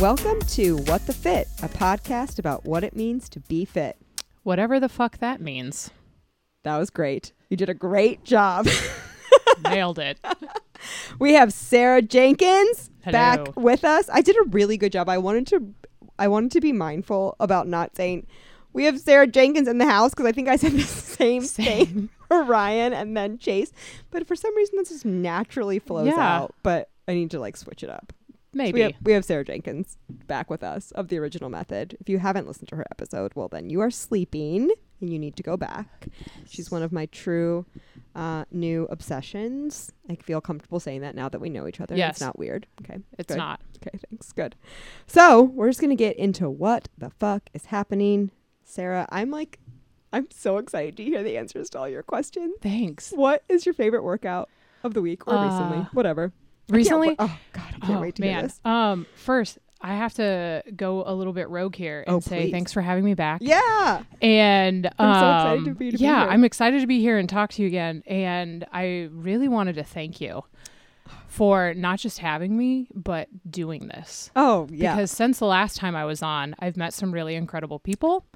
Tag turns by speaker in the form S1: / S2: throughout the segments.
S1: Welcome to What the Fit, a podcast about what it means to be fit.
S2: Whatever the fuck that means.
S1: That was great. You did a great job.
S2: Nailed it.
S1: we have Sarah Jenkins back
S2: Hello.
S1: with us. I did a really good job. I wanted to I wanted to be mindful about not saying we have Sarah Jenkins in the house because I think I said the same, thing
S2: Same.
S1: for Ryan and then Chase. But for some reason this just naturally flows
S2: Yeah.
S1: out. But I need to like switch it up. So We
S2: Maybe.
S1: have, we have Sarah Jenkins back with us of the original method. If you haven't listened to her episode, well, then you are sleeping and you need to go back. She's one of my true uh, new obsessions. I feel comfortable saying that now that we know each other. and It's
S2: Yes.
S1: not weird. Okay.
S2: it's
S1: good.
S2: not.
S1: Okay. Thanks. Good. So we're just going to get into what the fuck is happening. Sarah, I'm like, I'm so excited to hear the answers to all your questions.
S2: Thanks.
S1: What is your favorite workout of the week or recently?
S2: Uh,
S1: Whatever. I can't
S2: Recently,
S1: wa- oh, God. I can't wait to
S2: man.
S1: hear this.
S2: Um, first, I have to go a little bit rogue here and
S1: Oh,
S2: say
S1: please.
S2: thanks for having me back.
S1: Yeah.
S2: And um,
S1: I'm so excited to be- to be
S2: yeah,
S1: here.
S2: I'm excited to be here and talk to you again. And I really wanted to thank you for not just having me, but doing this.
S1: Oh yeah.
S2: Because since the last time I was on, I've met some really incredible people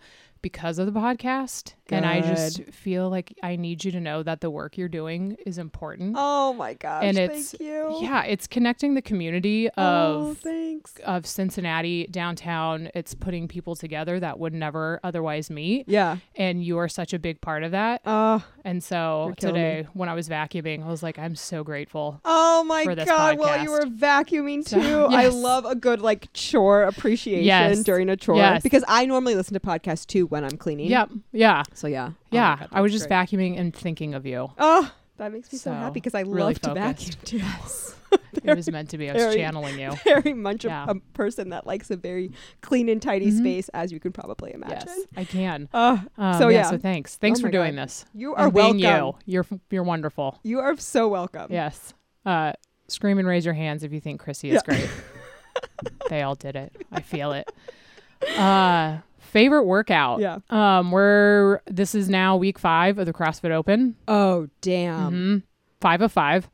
S2: because of the podcast. And I just feel like I need you to know that the work you're doing is important.
S1: oh my gosh.
S2: and it's-
S1: thank you.
S2: Yeah, it's connecting the community
S1: Oh,
S2: of
S1: thanks.
S2: of Cincinnati downtown. It's putting people together that would never otherwise meet.
S1: Yeah.
S2: And you are such a big part of that.
S1: Oh.
S2: And so
S1: You're killing
S2: today, when I was vacuuming, I was like, I'm so grateful.
S1: Oh my
S2: For this
S1: god. Well, you
S2: podcast.
S1: were vacuuming
S2: So-
S1: too. I
S2: Yes.
S1: love a good like chore appreciation
S2: Yes.
S1: during a chore
S2: Yes.
S1: because I normally listen to podcasts too when I'm cleaning.
S2: Yep. Yeah.
S1: So yeah. Oh my
S2: Yeah.
S1: God,
S2: I was
S1: that's
S2: just
S1: great.
S2: vacuuming and thinking of you.
S1: Oh, that makes me so,
S2: So,
S1: happy because I
S2: really
S1: love to vacuum
S2: focused.
S1: too.
S2: It was meant to be. I was
S1: very-
S2: channeling you.
S1: Very much a-
S2: Yeah. Mm-hmm.
S1: a, person that likes a very clean and tidy space, as you can probably imagine.
S2: Yes, I can.
S1: Oh,
S2: Um,
S1: So,
S2: yeah,
S1: yeah.
S2: So thanks. Thanks
S1: Oh
S2: for
S1: my
S2: doing
S1: God.
S2: this.
S1: you
S2: and
S1: are
S2: being
S1: welcome. Um,
S2: you. You're f- you're wonderful.
S1: You are so welcome.
S2: Yes. Uh, scream and raise your hands if you think Chrissy is great. they all did it. I feel it. Uh, favorite workout.
S1: Yeah.
S2: Um, we're this is now week five of the CrossFit Open.
S1: Oh damn.
S2: Mhm. Five of five,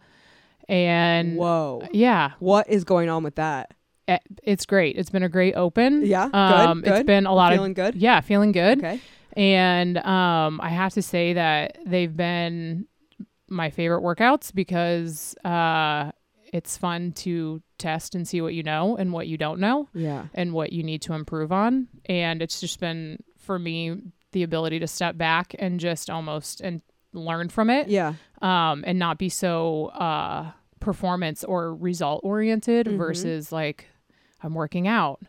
S2: and
S1: Whoa.
S2: yeah,
S1: What is going on with that?
S2: e- it's great. It's been a great open.
S1: Yeah, good,
S2: Um,
S1: good.
S2: It's been a lot
S1: Feeling
S2: of
S1: good?
S2: Yeah, feeling good.
S1: Okay.
S2: And um, I have to say that they've been my favorite workouts because uh, it's fun to test and see what you know and what you don't know
S1: Yeah.
S2: and what you need to improve on. And it's just been, for me, the ability to step back and just almost and learn from it
S1: Yeah.
S2: um, and not be so uh, performance or result oriented
S1: Mm-hmm.
S2: versus like I'm working out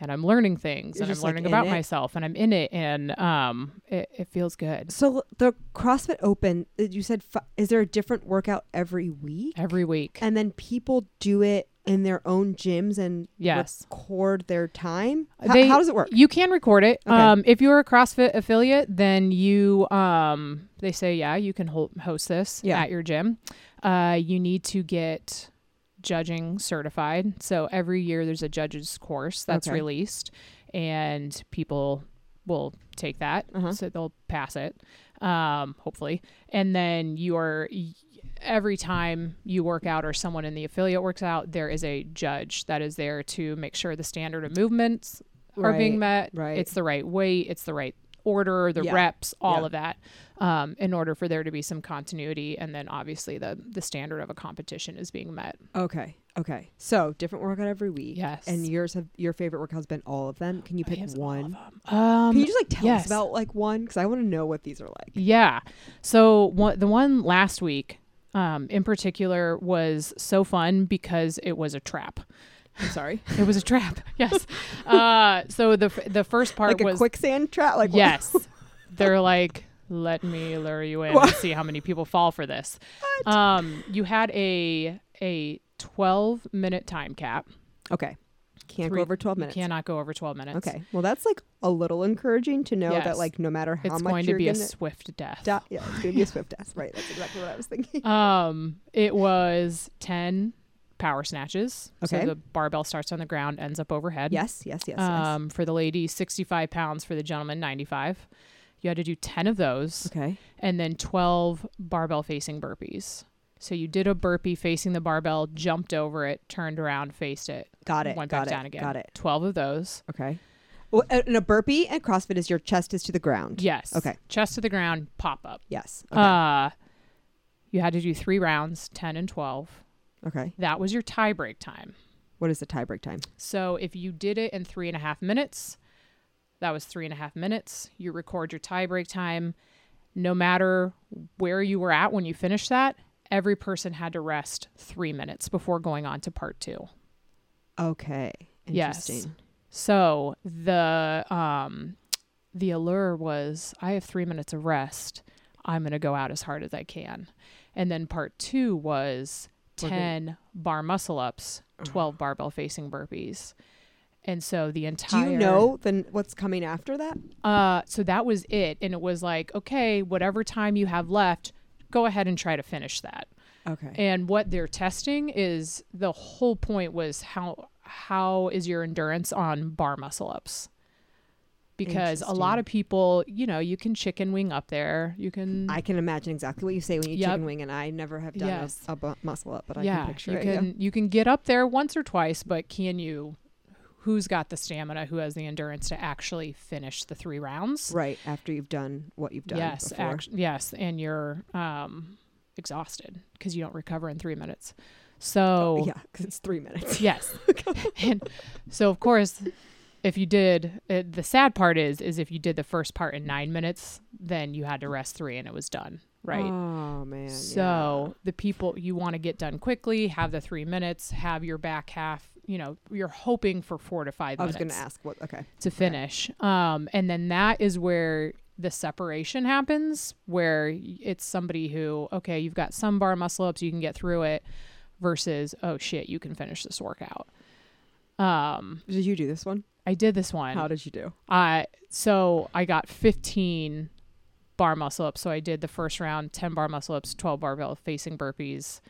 S2: and I'm learning things
S1: You're
S2: and I'm
S1: just, like,
S2: learning
S1: in
S2: about
S1: it.
S2: myself and I'm in it and um, it, it feels good
S1: So the CrossFit Open, uh, you said, fi- is there a different workout every week?
S2: every week.
S1: And then people do it in their own gyms and
S2: Yes. Uh,
S1: record their time. How,
S2: They-
S1: how does it work?
S2: You can record it.
S1: Okay.
S2: Um, if you're a CrossFit affiliate, then you um, they say yeah you can hol- host this
S1: Yeah.
S2: at your gym. Uh, you need to get judging certified. So every year there's a judges course that's
S1: Okay.
S2: released, and people will take that.
S1: Uh-huh.
S2: So they'll pass it, um, hopefully, and then you are. Every time you work out or someone in the affiliate works out, there is a judge that is there to make sure the standard of movements are being met.
S1: right.
S2: It's the right weight. It's the right order, the
S1: Yeah.
S2: reps, all
S1: Yeah.
S2: of that, um, in order for there to be some continuity. And then obviously the the standard of a competition is being met.
S1: Okay. Okay. So different workout every week.
S2: Yes. Oh,
S1: And yours have your favorite workout has been all of them. Can you pick
S2: Yes, all
S1: one?
S2: of 'em. Um,
S1: Can you just like tell us
S2: yes.
S1: about like one? Because I want to know what these are like.
S2: Yeah. So one, the one last week, um, in particular, was so fun because it was a trap.
S1: I'm sorry.
S2: It was a trap. Yes. uh, so the f- the first part
S1: like a
S2: was
S1: quicksand trap. Like what-
S2: yes. They're like, let me lure you in and see how many people fall for this. Um, you had a a twelve minute time cap.
S1: Okay. Can't
S2: Three-
S1: go over 12
S2: You
S1: minutes.
S2: cannot go over twelve minutes.
S1: Okay. Well, that's like a little encouraging to know that
S2: Yes.
S1: like no matter how
S2: It's
S1: much
S2: going
S1: you're
S2: to be a
S1: gonna
S2: swift death.
S1: die, yeah, it's gonna be a swift death. Right. That's exactly what I was thinking.
S2: Um, it was ten power snatches.
S1: Okay.
S2: So the barbell starts on the ground, ends up overhead.
S1: yes. Yes. Yes.
S2: Um, for the lady, sixty-five pounds. For the gentleman, ninety-five. You had to do ten of those,
S1: yes. Okay.
S2: and then twelve barbell facing burpees. So you did a burpee facing the barbell, jumped over it, turned around, faced it,
S1: Got it.
S2: went
S1: got
S2: back
S1: it,
S2: down again.
S1: Got it.
S2: Twelve of those.
S1: Okay. Well, a- and a burpee and CrossFit is your chest is to the ground.
S2: Yes.
S1: Okay.
S2: Chest to the ground, pop up.
S1: Yes. Okay.
S2: Uh you had to do three rounds, ten and twelve.
S1: okay.
S2: That was your tie break time.
S1: What is the tie break time?
S2: So if you did it in three and a half minutes, that was three and a half minutes. You record your tie break time. No matter where you were at when you finished that, every person had to rest three minutes before going on to part two.
S1: Okay.
S2: Yes.
S1: Interesting.
S2: So the um the allure was I have three minutes of rest. I'm gonna go out as hard as I can. And then part two was
S1: We're gonna-
S2: ten bar muscle ups, twelve barbell facing burpees. And so the
S1: Do
S2: entire
S1: you know then what's coming after that?
S2: uh so that was it. And it was like, okay, whatever time you have left, go ahead and try to finish that.
S1: Okay.
S2: And what they're testing is the whole point was how how is your endurance on bar muscle ups? Because a
S1: Interesting.
S2: lot of people, you know, you can chicken wing up there. You can
S1: I can imagine exactly what you say when you
S2: Yep.
S1: chicken wing, and I never have done a-
S2: Yes.
S1: a, bu- muscle up, but I
S2: yeah,
S1: can picture
S2: you
S1: it.
S2: can you can get up there once or twice, but can you who's got the stamina, who has the endurance to actually finish the three rounds?
S1: yeah. Right after you've done what you've done.
S2: yes,
S1: before.
S2: act- yes, and you're um exhausted because you don't recover in 3 minutes. So
S1: Oh, yeah, because it's three minutes.
S2: Yes. and so of course, if you did, uh the sad part is, is if you did the first part in nine minutes, then you had to rest three and it was done. Right.
S1: Oh man. yeah.
S2: so the people you want to get done quickly, have the three minutes, have your back half, you know, you're hoping for four to five
S1: I was
S2: minutes
S1: going to ask what. Okay.
S2: to finish. Um, and then that is where the separation happens, where y- it's somebody who, okay, you've got some bar muscle ups, you can get through it, versus, oh shit, you can finish this workout. Um,
S1: Did you do this one?
S2: I did this one.
S1: How did you do?
S2: I so I got 15 bar muscle ups. So I did the first round 10 bar muscle ups, 12 barbell facing burpees,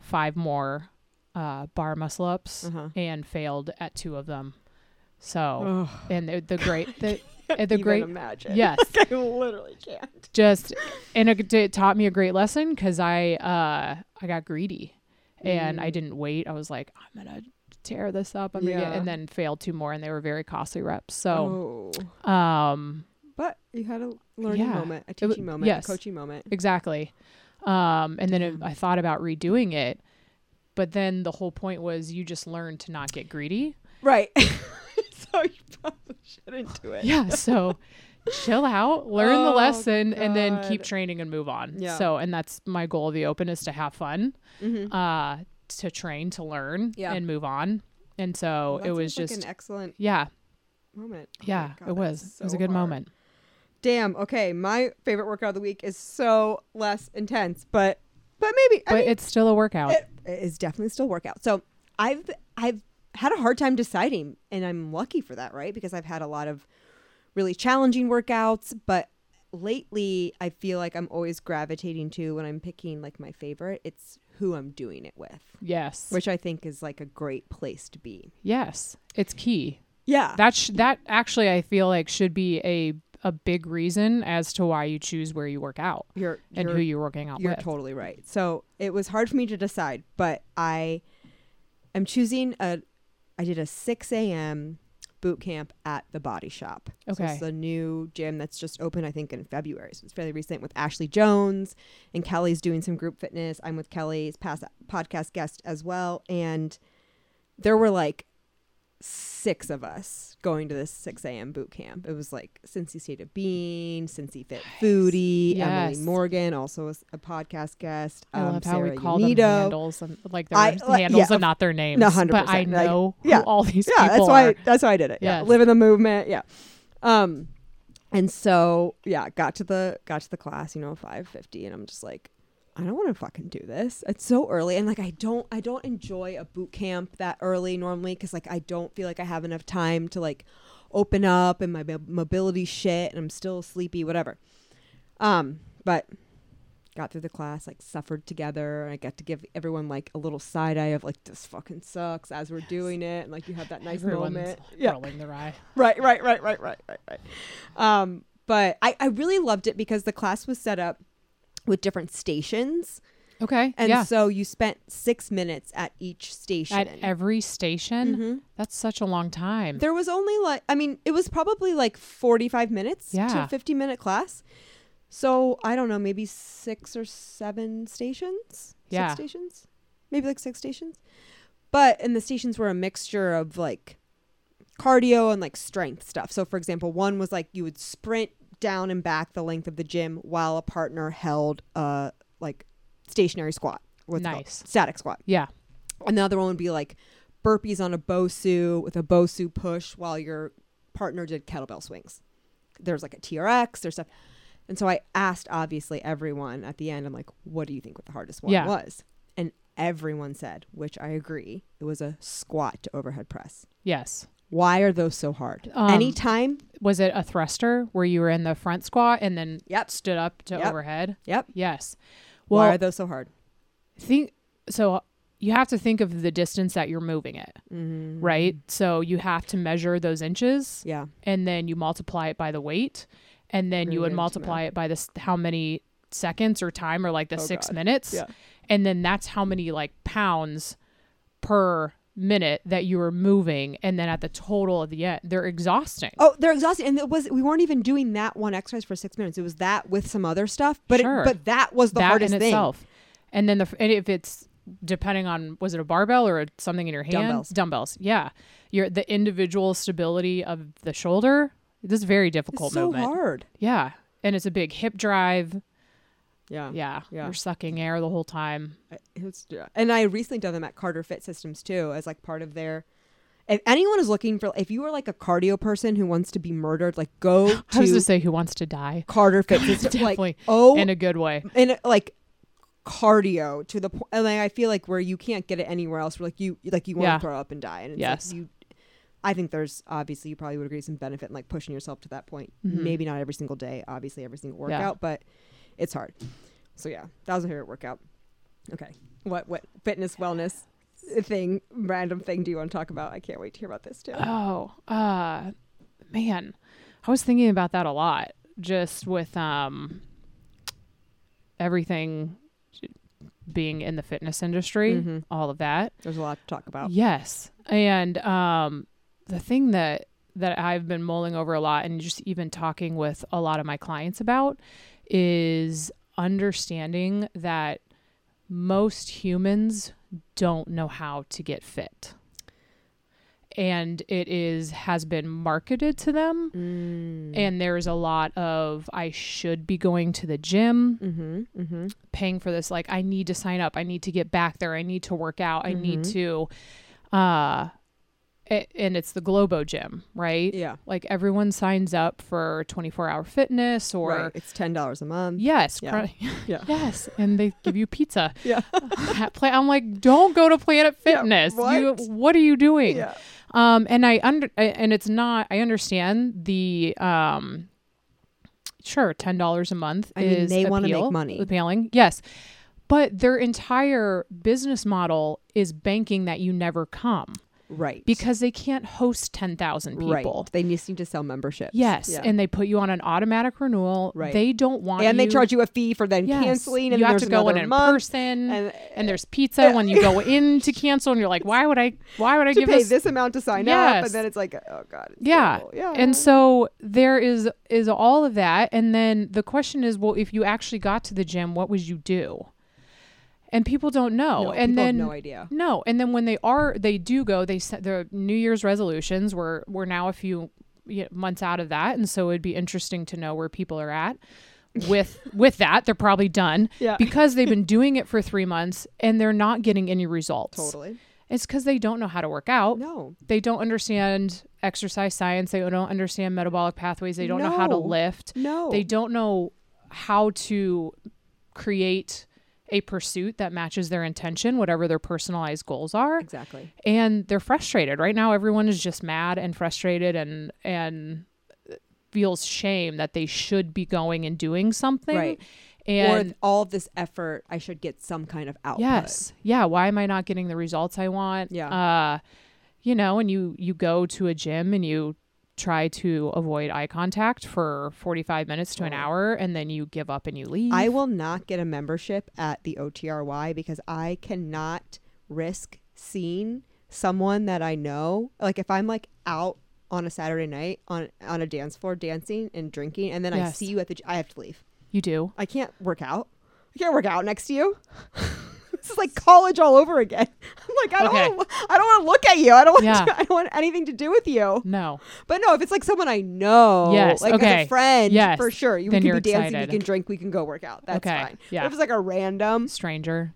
S2: five more uh, bar muscle ups,
S1: Uh-huh.
S2: and failed at two of them. So
S1: Oh,
S2: and the, the great the and the
S1: even
S2: great
S1: Imagine.
S2: yes
S1: I literally can't.
S2: just and it, it taught me a great lesson because I uh I got greedy and I
S1: Mm.
S2: didn't wait. I was like I'm gonna tear this up. I'm gonna get,
S1: Yeah.
S2: and then failed two more and they were very costly reps. So
S1: Oh.
S2: um
S1: But you had a learning
S2: Yeah.
S1: moment, a
S2: It wa-
S1: teaching moment,
S2: yes.
S1: a coaching moment.
S2: exactly. Um and then it,
S1: Damn.
S2: I thought about redoing it, but then the whole point was you just learn to not get greedy.
S1: Right. so you probably shouldn't do it.
S2: Yeah. So. Chill out, learn the
S1: Oh,
S2: lesson, and then keep
S1: God.
S2: training and move on.
S1: Yeah.
S2: So, and that's my goal of the open is to have fun.
S1: Mm-hmm.
S2: uh to train to learn
S1: Yeah.
S2: and move on and so Oh, it was just
S1: an excellent
S2: yeah
S1: moment. Oh my
S2: yeah
S1: God,
S2: it
S1: that
S2: was it was
S1: so
S2: a good
S1: hard.
S2: moment
S1: Damn. Okay, my favorite workout of the week is so less intense, but but maybe
S2: but
S1: I mean,
S2: it's still a workout
S1: it- it is definitely still workout. So I've I've had a hard time deciding, and I'm lucky for that, right? Because I've had a lot of really challenging workouts, but lately I feel like I'm always gravitating to when I'm picking like my favorite. It's who I'm doing it with,
S2: yes
S1: which I think is like a great place to be.
S2: yes it's key
S1: Yeah.
S2: that sh- that actually i feel like should be a a big reason as to why you choose where you work out
S1: you're
S2: and
S1: you're-
S2: who you're working out
S1: You're
S2: with
S1: totally right. So it was hard for me to decide, but I am choosing a. I did a 6 a.m. boot camp at the Body Shop. so
S2: Okay.
S1: it's a new gym that's just open. I think in February, so it's fairly recent. With Ashley Jones and Kelly's doing some group fitness. I'm with Kelly's past podcast guest as well, and there were like six of us going to this 6 a.m. boot camp. It was like Cincy State of Being, Cincy Fit Foodie,
S2: Yes.
S1: Emily Morgan, also was a podcast guest. Um,
S2: I love Um, how we
S1: Oh, Sarah
S2: call
S1: Unito.
S2: them handles and like their
S1: I-
S2: names-
S1: like, yeah,
S2: handles and
S1: of-
S2: not their names.
S1: No, 100%,
S2: But I
S1: like,
S2: know
S1: yeah.
S2: who all these
S1: Yeah,
S2: people
S1: that's why
S2: are.
S1: that's why I did it. Yeah.
S2: Yes.
S1: Live in the movement. Yeah. Um and so yeah, got to the got to the class, you know, five fifty, and I'm just like, I don't want to fucking do this. It's so early, and like I don't I don't enjoy a boot camp that early normally because like I don't feel like I have enough time to like open up and my mob- mobility shit, and I'm still sleepy, whatever. Um, but got through the class, like suffered together, and I got to give everyone like a little side eye of like this fucking sucks as we're doing it, and like you have that nice
S2: Everyone's
S1: moment.
S2: rolling their eye.
S1: right, right, right, right, right, right, right. Um, but I, I really loved it because the class was set up with different stations.
S2: Okay.
S1: And
S2: yeah.
S1: so you spent six minutes at each station.
S2: At every station,
S1: Mm-hmm.
S2: that's such a long time.
S1: there was only like, I mean, it was probably like 45 minutes
S2: Yeah.
S1: to 50 minute class. So I don't know, maybe six or seven stations.
S2: Yeah.
S1: Six stations? Maybe like six stations. But, and the stations were a mixture of like cardio and like strength stuff. So, for example, one was like you would sprint down and back the length of the gym while a partner held a like stationary squat. What's it called?
S2: Nice.
S1: Static squat.
S2: yeah.
S1: Another one would be like burpees on a Bosu with a Bosu push while your partner did kettlebell swings. There's like a TRX, there's stuff. And so I asked obviously everyone at the end, I'm like, what do you think the hardest one
S2: Yeah.
S1: was? And everyone said, which I agree, it was a squat to overhead press.
S2: Yes.
S1: Why are those so hard?
S2: Um,
S1: Anytime.
S2: Was it a thruster where you were in the front squat and then
S1: Yep.
S2: stood up to
S1: Yep.
S2: overhead?
S1: Yep.
S2: Yes.
S1: Why
S2: Well,
S1: are those so hard?
S2: think so you have to think of the distance that you're moving it,
S1: Mm,
S2: right? So you have to measure those inches.
S1: Yeah.
S2: and then you multiply it by the weight and then
S1: Really
S2: you
S1: good
S2: would
S1: to
S2: multiply it by this how many seconds or time or like the
S1: Oh,
S2: six
S1: God.
S2: minutes
S1: Yeah.
S2: and then that's how many like pounds per minute that you were moving and then at the total at the end they're exhausting
S1: Oh, they're exhausted, and it was we weren't even doing that one exercise for six minutes. It was that with some other stuff, but
S2: Sure.
S1: it, but that was the
S2: that
S1: hardest
S2: in
S1: thing.
S2: itself and then the and if it's depending on was it a barbell or something in your hand
S1: Dumbbells.
S2: dumbbells yeah your the individual stability of the shoulder this is very difficult
S1: It's so
S2: movement
S1: hard.
S2: yeah and it's a big hip drive
S1: Yeah,
S2: Yeah.
S1: Yeah.
S2: You're sucking air the whole time.
S1: I- It's, yeah. And I recently done them at Carter Fit Systems too, as like part of their. If anyone is looking for, if you are like a cardio person who wants to be murdered, like go
S2: I was
S1: to
S2: to say who wants to die
S1: Carter Fit Systems.
S2: definitely.
S1: Like oh,
S2: in a good way.
S1: and uh, like cardio to the point and like, i feel like where you can't get it anywhere else where like you like you want to
S2: Yeah.
S1: throw up and die and it's
S2: Yes.
S1: like you i think there's obviously you probably would agree some benefit in like pushing yourself to that point
S2: Mhm.
S1: maybe not every single day obviously every single
S2: Yeah.
S1: workout but it's hard so yeah that was my favorite workout okay what what fitness wellness thing random thing do you want to talk about i can't wait to hear about this too
S2: Oh, uh man. I was thinking about that a lot just with um everything being in the fitness industry,
S1: Mhm.
S2: all of that.
S1: there's a lot to talk about
S2: Yes. And um the thing that that I've been mulling over a lot and just even talking with a lot of my clients about is understanding that most humans don't know how to get fit. And it is has been marketed to them
S1: mm.
S2: and there's a lot of I should be going to the gym
S1: mm-hmm mm-hmm
S2: paying for this like i need to sign up i need to get back there i need to work out i need
S1: Mhm.
S2: to uh a- and it's the globo gym right
S1: yeah
S2: like everyone signs up for 24 hour fitness or
S1: right it's ten dollars a month
S2: yes
S1: Yeah.
S2: cr-
S1: Yeah.
S2: yes and they give you pizza
S1: yeah
S2: at Pla- i'm like don't go to planet
S1: Yeah,
S2: fitness
S1: what?
S2: You, what are you doing
S1: yeah
S2: um and i under I- and it's not i understand the um sure ten dollars a month
S1: I mean,
S2: is
S1: they wanna make
S2: appeal-
S1: money.
S2: appealing yes but their entire business model is banking that you never come
S1: right
S2: because they can't host 10,000 people.
S1: Right. They just need to sell memberships.
S2: Yes,
S1: Yeah.
S2: and they put you on an automatic renewal.
S1: Right.
S2: They don't want
S1: And they
S2: you-
S1: charge you a fee for then
S2: Yes.
S1: canceling. And
S2: you have
S1: there's
S2: to go in
S1: another
S2: in
S1: month
S2: person, and,
S1: and-
S2: there's pizza when you go in to cancel, and you're like, why would I? Why would I
S1: to
S2: give
S1: pay
S2: this?
S1: this, amount to sign up,
S2: Yes.
S1: and then it's like, oh god, it's
S2: yeah
S1: terrible. yeah.
S2: and so there is is all of that and then the question is well if you actually got to the gym what would you do and people don't know
S1: No,
S2: and
S1: people
S2: then
S1: have no idea.
S2: no and then when they are they do go they set their new year's resolutions we're we're now a few y- months out of that and so it'd be interesting to know where people are at with with that they're probably done
S1: Yeah.
S2: because they've been doing it for three months and they're not getting any results
S1: Totally.
S2: it's because they don't know how to work out
S1: No.
S2: they don't understand exercise science. They don't understand metabolic pathways. They don't know how to
S1: No.
S2: lift.
S1: No.
S2: They don't know how to create a pursuit that matches their intention, whatever their personalized goals are.
S1: exactly.
S2: And they're frustrated. Right now everyone is just mad and frustrated and and feels shame that they should be going and doing something.
S1: Right.
S2: And
S1: or all of this effort, I should get some kind of output.
S2: Yes. Yeah. Why am I not getting the results I want?
S1: Yeah.
S2: Uh, you know, and you you go to a gym and you try to avoid eye contact for 45 minutes to an hour and then you give up and you leave.
S1: I will not get a membership at the OTRY because I cannot risk seeing someone that I know. Like if I'm like out on a Saturday night on on a dance floor dancing and drinking, and then I
S2: Yes.
S1: see you at the, gy- I have to leave.
S2: you do.
S1: I can't work out. I can't work out next to you. this is like college all over again. I'm like I don't
S2: Okay.
S1: want to. I don't want to look at you. I don't want.
S2: Yeah.
S1: To, I don't want anything to do with you.
S2: No.
S1: But no, if it's like someone I know,
S2: Yes,
S1: like as
S2: okay.
S1: a friend,
S2: Yes,
S1: for sure. You
S2: then
S1: can be
S2: you're
S1: dancing,
S2: excited.
S1: we can drink, we can go work out. That's
S2: Okay,
S1: fine. But
S2: yeah.
S1: if it's like a random,
S2: Stranger.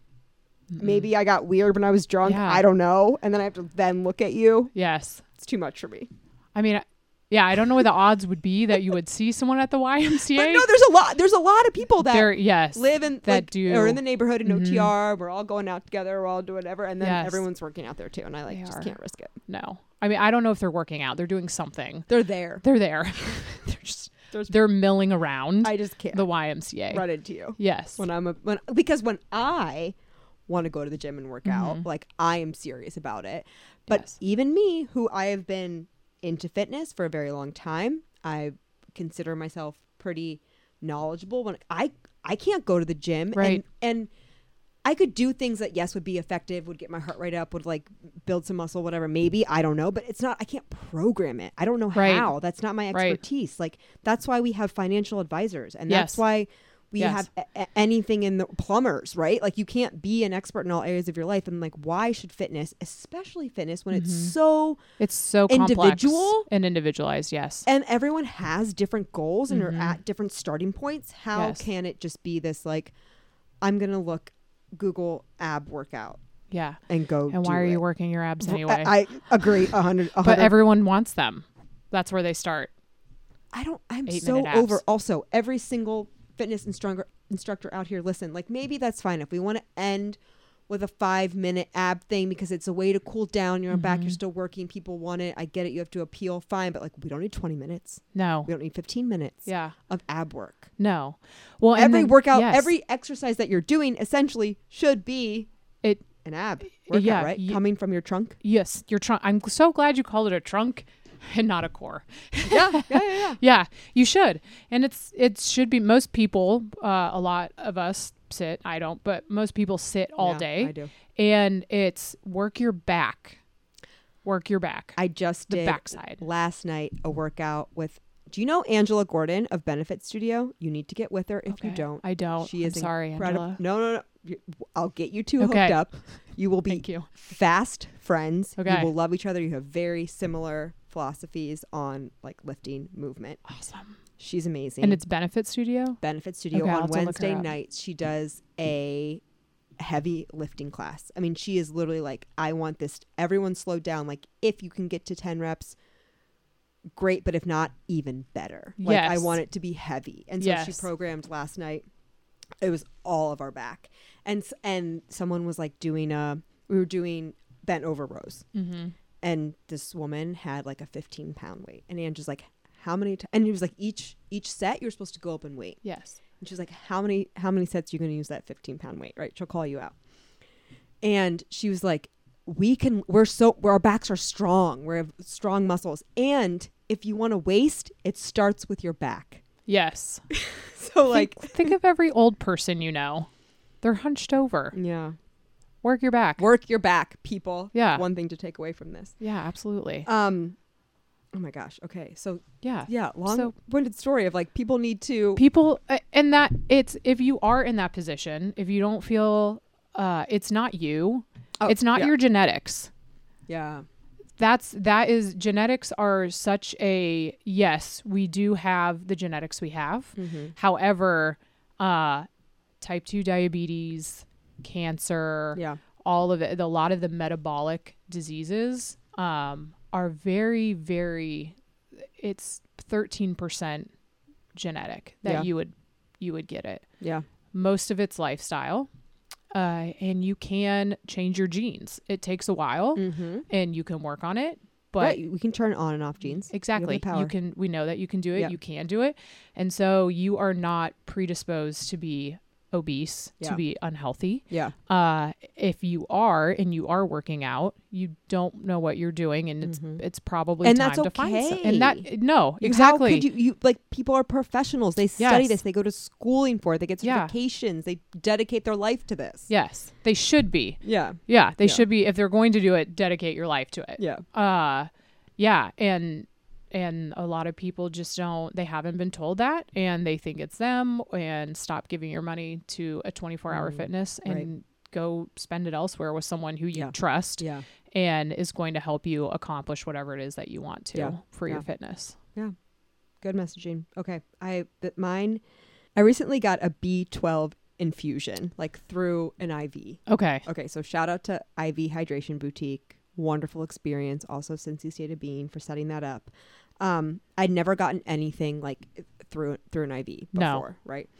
S1: maybe I got weird when I was drunk.
S2: Yeah.
S1: I don't know, and then I have to then look at you.
S2: Yes.
S1: It's too much for me.
S2: I mean, I- yeah, I don't know what the odds would be that you would see someone at the YMCA.
S1: But no, there's a lot. There's a lot of people that
S2: There- yes.
S1: live in
S2: that
S1: like,
S2: do Mm-hmm.
S1: or in the neighborhood in OTR. We're all going out together. We're all doing whatever, and then
S2: Yes.
S1: everyone's working out there too. And I like
S2: They
S1: just
S2: are.
S1: can't risk it.
S2: No. I mean, I don't know if they're working out. They're doing something.
S1: They're there.
S2: They're there. they're just
S1: There's-
S2: they're milling around
S1: I just can't
S2: the YMCA.
S1: run into you
S2: Yes.
S1: when I'm a, when because when I want to go to the gym and work out, like I am serious about it. But
S2: Mm-hmm. Yes.
S1: even me, who I have been into fitness for a very long time, I consider myself pretty knowledgeable. When I I can't go to the gym
S2: Right.
S1: and and I could do things that yes would be effective, would get my heart rate up, would like build some muscle, whatever. Maybe I don't know, but it's not. I can't program it. I don't know
S2: Right.
S1: how. That's not my
S2: Right.
S1: expertise. Like that's why we have financial advisors, and that's
S2: Yes.
S1: why we
S2: Yes.
S1: have a- a- anything in the plumbers, right? Like you can't be an expert in all areas of your life, and like why should fitness, especially fitness, when it's
S2: Mm-hmm.
S1: so
S2: It's so complex
S1: Individual?
S2: and individualized. Yes.
S1: and everyone has different goals and are at different starting points. How
S2: Mm-hmm. Yes.
S1: can it just be this like I'm gonna look Google ab workout
S2: Yeah.
S1: and go?
S2: And why
S1: do
S2: are you
S1: it?
S2: working your abs anyway?
S1: I, I agree, a hundred. a
S2: but
S1: hundred
S2: everyone wants them. That's where they start.
S1: I don't. I'm
S2: Eight
S1: so
S2: minute
S1: over.
S2: abs.
S1: Also, every single fitness instructor instructor out here, listen. Like maybe that's fine if we want to end with a five minute ab thing because it's a way to cool down. You're back.
S2: Mm-hmm.
S1: You're still working. People want it. I get it. You have to appeal. Fine, but like we don't need 20 minutes.
S2: No.
S1: We don't need 15 minutes
S2: Yeah.
S1: of ab work.
S2: No. Well, and
S1: every
S2: then-
S1: workout,
S2: yes.
S1: every exercise that you're doing, essentially should be
S2: it
S1: an ab workout,
S2: yeah,
S1: right?
S2: y-
S1: Coming from your trunk.
S2: yes, your trunk. I'm so glad you called it a trunk and not a core.
S1: Yeah, yeah, yeah. yeah.
S2: Yeah, you should. And it's it should be most people. Uh, a lot of us sit. I don't, but most people sit all
S1: Yeah,
S2: day.
S1: I do.
S2: And it's work your back, work your back.
S1: I just
S2: The
S1: did
S2: backside.
S1: last night a workout with. Do you know Angela Gordon of Benefit Studio? You need to get with her if you
S2: Okay.
S1: don't.
S2: I don't. I'm sorry,
S1: incredible-
S2: Angela.
S1: No, no, no. You- I'll get you two hooked
S2: Okay.
S1: up. You will be
S2: Thank you.
S1: fast friends.
S2: Okay.
S1: You will love each other. You have very similar philosophies on like lifting movement.
S2: Awesome.
S1: She's amazing.
S2: And it's Benefit Studio.
S1: Benefit Studio
S2: Okay, I'll
S1: on
S2: have to look her
S1: Wednesday
S2: up.
S1: nights. She does a heavy lifting class. I mean, she is literally like, I want this. Everyone slowed down. Like, if you can get to 10 reps, great. But if not, even better. Like, I
S2: Yes.
S1: want it to be heavy. And so she
S2: Yes.
S1: programmed last night. It was all of our back. And, s- and someone was like doing a, we were doing bent over rows
S2: Mm-hmm.
S1: and this woman had like a 15 pound weight and Angela's like how many times and he was like each each set you're supposed to go up in weight
S2: Yes.
S1: and she's like, "How many how many sets are you going to use that 15 pound weight?" Right? She'll call you out. And she was like, "We can. We're so. We're, our backs are strong. We have strong muscles. And if you want to waste, it starts with your back.
S2: Yes.
S1: So like,
S2: think, think of every old person you know. They're hunched over.
S1: yeah,
S2: Work your back.
S1: work your back, people.
S2: Yeah.
S1: one thing to take away from this.
S2: Yeah, absolutely.
S1: Um, oh my gosh. Okay, so
S2: yeah.
S1: yeah,
S2: So-
S1: long-winded story of like people need to.
S2: People uh, and that it's if you are in that position, if you don't feel uh it's not you.
S1: Oh,
S2: it's not
S1: yeah.
S2: your genetics.
S1: yeah.
S2: That's that is genetics are such a yes, we do have the genetics we have.
S1: mm-hmm.
S2: However, uh type 2 diabetes, cancer,
S1: Yeah.
S2: all of it, a lot of the metabolic diseases um, are very, very. It's thirteen percent genetic that
S1: Yeah.
S2: you would you would get it.
S1: Yeah.
S2: Most of it's lifestyle, uh, and you can change your genes. It takes a while,
S1: Mm-hmm.
S2: and you can work on it. But
S1: Right. We can turn on and off genes.
S2: Exactly. You,
S1: power.
S2: can we know that you can do it,
S1: Yeah.
S2: you can do it. And so you are not predisposed to be obese
S1: Yeah.
S2: to be unhealthy.
S1: Yeah.
S2: Uh, if you are and you are working out, you don't know what you're doing, and it's
S1: Mm-hmm.
S2: it's probably
S1: And
S2: time
S1: that's
S2: to find some-
S1: okay.
S2: and that no
S1: You-
S2: exactly
S1: How could you, you like people are professionals. They study
S2: Yes.
S1: this. They go to schooling for it. They get
S2: Yeah.
S1: certifications. They dedicate their life to this.
S2: yes they should be
S1: Yeah.
S2: Yeah, they
S1: Yeah.
S2: should be if they're going to do it, dedicate your life to it.
S1: Yeah.
S2: Uh yeah, and and a lot of people just don't they haven't been told that and they think it's them and stop giving your money to a 24-hour fitness and
S1: Mm, right.
S2: go spend it elsewhere with someone who you
S1: Yeah.
S2: trust
S1: Yeah.
S2: and is going to help you accomplish whatever it is that you want to
S1: Yeah.
S2: for
S1: Yeah.
S2: your fitness.
S1: Good messaging. Okay. I th- mine I recently got a B12 infusion like through an IV.
S2: Okay.
S1: Okay, so shout out to IV Hydration Boutique. Wonderful experience. Also, Cincy State of Being for setting that up. Um, I'd never gotten anything like through through an IV
S2: No.
S1: before, right?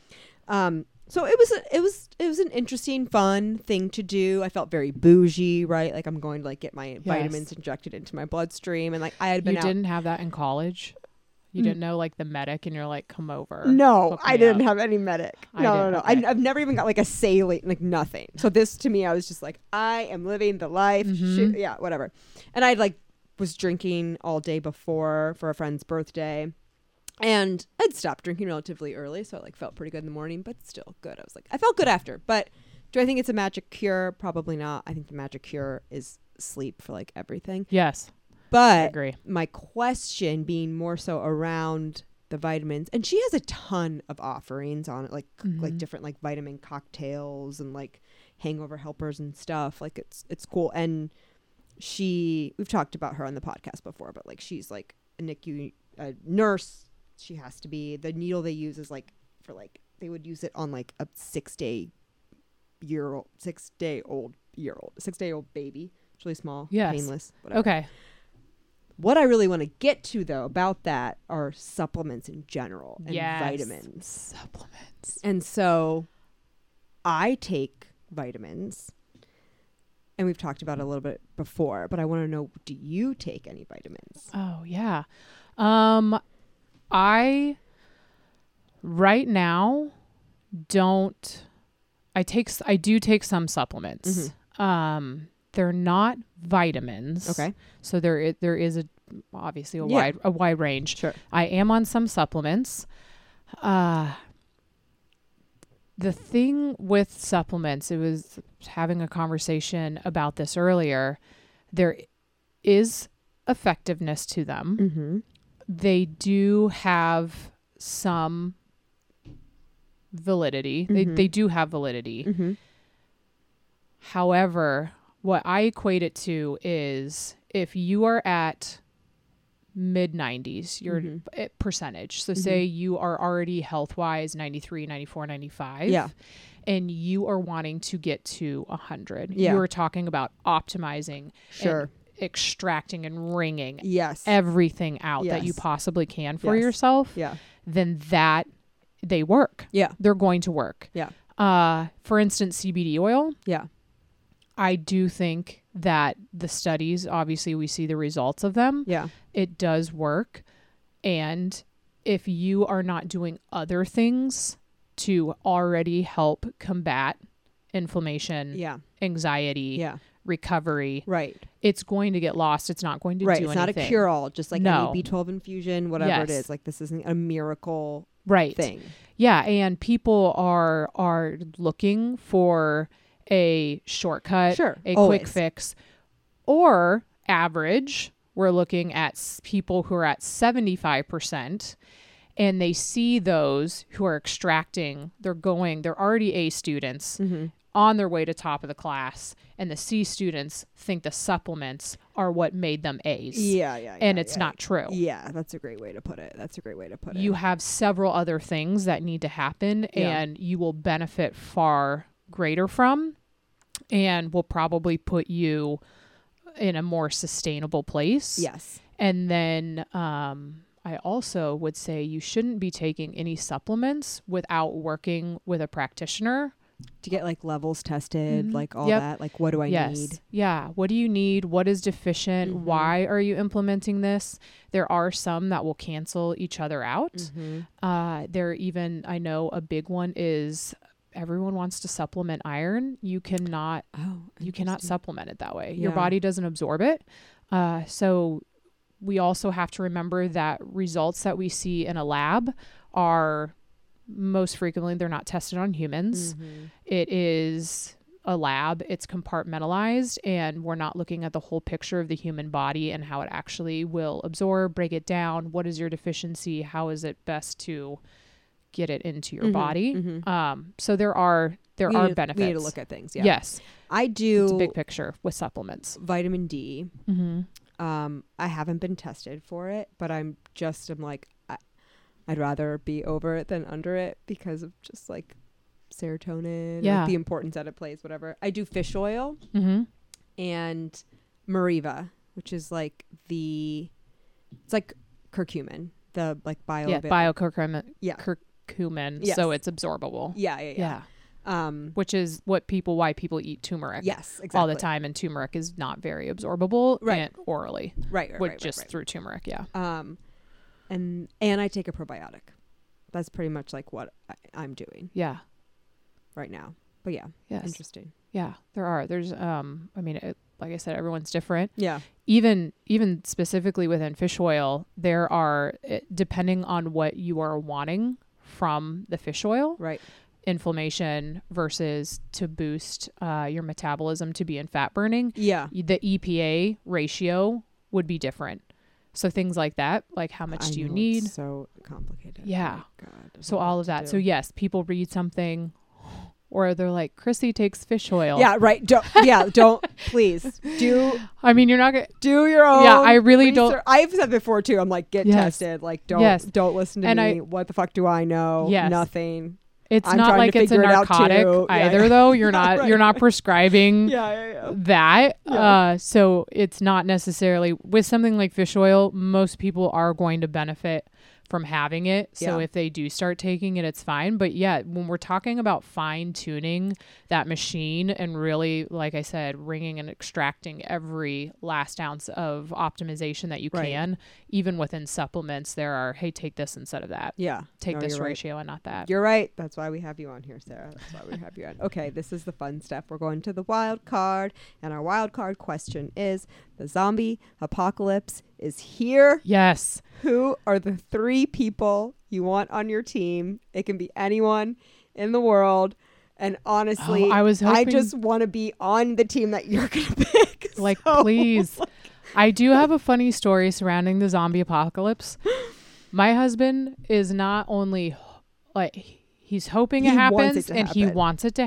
S1: Um, so it was a- it was it was an interesting, fun thing to do. I felt very bougie, right? Like I'm going to like get my vitamins injected into my bloodstream, and like I had been
S2: You
S1: out.
S2: didn't have that in college? You
S1: Mm.
S2: didn't know like the medic and you're like come over.
S1: No,
S2: hook
S1: I
S2: me
S1: didn't
S2: up.
S1: have any medic.
S2: I
S1: no, no,
S2: did,
S1: no.
S2: okay.
S1: I, I've never even got like a saline, like nothing. So this to me, I was just like, I am living the life.
S2: Mm-hmm.
S1: Shoot, yeah, whatever. And I like was drinking all day before for a friend's birthday. And I'd stopped drinking relatively early, so it like felt pretty good in the morning, but still good. I was like, I felt good after. But do I think it's a magic cure? Probably not. I think the magic cure is sleep for like everything.
S2: Yes, I
S1: But
S2: agree.
S1: my question being more so around the vitamins and she has a ton of offerings on it like like
S2: Mhm.
S1: different like vitamin cocktails and like hangover helpers and stuff like it's it's cool and she we've talked about her on the podcast before but like she's like a NICU a nurse she has to be the needle they use is like for like they would use it on like a 6 day year old 6 day old year old 6 day old baby it's really small
S2: Yes.
S1: painless whatever.
S2: Okay.
S1: What I really want to get to though about that are supplements in general and
S2: Yes.
S1: vitamins.
S2: Supplements.
S1: And so I take vitamins and we've talked about it a little bit before, but I want to know do you take any vitamins?
S2: Oh yeah. Um I right now don't I take s- I do take some supplements. Um they're not vitamins.
S1: Okay.
S2: So there i- there is a obviously a
S1: Yeah.
S2: wide a wide range.
S1: Sure.
S2: I am on some supplements. Uh the thing with supplements, it was having a conversation about this earlier. There is effectiveness to them
S1: Mhm.
S2: they do have some validity. They,
S1: Mhm.
S2: they do have validity.
S1: Mhm.
S2: However, what I equate it to is if you are at mid 90s, your
S1: Mhm.
S2: p- eh, percentage. So, say
S1: Mm-hmm.
S2: you are already health wise 93, 94, 95.
S1: Yeah.
S2: And you are wanting to get to 100.
S1: Yeah.
S2: You're talking about optimizing,
S1: Sure.
S2: and extracting, and wringing
S1: yes.
S2: everything out that you
S1: Yes.
S2: possibly can for
S1: Yes.
S2: yourself
S1: yeah.
S2: then that they work.
S1: Yeah.
S2: They're going to work.
S1: Yeah.
S2: Uh, for instance, CBD oil,
S1: Yeah.
S2: I do think that the studies, obviously, we see the results of them.
S1: Yeah.
S2: It does work. And if you are not doing other things to already help combat inflammation,
S1: Yeah.
S2: anxiety,
S1: Yeah.
S2: recovery,
S1: Right.
S2: it's going to get lost. It's not going to
S1: Right.
S2: do
S1: It's not a
S2: anything.
S1: cure all, just like
S2: No.
S1: any B12 infusion, whatever it
S2: Yes.
S1: is. Like this isn't a miracle
S2: Right.
S1: thing.
S2: Yeah, and people are are looking for a shortcut,
S1: Sure,
S2: a
S1: always.
S2: quick fix, or average. We're looking at s- people who are at seventy five percent, and they see those who are extracting. They're going. They're already A students
S1: Mm-hmm.
S2: on their way to top of the class, and the C students think the supplements are what made them A's,
S1: Yeah, yeah,
S2: and
S1: yeah,
S2: it's
S1: yeah.
S2: not true
S1: Yeah, that's a great way to put it. That's a great way to put it.
S2: you have several other things that need to happen
S1: Yeah.
S2: and you will benefit far greater from and will probably put you in a more sustainable place.
S1: Yes.
S2: And then um I also would say you shouldn't be taking any supplements without working with a practitioner.
S1: to get like levels tested,
S2: Mhm.
S1: like all
S2: Yep.
S1: that. Like, what do I
S2: yes.
S1: need?
S2: Yeah. What do you need? What is deficient?
S1: Mhm.
S2: Why are you implementing this? There are some that will
S1: Mm-hmm.
S2: Mm-hmm. cancel each other out. Uh, there even I know a big one is everyone wants to supplement iron, you cannot
S1: Oh,
S2: you cannot
S1: interesting.
S2: supplement it that way. Your
S1: Yeah.
S2: body doesn't absorb it. Uh, so we also have to remember that results that we see in a lab are most frequently they're not tested on humans.
S1: Mhm.
S2: It is a lab, it's compartmentalized, and we're not looking at the whole picture of the human body and how it actually will absorb, break it down. What is your deficiency? How is it best to get it into your
S1: Mhm,
S2: body?
S1: mhm.
S2: Um, so there are there
S1: We
S2: are
S1: need, to-
S2: benefits.
S1: We need to look at things. Yeah.
S2: Yes,
S1: I
S2: it's a
S1: do
S2: big picture with supplements.
S1: vitamin D.
S2: Mm-hmm.
S1: Um, I haven't been tested for it, but I'm just I'm like I, I'd rather be over it than under it because of just like serotonin,
S2: Yeah.
S1: like the importance that it plays, whatever. I do fish oil
S2: Mm-hmm.
S1: and Mariva, which is like the it's like curcumin, the like bio
S2: Yeah, biocurcumin.
S1: Yeah.
S2: curcumin.
S1: Yes.
S2: So it's absorbable.
S1: yeah, yeah, yeah,
S2: Yeah.
S1: Um,
S2: which is what people why people eat turmeric.
S1: yes, exactly.
S2: All the time, and turmeric is not very absorbable
S1: Right.
S2: and orally,
S1: right? right,
S2: which
S1: right,
S2: just
S1: right,
S2: through turmeric. Yeah.
S1: right. um, and and I take a probiotic. That's pretty much like what I, I'm doing
S2: Yeah.
S1: right now. But yeah,
S2: Yes.
S1: interesting.
S2: Yeah. There are. There's. Um. I mean, it, like I said, everyone's different.
S1: Yeah.
S2: Even even specifically within fish oil, there are it- depending on what you are wanting from the fish oil
S1: Right.
S2: inflammation versus to boost uh, your metabolism to be in fat burning
S1: Yeah.
S2: the EPA ratio would be different so things like that like how much
S1: I
S2: do you
S1: know, it's
S2: need
S1: so complicated. Oh
S2: Yeah.
S1: My God, there's
S2: so
S1: a lot
S2: all of
S1: to
S2: that
S1: do.
S2: so yes people read something or they're like Chrissy takes fish oil
S1: Yeah. Right. Don't. Yeah. Don't. please do
S2: I mean you're not gonna
S1: do your own.
S2: Yeah, I really don't-
S1: research. I've said before too. I'm like, get
S2: Yes.
S1: tested. Like, don't
S2: Yes.
S1: don't listen to
S2: And I-
S1: me. what the fuck do I know?
S2: Yes.
S1: Nothing.
S2: It's
S1: I'm
S2: not
S1: trying
S2: like
S1: to
S2: it's a
S1: figure it out
S2: narcotic
S1: too. Yeah,
S2: either,
S1: yeah.
S2: though. You're
S1: Yeah,
S2: not
S1: right,
S2: you're not
S1: right.
S2: prescribing
S1: Yeah. Yeah.
S2: that.
S1: Yeah.
S2: Uh, so it's not necessarily with something like fish oil. Most people are going to benefit from having it. So
S1: Yeah.
S2: if they do start taking it, it's fine. But yeah, when we're talking about fine tuning that machine and really, like I said, wringing and extracting every last ounce of optimization that you
S1: Right.
S2: can, even within supplements, there are hey, take this instead of that.
S1: Yeah.
S2: Take
S1: No,
S2: this
S1: you're right.
S2: ratio and not that.
S1: You're right. That's why we have you on here, Sarah. That's why we have you on. Okay, this is the fun stuff. We're going to the wild card, and our wild card question is: The zombie apocalypse is here.
S2: yes.
S1: Who are the three people you want on your team? It can be anyone in the world. And honestly,
S2: Oh, I was
S1: I
S2: hoping-
S1: just want to be on the team that you're going to pick.
S2: Like,
S1: So-
S2: please. I do have a funny story surrounding the zombie apocalypse. My husband is not only like he's hoping it
S1: He wants it
S2: happens
S1: to
S2: and he
S1: happen.
S2: wants it to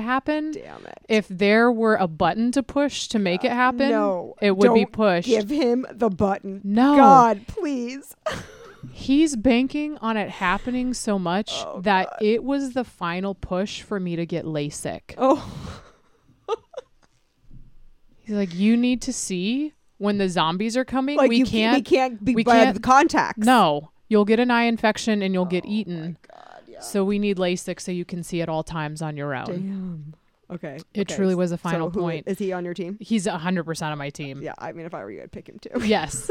S2: happen.
S1: Damn it.
S2: If there were a button to push to make it happen,
S1: no,
S2: it would be
S1: don't
S2: pushed.
S1: Give him the button.
S2: No.
S1: God, please.
S2: He's banking on it happening so much
S1: Oh,
S2: that it was the final push for me to get LASIK.
S1: Oh,
S2: He's like, "You need to see when the zombies are coming.
S1: like
S2: we
S1: you
S2: can't
S1: we can't be
S2: we
S1: by
S2: can't-
S1: the contacts.
S2: No, you'll get an eye infection and you'll
S1: Oh,
S2: get eaten.
S1: God, yeah.
S2: So we need LASIK so you can see at all times on your own.
S1: Damn. Okay.
S2: It
S1: okay,
S2: truly was a
S1: so
S2: final
S1: who-
S2: point.
S1: Is he on your team?
S2: He's 100% on my team.
S1: Yeah, I mean, if I were you, I'd pick him too.
S2: Yes.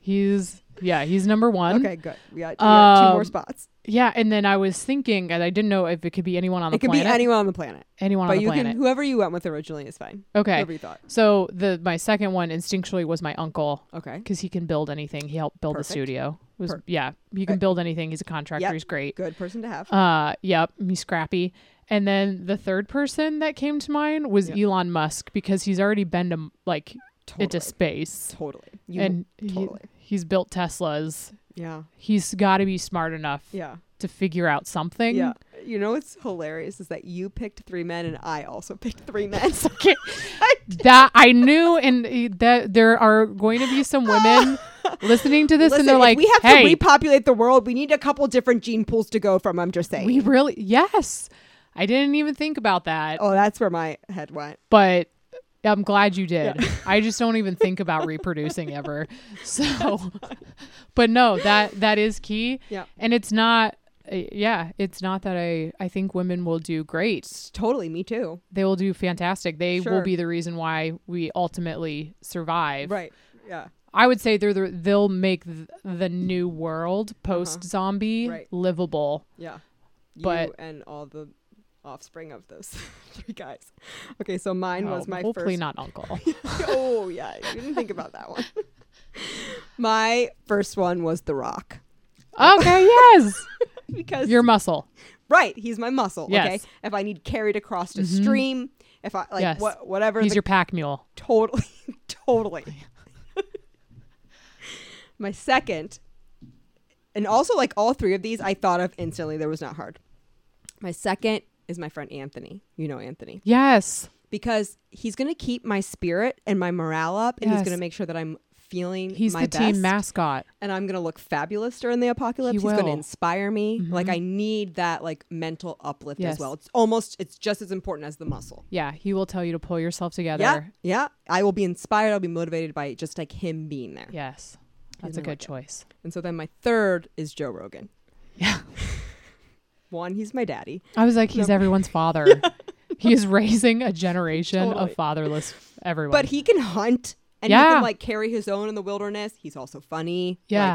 S2: he's yeah, he's number 1.
S1: Okay, good. We got, we got two more
S2: Um,
S1: spots.
S2: Yeah, and then I was thinking and I didn't know if it could be anyone on the
S1: It could
S2: planet.
S1: be anyone on the planet.
S2: anyone on
S1: but
S2: the
S1: you
S2: planet.
S1: can, whoever you went with originally is fine.
S2: okay.
S1: Whoever you thought.
S2: So the my second one instinctually was my uncle
S1: Okay.
S2: cuz he can build anything. He helped build
S1: Perfect.
S2: the studio. It was
S1: Per-
S2: yeah, he can
S1: Right.
S2: build anything. He's a contractor.
S1: Yep.
S2: He's great.
S1: Good person to have.
S2: Uh, yep, he's scrappy. And then the third person that came to mind was
S1: Yeah.
S2: Elon Musk because he's already been to like
S1: totally.
S2: into space,
S1: totally. You,
S2: and he-
S1: totally.
S2: he's built Teslas.
S1: yeah.
S2: He's got to be smart enough
S1: Yeah.
S2: to figure out something.
S1: Yeah. You know what's hilarious is that you picked three men and I also picked three men. So
S2: Okay. that I knew, and he- that there are going to be some women listening to this,
S1: Listen,
S2: and they're
S1: if
S2: like,
S1: we have
S2: "Hey,
S1: to repopulate the world. We need a couple different gene pools to go from. I'm just saying.
S2: we really yes." I didn't even think about that.
S1: oh, that's where my head went.
S2: but I'm glad you did. I just don't even think about reproducing ever. So, but no, that that is key.
S1: Yeah.
S2: and it's not. uh, Yeah, it's not that I. I think women will do great.
S1: Totally. Me too.
S2: They will do fantastic. They will
S1: Sure.
S2: be the reason why we ultimately survive.
S1: Right. Yeah.
S2: I would say they're the, they'll make th- the new world post zombie
S1: Uh-huh. Right.
S2: livable.
S1: Yeah. You
S2: But-
S1: and all the offspring of those three guys. Okay, so mine was
S2: Oh,
S1: my
S2: hopefully
S1: first.
S2: not uncle.
S1: oh yeah, you didn't think about that one. my first one was The Rock
S2: okay, yes.
S1: because
S2: Your muscle.
S1: right, he's my muscle.
S2: Yes.
S1: Okay, if I need carried across a stream, if I like
S2: Yes.
S1: what whatever
S2: He's
S1: the
S2: your pack mule.
S1: Totally, totally. My second, and also like all three of these, I thought of instantly. There was not hard. My second is my friend Anthony. You know Anthony
S2: Yes.
S1: because he's gonna keep my spirit and my morale up, and
S2: Yes.
S1: he's gonna make sure that I'm feeling
S2: He's
S1: my
S2: the
S1: best,
S2: team mascot.
S1: and I'm gonna look fabulous during the apocalypse.
S2: He
S1: he's gonna
S2: will. Mm-hmm.
S1: inspire me. Like I need that like mental uplift
S2: Yes.
S1: as well. It's almost it's just as important as the muscle.
S2: Yeah, he will tell you to pull yourself together.
S1: Yeah, yeah. I will be inspired. I'll be motivated by just like him being there.
S2: Yes. That's
S1: I
S2: a
S1: like
S2: good
S1: it.
S2: choice.
S1: And so then my third is Joe Rogan.
S2: Yeah.
S1: One, he's my daddy.
S2: I was like, he's everyone's father. He is raising a generation
S1: Totally.
S2: of fatherless everyone.
S1: But he can hunt and he
S2: Yeah.
S1: can like carry his own in the wilderness. He's also funny.
S2: yeah.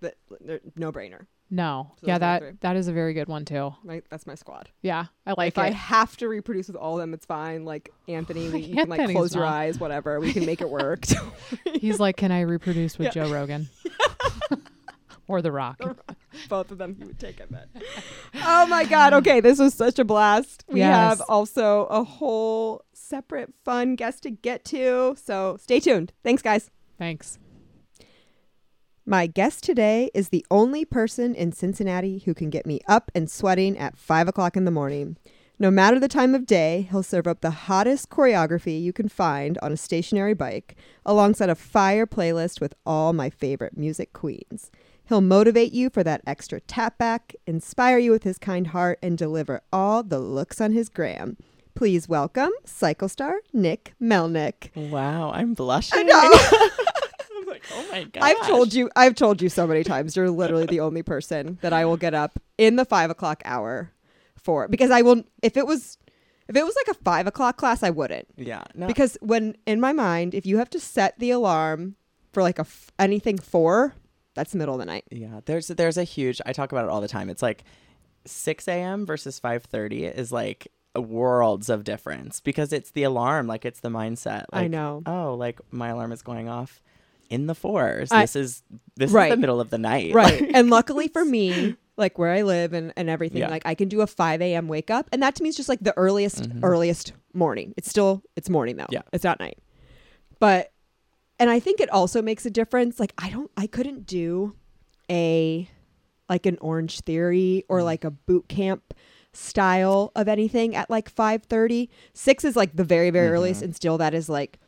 S1: Like, but they're- no brainer.
S2: no.
S1: So those
S2: yeah,
S1: are my
S2: that
S1: three.
S2: that is a very good one too.
S1: Like that's my squad.
S2: Yeah. I like
S1: If I
S2: it.
S1: have to reproduce with all of them, it's fine. Like Anthony, we, you can like
S2: Anthony's
S1: close your
S2: mom.
S1: eyes, whatever. We can make it work.
S2: He's like, Can I reproduce with Joe Rogan? or The Rock.
S1: Both of them he would take, I bet. oh my God. Okay. This was such a blast. We
S2: Yes.
S1: have also a whole separate fun guest to get to. So stay tuned. Thanks, guys.
S2: Thanks.
S1: My guest today is the only person in Cincinnati who can get me up and sweating at 5 o'clock in the morning. No matter the time of day, he'll serve up the hottest choreography you can find on a stationary bike, alongside a fire playlist with all my favorite music queens. He'll motivate you for that extra tap back, inspire you with his kind heart, and deliver all the looks on his gram. Please welcome Cycle Star Nick Melnick.
S3: Wow, I'm blushing. I am like, oh my god.
S1: I've told you, I've told you so many times. You're literally the only person that I will get up in the five o'clock hour for because I will. If it was, if it was like a five o'clock class, I wouldn't
S3: Yeah, no.
S1: because when in my mind, if you have to set the alarm for like a f- anything four, that's middle of the night.
S3: yeah, there's there's a huge. I talk about it all the time. It's like 6 a.m. versus 5:30 is like worlds of difference because it's the alarm, like it's the mindset.
S1: I
S3: like,
S1: know.
S3: Oh, like my alarm is going off in the fours.
S1: I-
S3: this is this is
S1: Right.
S3: the middle of the night.
S1: Right. and luckily for me, like where I live and, and everything,
S3: Yeah.
S1: like I can do a 5 a.m. wake up. And that to me is just like the earliest, earliest morning. It's still, it's morning though.
S3: Mm-hmm. Yeah.
S1: It's not night. But, and I think it also makes a difference. Like I don't, I couldn't do a, like an Orange Theory
S3: Mm.
S1: or like a boot camp style of anything at like 5.30 6 is like the very very
S3: Mm-hmm.
S1: earliest and still that is like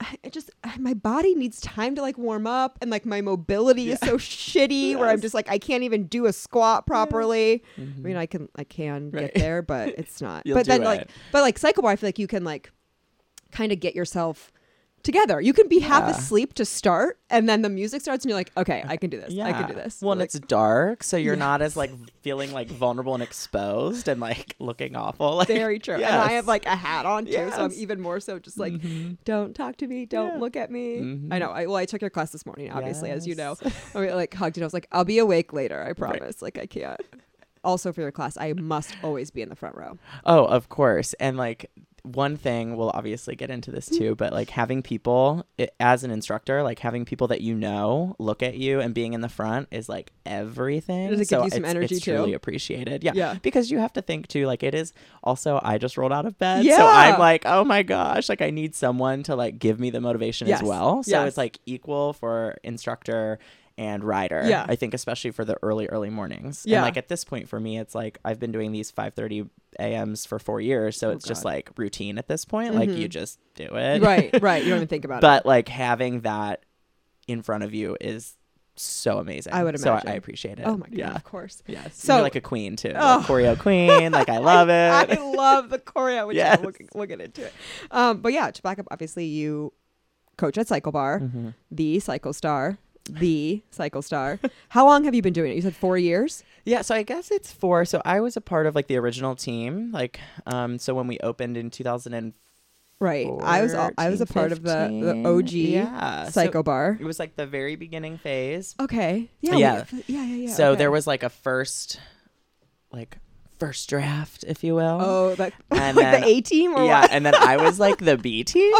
S1: I I just I- my body needs time to like warm up and like my mobility is so shitty where I'm just like I can't even do a squat properly. I mean I can I can
S3: Mm.
S1: get
S3: Right.
S1: there but it's not.
S3: mm-hmm. You'll
S1: but
S3: do
S1: then like
S3: it.
S1: but like cycle bar I feel like you can like kind of get yourself together. You can be half
S3: Yeah.
S1: asleep to start and then the music starts and you're like okay, I can do this.
S3: Yeah.
S1: I can do this.
S3: Well, and
S1: Like,
S3: it's dark, so you're not as like feeling like vulnerable and exposed and like looking awful. Like,
S1: very true. And I
S3: Yes.
S1: have like a hat on too, so I'm
S3: Yes. Mm-hmm.
S1: even more so just like, don't talk to me, don't look at me. I know. I, well, I took your class this morning, obviously, as you know. I mean, like hugged and I was like, I'll be awake later. I promise. Like I can't. Also for your class, I must always be in the front row.
S3: Oh, of course. And like one thing, we'll obviously get into this too, but like having people i as an instructor, like having people that you know look at you and being in the front is like everything.
S1: Does it give you some
S3: it's,
S1: energy,
S3: it's truly
S1: too?
S3: appreciated. Yeah.
S1: Yeah.
S3: Because you have to think too, like it is also, I just rolled out of bed. So
S1: Yeah.
S3: I'm like, oh my gosh, like I need someone to like give me the motivation
S1: Yes.
S3: as well. So
S1: Yes.
S3: it's like equal for instructor and rider.
S1: Yeah.
S3: I think especially for the early, early mornings.
S1: Yeah.
S3: And like at this point for me, it's like I've been doing these 5:30 a.m.s for four years, so it's just
S1: God.
S3: like routine at this point. Like you just do it,
S1: right, right. You don't even think about it.
S3: but like having that in front of you is so amazing.
S1: I would
S3: So I- I,
S1: imagine.
S3: appreciate it.
S1: Oh my god,
S3: Yeah.
S1: of course.
S3: Yes.
S1: So-
S3: So You're like a queen too,
S1: Oh.
S3: like choreo queen. Like I love
S1: I,
S3: it.
S1: I love the choreo, which
S3: Yes.
S1: yeah, we'll, we'll get into it. Um, but yeah, to back up, obviously you coach at Cycle
S3: Mm.
S1: Bar,
S3: Mm-hmm.
S1: the Cycle Star, the Cycle Star. How long have you been doing it? You said four years.
S3: Yeah, so I guess it's four. So I was a part of like the original team, like um. So when we opened in 2004,
S1: Right. I was all, I was a part of the, the
S3: 15.
S1: OG
S3: Yeah, so-
S1: Psycho Bar.
S3: it was like the very beginning phase.
S1: Okay. Yeah. we-
S3: Oh, Yeah.
S1: yeah. Yeah. Yeah.
S3: so
S1: okay.
S3: there was like a first like first draft, if you will.
S1: Oh, that,
S3: And
S1: like
S3: then-
S1: the A team or
S3: yeah,
S1: what? Oh.
S3: and then I was like the B team.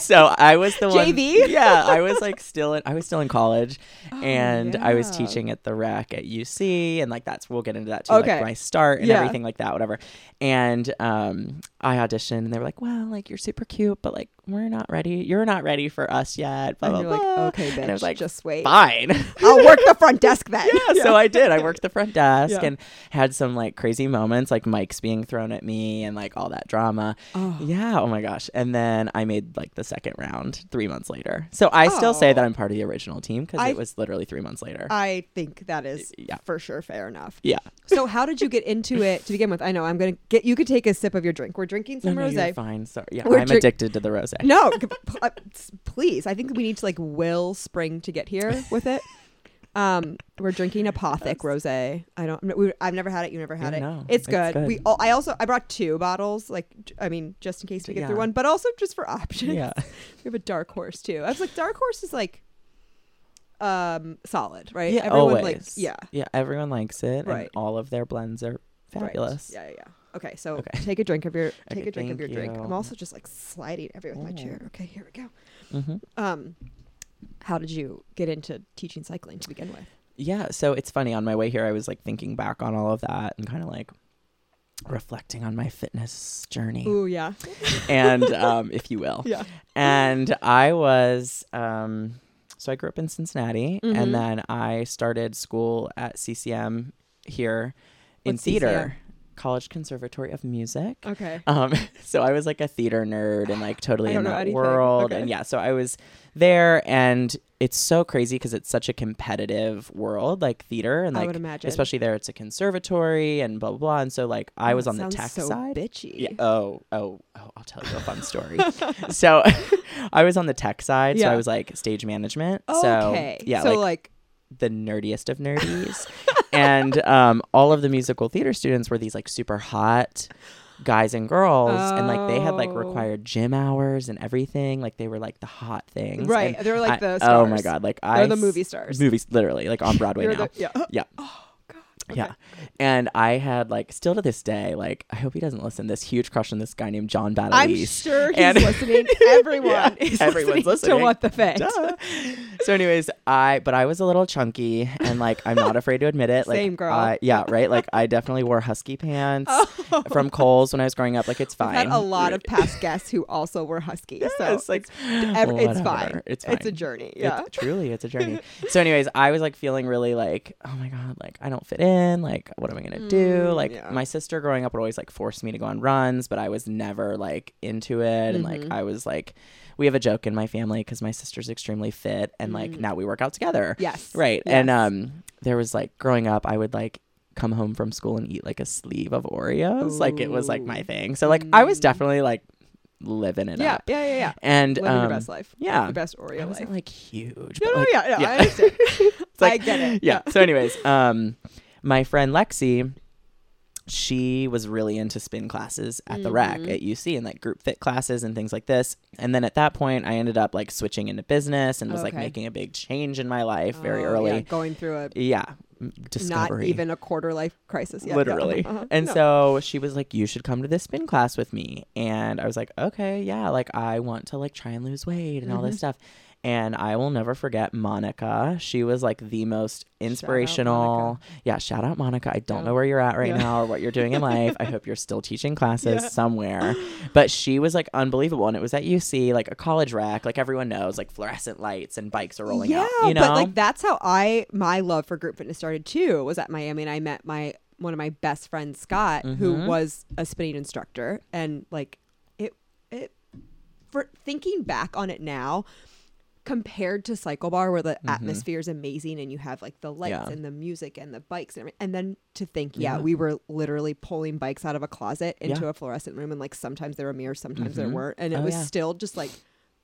S3: so I was the one.
S1: JV?
S3: Yeah, I was like still in. I was still in college, and I was
S1: Oh, yeah.
S3: teaching at the rec at UC, and like that's we'll get into that too. like,
S1: Okay.
S3: my start and
S1: Yeah.
S3: everything like that, whatever. And um, I auditioned, and they were like, "Well, like you're super cute, but like we're not ready. You're not ready for us yet." Blah
S1: And
S3: blah
S1: you're like,
S3: blah.
S1: okay, bitch,
S3: and I was like,
S1: just wait.
S3: "Fine."
S1: I'll work the front desk then.
S3: yeah, so I did. I worked the front desk
S1: Yeah.
S3: and had some like crazy moments, like mics being thrown at me and like all that drama.
S1: Oh.
S3: Yeah. Oh my gosh. And then I made like the second round three months later. So I still say
S1: Oh.
S3: that I'm part of the original team because
S1: I- Uh,
S3: it was literally three months later.
S1: I think that is
S3: Yeah.
S1: for sure fair enough.
S3: yeah.
S1: So how did you get into it to begin with? I know I'm gonna get you could take a sip of your drink. We're drinking
S3: No,
S1: some
S3: no, you're
S1: rosé.
S3: fine. Sorry. Yeah.
S1: We're
S3: I'm
S1: drink-
S3: addicted to the rose.
S1: No, c- p- uh, s- please. I think we need to like will spring to get here with it. Um, we're drinking apothic rosé. I don't. We, I've never had it. You never had
S3: Yeah,
S1: it.
S3: no,
S1: it's,
S3: it's
S1: good.
S3: good.
S1: We. All, I also. I brought two bottles. Like, j- I mean, just in case we get through
S3: Yeah.
S1: one, but also just for options.
S3: Yeah.
S1: We have a dark horse too. I was like, dark horse is like, um, solid, right?
S3: Yeah.
S1: Everyone
S3: always.
S1: like, yeah,
S3: Yeah. Everyone likes it.
S1: Right.
S3: And all of their blends are
S1: right.
S3: fabulous.
S1: Yeah, yeah, yeah. Okay, so
S3: Okay.
S1: take a drink of your take
S3: Okay,
S1: a drink of
S3: thank
S1: your drink. I'm
S3: you.
S1: also just like sliding everywhere with my
S3: Oh.
S1: chair. Okay, here we go.
S3: hmm
S1: Um, how did you get into teaching cycling to begin with?
S3: Yeah, so it's funny. On my way here, I was like thinking back on all of that and kind of like reflecting on my fitness journey,
S1: Ooh, yeah,
S3: and um, if you will.
S1: yeah.
S3: And I was, um, so I grew up in Cincinnati,
S1: Mhm.
S3: and then I started school at CCM here in
S1: What's CCM?
S3: theater, College Conservatory of Music.
S1: Okay.
S3: Um, so I was like a theater nerd and like
S1: I
S3: totally
S1: don't
S3: in
S1: know
S3: that
S1: anything.
S3: world.
S1: Okay.
S3: And yeah, so I was there and it's so crazy because it's such a competitive world, like theater and
S1: I
S3: like
S1: would imagine.
S3: especially there it's a conservatory and blah blah blah. And so like I
S1: Oh,
S3: was
S1: that
S3: on the
S1: sounds
S3: tech
S1: so
S3: side.
S1: Bitchy.
S3: Yeah. Oh, oh, oh, I'll tell you a fun story. so I was on the tech side, so
S1: Yeah.
S3: I was like stage management.
S1: Okay.
S3: So yeah,
S1: So
S3: like,
S1: like,
S3: the nerdiest of nerdies. and um, all of the musical theater students were these like super hot guys and girls. And like they had like
S1: Oh.
S3: required gym hours and everything. Like they were like the hot things.
S1: right?
S3: And
S1: they're like the
S3: I- Oh my
S1: stars.
S3: God. Like
S1: They're
S3: I.
S1: the movie
S3: s-
S1: stars.
S3: Movies, literally, like on Broadway
S1: You're
S3: now.
S1: the- yeah.
S3: Yeah.
S1: Oh God.
S3: Yeah.
S1: Okay.
S3: And I had like still to this day, like I hope he doesn't listen. This huge crush on this guy named John Battalise.
S1: I'm sure he's
S3: And-
S1: listening. Everyone
S3: Yeah,
S1: is
S3: everyone's
S1: listening, to
S3: listening.
S1: what the fit.
S3: Duh. so anyways i but i was a little chunky and like i'm not afraid to admit it like
S1: Same girl.
S3: I- yeah right like i definitely wore husky pants from cole's when i was growing up like it's
S1: Oh. We've
S3: fine
S1: had a lot of past guests who also were husky. so
S3: it's like oh,
S1: ev- it's
S3: whatever.
S1: fine.
S3: it's fine
S1: It's a journey.
S3: It-
S1: Yeah.
S3: truly it's a journey so anyways i was like feeling really like oh my god like i don't fit in like what am i gonna do
S1: Mm,
S3: like
S1: yeah.
S3: my sister growing up would always like force me to go on runs but i was never like into it and
S1: Mm-hmm.
S3: like i was like we have a joke in my family because my sister's extremely fit and like now we work out together
S1: Mm. Yes.
S3: right and
S1: Yes.
S3: um there was like growing up i would like come home from school and eat like a sleeve of oreos like it was like
S1: Ooh.
S3: my thing so like i was
S1: Mm.
S3: definitely like living it
S1: yeah,
S3: up
S1: yeah, yeah, yeah.
S3: and
S1: Living your
S3: um,
S1: best life.
S3: yeah.
S1: The best
S3: I
S1: Oreo life.
S3: wasn't like huge.
S1: no,
S3: but,
S1: no,
S3: like,
S1: yeah, yeah,
S3: yeah.
S1: I understand.
S3: It's like-
S1: I get it.
S3: yeah. So, anyways, um, my friend Lexi, she was really into spin classes at the rack
S1: Mhm.
S3: at UC and like group fit classes and things like this. And then at that point, I ended up like switching into business and was like
S1: Okay.
S3: making a big change in my life very
S1: Oh, yeah,
S3: early.
S1: Going through a
S3: Yeah. m- Discovery.
S1: not even a quarter life crisis. Yeah, yeah,
S3: literally.
S1: uh-huh, uh-huh.
S3: And
S1: No.
S3: so she was like, "You should come to this spin class with me." And I was like, "Okay, yeah, like I want to like try and lose weight and all
S1: Mm-hmm.
S3: this stuff." And I will never forget Monica. She was like the most inspirational. yeah, shout out Monica. I don't
S1: Yeah.
S3: know where you're at right
S1: Yeah.
S3: now or what you're doing in life. I hope you're still teaching classes
S1: Yeah.
S3: somewhere. But she was like unbelievable. And it was at UC, like a college rack, like everyone knows, like fluorescent lights and bikes are rolling
S1: yeah,
S3: out. You know?
S1: but like that's how I my love for group fitness started too. Was at Miami and I met my one of my best friends Scott, who
S3: Mhm.
S1: was a spinning instructor, and like it it for thinking back on it now. Compared to Cycle Bar, where the atmosphere is amazing and you have like the lights
S3: Mm-hmm. Yeah.
S1: and the music and the bikes and everything, and then to think, yeah,
S3: Yeah.
S1: we were literally pulling bikes out of a closet into
S3: Yeah.
S1: a fluorescent room, and like sometimes there were mirrors, sometimes there
S3: Mhm.
S1: weren't, and it
S3: Oh,
S1: was
S3: yeah.
S1: still just like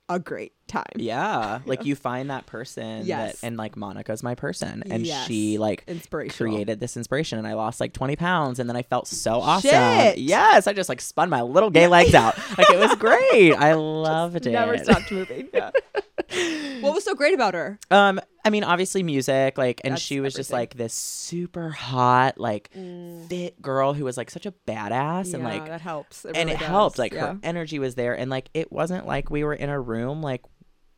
S1: a great time.
S3: Yeah. Like you find that person
S1: Yes.
S3: that and like Monica's my person. And
S1: Yes.
S3: she like
S1: Inspirational.
S3: created this inspiration and I lost like 20 pounds and then I felt so awesome.
S1: Shit.
S3: Yes. I just like spun my little gay legs out. Like it was great. I loved it.
S1: Never stopped moving. Yeah. what was so great about her?
S3: Um I mean, obviously music, like, and
S1: That's
S3: she was just
S1: everything. Mm.
S3: like this super hot, like, fit girl who was like such a badass, and like,
S1: that helps.
S3: and it helped. Like, her energy was there, and like, it wasn't like we were in a room like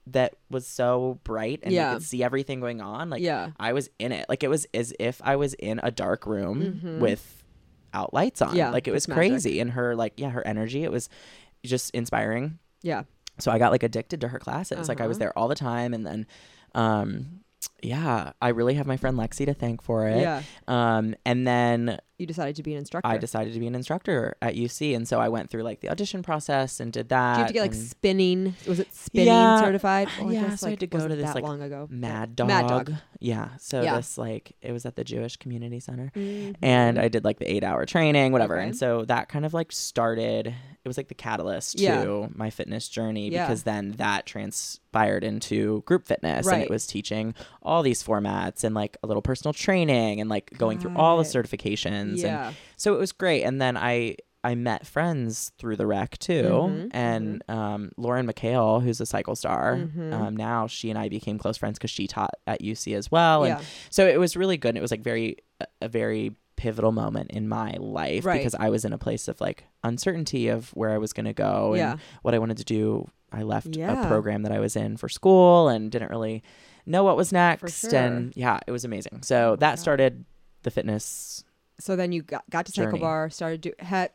S3: that was so bright and
S1: Yeah.
S3: you could see everything going on. Like,
S1: yeah,
S3: I was in it. Like, it was as if I was in a dark room
S1: Mhm.
S3: with out lights on.
S1: Yeah,
S3: like, it was
S1: it's magic.
S3: crazy, and her like, yeah, her energy, it was just inspiring
S1: yeah.
S3: so I got like addicted to her classes. Like I was
S1: Uh-huh.
S3: there all the time, and then, um, yeah, I really have my friend Lexi to thank for it.
S1: Yeah.
S3: Um, and then
S1: You decided to be an instructor.
S3: I decided to be an instructor at UC, and so I went through like the audition process and did
S1: Do
S3: that.
S1: you have to get like
S3: and
S1: spinning? Was it spinning
S3: Yeah.
S1: certified? Well,
S3: Yeah,
S1: guess,
S3: so I had
S1: like,
S3: to go to
S1: wasn't
S3: this,
S1: that
S3: like,
S1: long ago.
S3: Mad
S1: Yeah.
S3: Dog.
S1: Mad Dog.
S3: Yeah. So
S1: Yeah.
S3: this like it was at the Jewish Community Center,
S1: Mhm.
S3: and I did like the eight hour training, whatever.
S1: Okay.
S3: And so that kind of like started. It was like the catalyst
S1: Yeah.
S3: to my fitness journey
S1: Yeah.
S3: because then that transpired into group fitness, and
S1: Right.
S3: it was teaching all these formats and like a little personal training and like going through all the
S1: Got
S3: certifications. And
S1: yeah.
S3: so it was great and then i i met friends through the rec too
S1: Mhm,
S3: and um, lauren mchale who's a cycle star
S1: Mhm.
S3: um, now she and i became close friends because she taught at uc as well and
S1: yeah.
S3: so it was really good and it was like very a- a very pivotal moment in my life
S1: Right.
S3: because i was in a place of like uncertainty of where i was going to go and
S1: yeah.
S3: what i wanted to do i left
S1: Yeah.
S3: a program that i was in for school and didn't really know what was next
S1: sure.
S3: and yeah it was amazing
S1: Oh
S3: so
S1: my
S3: that
S1: God.
S3: started the fitness
S1: So then you got, got to cycle
S3: Journey.
S1: bar, started do ha,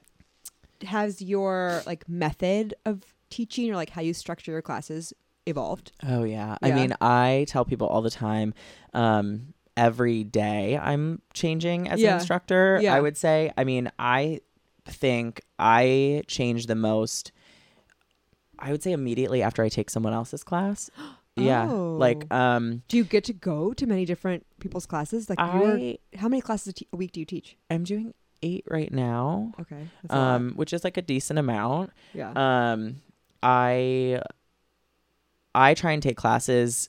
S1: has your like method of teaching or like how you structure your classes evolved?
S3: Oh yeah.
S1: Yeah.
S3: I mean, I tell people all the time, um, every day I'm changing as
S1: Yeah.
S3: an instructor.
S1: Yeah.
S3: I would say. I mean, I think I change the most I would say immediately after I take someone else's class. Yeah. Like
S1: Oh.
S3: um
S1: Do you get to go to many different people's classes? Like you were,
S3: I
S1: how many classes a, t- a week do you teach?
S3: am doing eight right now.
S1: Okay. that's a lot.
S3: Um, which is like a decent amount.
S1: yeah.
S3: um i i try and take classes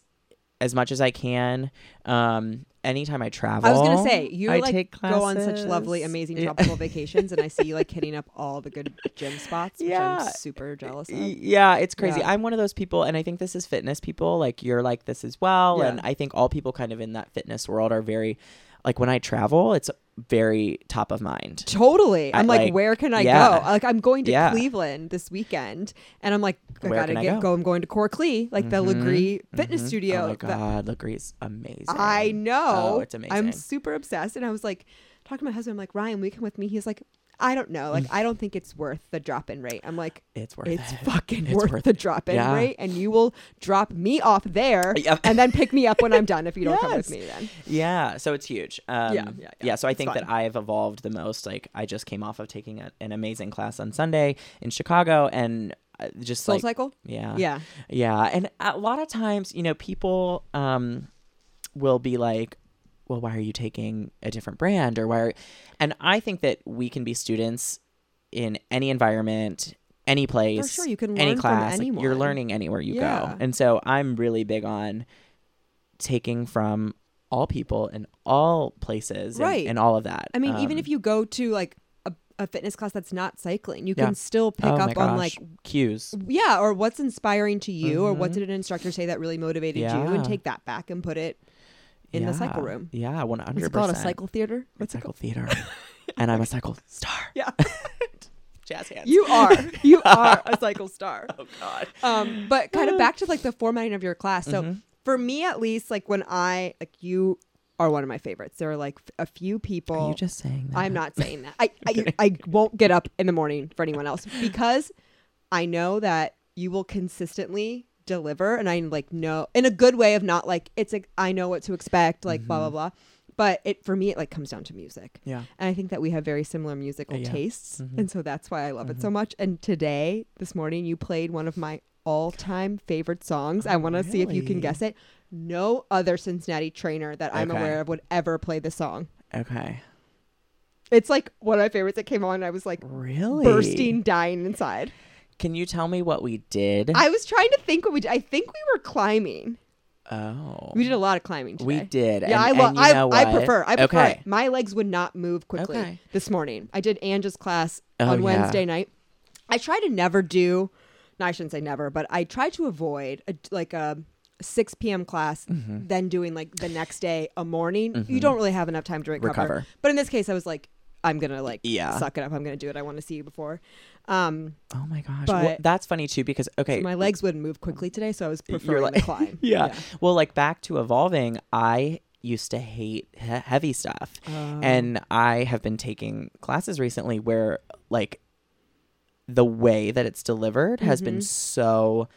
S3: as much as i can um anytime i travel
S1: I was gonna say you
S3: I
S1: like
S3: take
S1: go on such lovely,
S3: classes.
S1: amazing
S3: Yeah.
S1: tropical vacations, and I see you like hitting up all the good gym spots, which
S3: Yeah.
S1: I'm super jealous of.
S3: Y- yeah it's crazy
S1: Yeah.
S3: i'm one of those people and i think this is fitness people like you're like this as well
S1: Yeah.
S3: and i think all people kind of in that fitness world are very like when i travel it's very top of mind
S1: Totally.
S3: I,
S1: I'm like,
S3: like-
S1: where can I
S3: yeah.
S1: go? Like, I'm going to
S3: Yeah.
S1: Cleveland this weekend, and I'm like, I
S3: Where
S1: gotta
S3: can I
S1: get
S3: go?
S1: go? I'm going to Corklee, like the
S3: Mhm.
S1: Legree Fitness
S3: Mhm.
S1: Studio.
S3: oh my
S1: that-
S3: god legree's amazing
S1: I know.
S3: Oh, it's
S1: I'm
S3: amazing.
S1: super obsessed, and I was like, talking to my husband. I'm like, Ryan, will you come with me? He's like, I don't know.
S3: Mm.
S1: Like, I don't think it's worth the drop in rate. I'm like,
S3: it's worth
S1: it's
S3: it
S1: fucking
S3: It's
S1: worth,
S3: worth
S1: the drop in
S3: Yeah.
S1: rate, and you will drop me off there,
S3: Yep.
S1: and then pick me up when I'm done if you don't come with
S3: Yes.
S1: me. Then
S3: Yeah, so it's huge. Um,
S1: Yeah,
S3: yeah,
S1: yeah,
S3: yeah,
S1: yeah,
S3: So I
S1: it's
S3: think that
S1: fine.
S3: I've evolved the most. Like I just came off of taking a, an amazing class on Sunday in Chicago, and uh, just
S1: Soul
S3: like uh,
S1: Cycle.
S3: yeah,
S1: Yeah.
S3: yeah. And a lot of times, you know, people um, will be like, "Well, why are you taking a different brand?" Or why? Are... And I think that we can be students in any environment, any place,
S1: For sure, you can learn
S3: any class.
S1: from
S3: like,
S1: anyone.
S3: you're learning anywhere you
S1: Yeah.
S3: go. And so I'm really big on taking from all people in all places and-
S1: Right.
S3: and, all of that.
S1: I mean, even
S3: Um,
S1: if you go to like a, a fitness class that's not cycling, you
S3: Yeah.
S1: can still pick
S3: oh my
S1: up on
S3: gosh,
S1: like
S3: cues.
S1: yeah, or what's inspiring to you, or what
S3: Mhm.
S1: did an instructor say that really motivated you, and
S3: Yeah.
S1: take that back and put it in the cycle
S3: Yeah.
S1: room.
S3: Yeah, 100%.
S1: What's it called? A cycle theater? What's it
S3: cycle theater. and I'm a cycle star.
S1: Yeah.
S3: Jazz hands.
S1: called? You are, you are a cycle star.
S3: oh god.
S1: Um, but kind of back to like the formatting of your class. So
S3: Mhm.
S1: for me, at least, like when I like you are one of my favorites. There are like f- a few people.
S3: Are you just saying that?
S1: I'm not saying that. I, I, I won't get up in the morning for anyone else because I know that you will consistently deliver and I like know in a good way of not like it's like I know what to expect, like blah blah
S3: Mm-hmm.
S1: blah. But it for me it like comes down to music.
S3: Yeah.
S1: And I think that we have very similar musical
S3: Yeah. Mm-hmm.
S1: tastes.
S3: Mhm.
S1: And so that's why I love it so much. And today, this morning, you played one of my all time favorite songs. I
S3: Oh,
S1: want to see if you can
S3: really?
S1: guess it. No other Cincinnati trainer that I'm
S3: Okay.
S1: aware of would ever play this song.
S3: Okay.
S1: It's like one of my favorites that came on. and I was like
S3: Really?
S1: bursting, dying inside.
S3: Can you tell me what we did?
S1: I was trying to think what we did. I think we were climbing.
S3: oh.
S1: We did a lot of climbing today.
S3: We did.
S1: Yeah,
S3: and,
S1: I,
S3: and
S1: lo-
S3: you know
S1: I, I
S3: what?
S1: prefer. I prefer.
S3: Okay.
S1: it. My legs would not move quickly
S3: Okay.
S1: this morning. I did Anja's class
S3: Oh,
S1: on
S3: yeah.
S1: Wednesday night. I try to never do. No, I shouldn't say never, but I try to avoid a, like a 6 p.m. class,
S3: Mm-hmm.
S1: then doing like the next day a morning, you don't really have enough time to recover.
S3: Recover.
S1: But in this case, I was like, I'm gonna like
S3: Yeah.
S1: suck it up. I'm gonna do it. I want to see you before. Um,
S3: Oh my gosh. well,
S1: But-
S3: that's funny too because okay,
S1: my legs wouldn't move quickly today, so I was preferring
S3: like-
S1: to climb.
S3: yeah. Well, like back to evolving, I used to hate he- heavy stuff.
S1: Oh. Um,
S3: and I have been taking classes recently where like the way that it's delivered has
S1: Mm-hmm.
S3: been so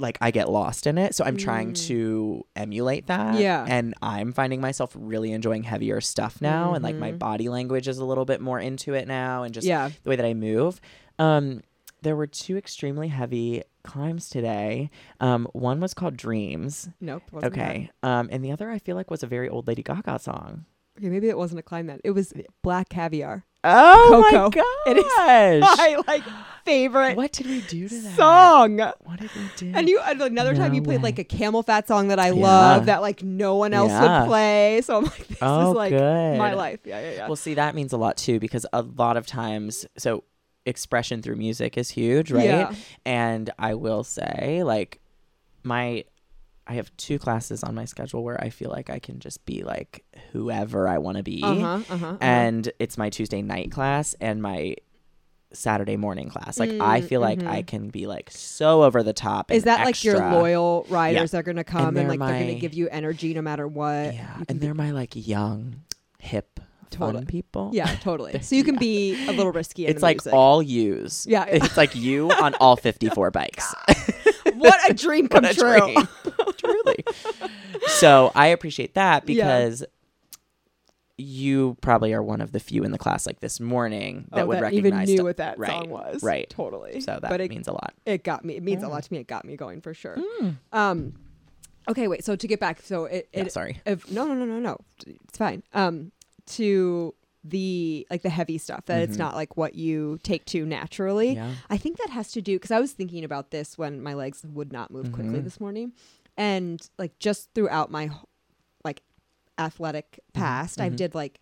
S3: like I get lost in it. So I'm trying to emulate that.
S1: Mm. Yeah.
S3: And I'm finding myself really enjoying heavier stuff now and like
S1: Mm-hmm.
S3: my body language is a little bit more into it now and just
S1: Yeah.
S3: the way that I move. Um, there were two extremely heavy climbs today. Um, one was called Dreams.
S1: Nope. wasn't that.
S3: Okay. Um, and the other I feel like was a very old Lady Gaga song.
S1: Okay, maybe it wasn't a climb then. It was black caviar.
S3: Oh
S1: Coco.
S3: my
S1: It is
S3: gosh!
S1: My like favorite
S3: what did we do to that
S1: song.
S3: What did we do?
S1: And you and another time
S3: No
S1: you played like
S3: way.
S1: a camel fat song that I
S3: Yeah.
S1: love that like no one else
S3: Yeah.
S1: would play. So I'm like, this
S3: Oh,
S1: is like my
S3: good.
S1: life. Yeah, yeah, yeah.
S3: well, see, that means a lot too because a lot of times, so expression through music is huge, right?
S1: Yeah.
S3: And I will say, like, my. I have two classes on my schedule where I feel like I can just be like whoever I want to be.
S1: uh-huh, uh-huh, uh-huh.
S3: and it's my Tuesday night class and my Saturday morning class. Like I feel like I can be like so over the top.
S1: Mm, mm-hmm. is
S3: and
S1: that like your
S3: extra.
S1: loyal riders that are gonna come and,
S3: they're
S1: like they're
S3: my-
S1: gonna give you energy no matter what?
S3: Yeah,
S1: You can
S3: and they're my like young, hip,
S1: Totally.
S3: fun people.
S1: Yeah, totally. So you can
S3: Yeah.
S1: be a little risky. In
S3: it's
S1: the
S3: like
S1: music.
S3: all yous.
S1: Yeah.
S3: it's like you on all fifty-four bikes.
S1: what a dream come
S3: What a
S1: true.
S3: dream. Truly. So I appreciate that
S1: Yeah.
S3: because. You probably are one of the few in the class like this morning that
S1: oh,
S3: would
S1: that even
S3: recognize
S1: knew
S3: the-
S1: what that
S3: right,
S1: song was.
S3: Right.
S1: totally.
S3: So that
S1: but it,
S3: means a lot.
S1: it got me. It means a lot to me. It got me going for sure. Um, okay, wait. So to get back, so it,
S3: Yeah,
S1: it
S3: sorry.
S1: if- no, no, no, no, no. It's fine. Um, to the like the heavy stuff that it's not like what you take to naturally.
S3: Yeah.
S1: I think that has to do because I was thinking about this when my legs would not move
S3: Mm-hmm.
S1: quickly this morning, and like just throughout my wh- like athletic past,
S3: Mm-hmm.
S1: I've did like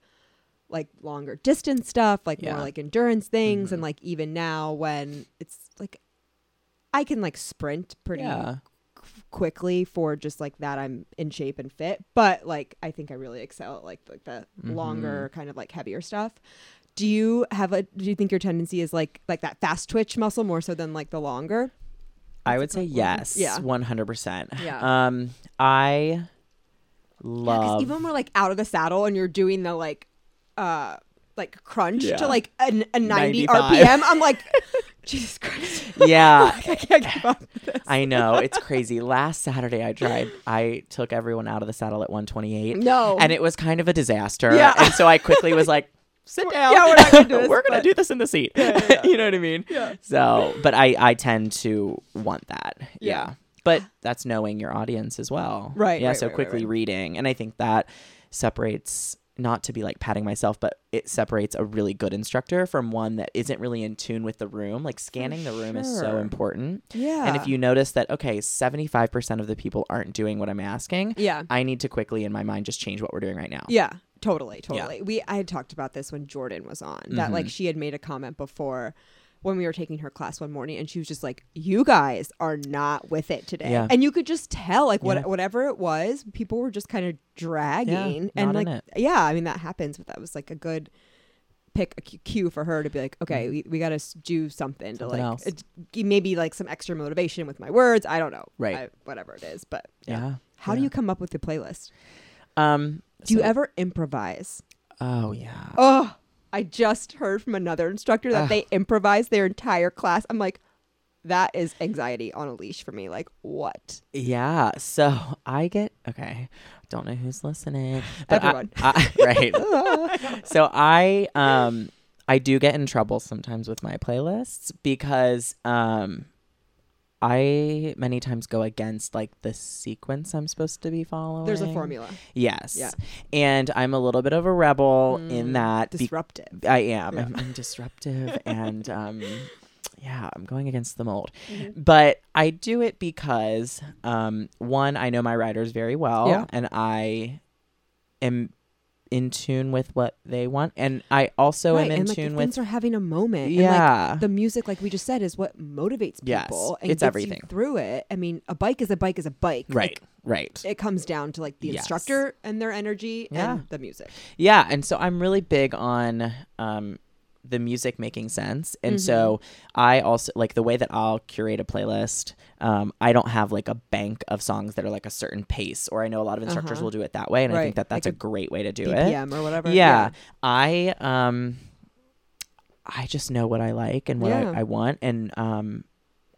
S1: like longer distance stuff, like
S3: Yeah. Mm-hmm.
S1: more like endurance things, and like even now when it's like I can like sprint pretty
S3: Yeah.
S1: quickly for just like that I'm in shape and fit, but like I think I really excel at like like the longer kind of like heavier stuff. Do you have a do you think your tendency is like like that fast twitch muscle more so than like the longer?
S3: I would say yes.
S1: Yeah.
S3: One hundred percent.
S1: Yeah.
S3: Um I
S1: Because
S3: love
S1: even when we're like out of the saddle and you're doing the like uh like crunch
S3: Yeah.
S1: to like an, a 90
S3: 95.
S1: RPM, I'm like Jesus Christ.
S3: Yeah.
S1: I can't keep up.
S3: I know. It's crazy. Last Saturday I tried I took everyone out of the saddle at one twenty eight.
S1: No.
S3: And it was kind of a disaster.
S1: Yeah.
S3: And so I quickly was like, sit down.
S1: yeah, we're not gonna do this,
S3: We're gonna
S1: but-
S3: do this in the seat. you know what I mean? Yeah. So but I, I tend to want that. Yeah.
S1: Yeah.
S3: But that's knowing your audience as well.
S1: Right,
S3: Yeah.
S1: right,
S3: so
S1: right, right,
S3: quickly
S1: right.
S3: reading. And I think that separates not to be like patting myself, but it separates a really good instructor from one that isn't really in tune with the room. Like scanning the room is so
S1: sure.
S3: important.
S1: Yeah.
S3: And if you notice that, okay, 75% of the people aren't doing what I'm asking,
S1: Yeah.
S3: I need to quickly in my mind just change what we're doing right now.
S1: Yeah, totally, totally. We I had talked about this when Jordan was on that
S3: Mm-hmm.
S1: like she had made a comment before when we were taking her class one morning and she was just like you guys are not with it today
S3: Yeah.
S1: and you could just tell like what
S3: Yeah.
S1: whatever it was people were just kind of dragging and
S3: not
S1: like
S3: in it.
S1: yeah i mean that happens but that was like a good pick a cu- cue for her to be like okay we, we got to do something, to
S3: Mm.
S1: like
S3: Something else.
S1: it- g- maybe like some extra motivation with my words i don't know
S3: Right.
S1: I- whatever it is but
S3: Yeah.
S1: how do you come up with the playlist
S3: Um,
S1: do you
S3: so-
S1: ever improvise
S3: Oh, yeah.
S1: Oh, I just heard from another instructor that they improvised their entire class. I'm like, that is anxiety on a leash for me. Like, what?
S3: Yeah. So I get okay. Don't know who's listening. But I-
S1: Everyone.
S3: I- right. so I um I do get in trouble sometimes with my playlists because um I many times go against like the sequence I'm supposed to be following.
S1: There's a formula.
S3: Yes.
S1: Yeah. Mm.
S3: And I'm a little bit of a rebel in that be-
S1: Disruptive.
S3: I am. I'm, I'm disruptive and um, yeah, I'm going against the mold.
S1: Mm-hmm.
S3: But I do it because um, one, I know my riders very well,
S1: Yeah.
S3: and I am in tune with what they want, and I also
S1: right,
S3: am in
S1: and, like,
S3: tune
S1: the
S3: with
S1: things are having a moment. and, like,
S3: yeah.
S1: the music, like we just said, is what motivates people.
S3: Yes,
S1: and gets
S3: it's
S1: you
S3: everything.
S1: through it. I mean, a bike is a bike is a bike. Like,
S3: right, right.
S1: it comes down to like the
S3: Yes.
S1: instructor and their energy
S3: Yeah.
S1: and the music.
S3: Yeah, and so I'm really big on um the music making sense. And so
S1: Mm-hmm.
S3: I also like the way that I'll curate a playlist. Um I don't have like a bank of songs that are like a certain pace or I know a lot of instructors
S1: Uh-huh.
S3: will do it that way and I
S1: Right,
S3: think that that's
S1: like
S3: a
S1: a
S3: great way to do it.
S1: BPM or whatever.
S3: Yeah. I um I just know what I like and what
S1: Yeah.
S3: I, I want and um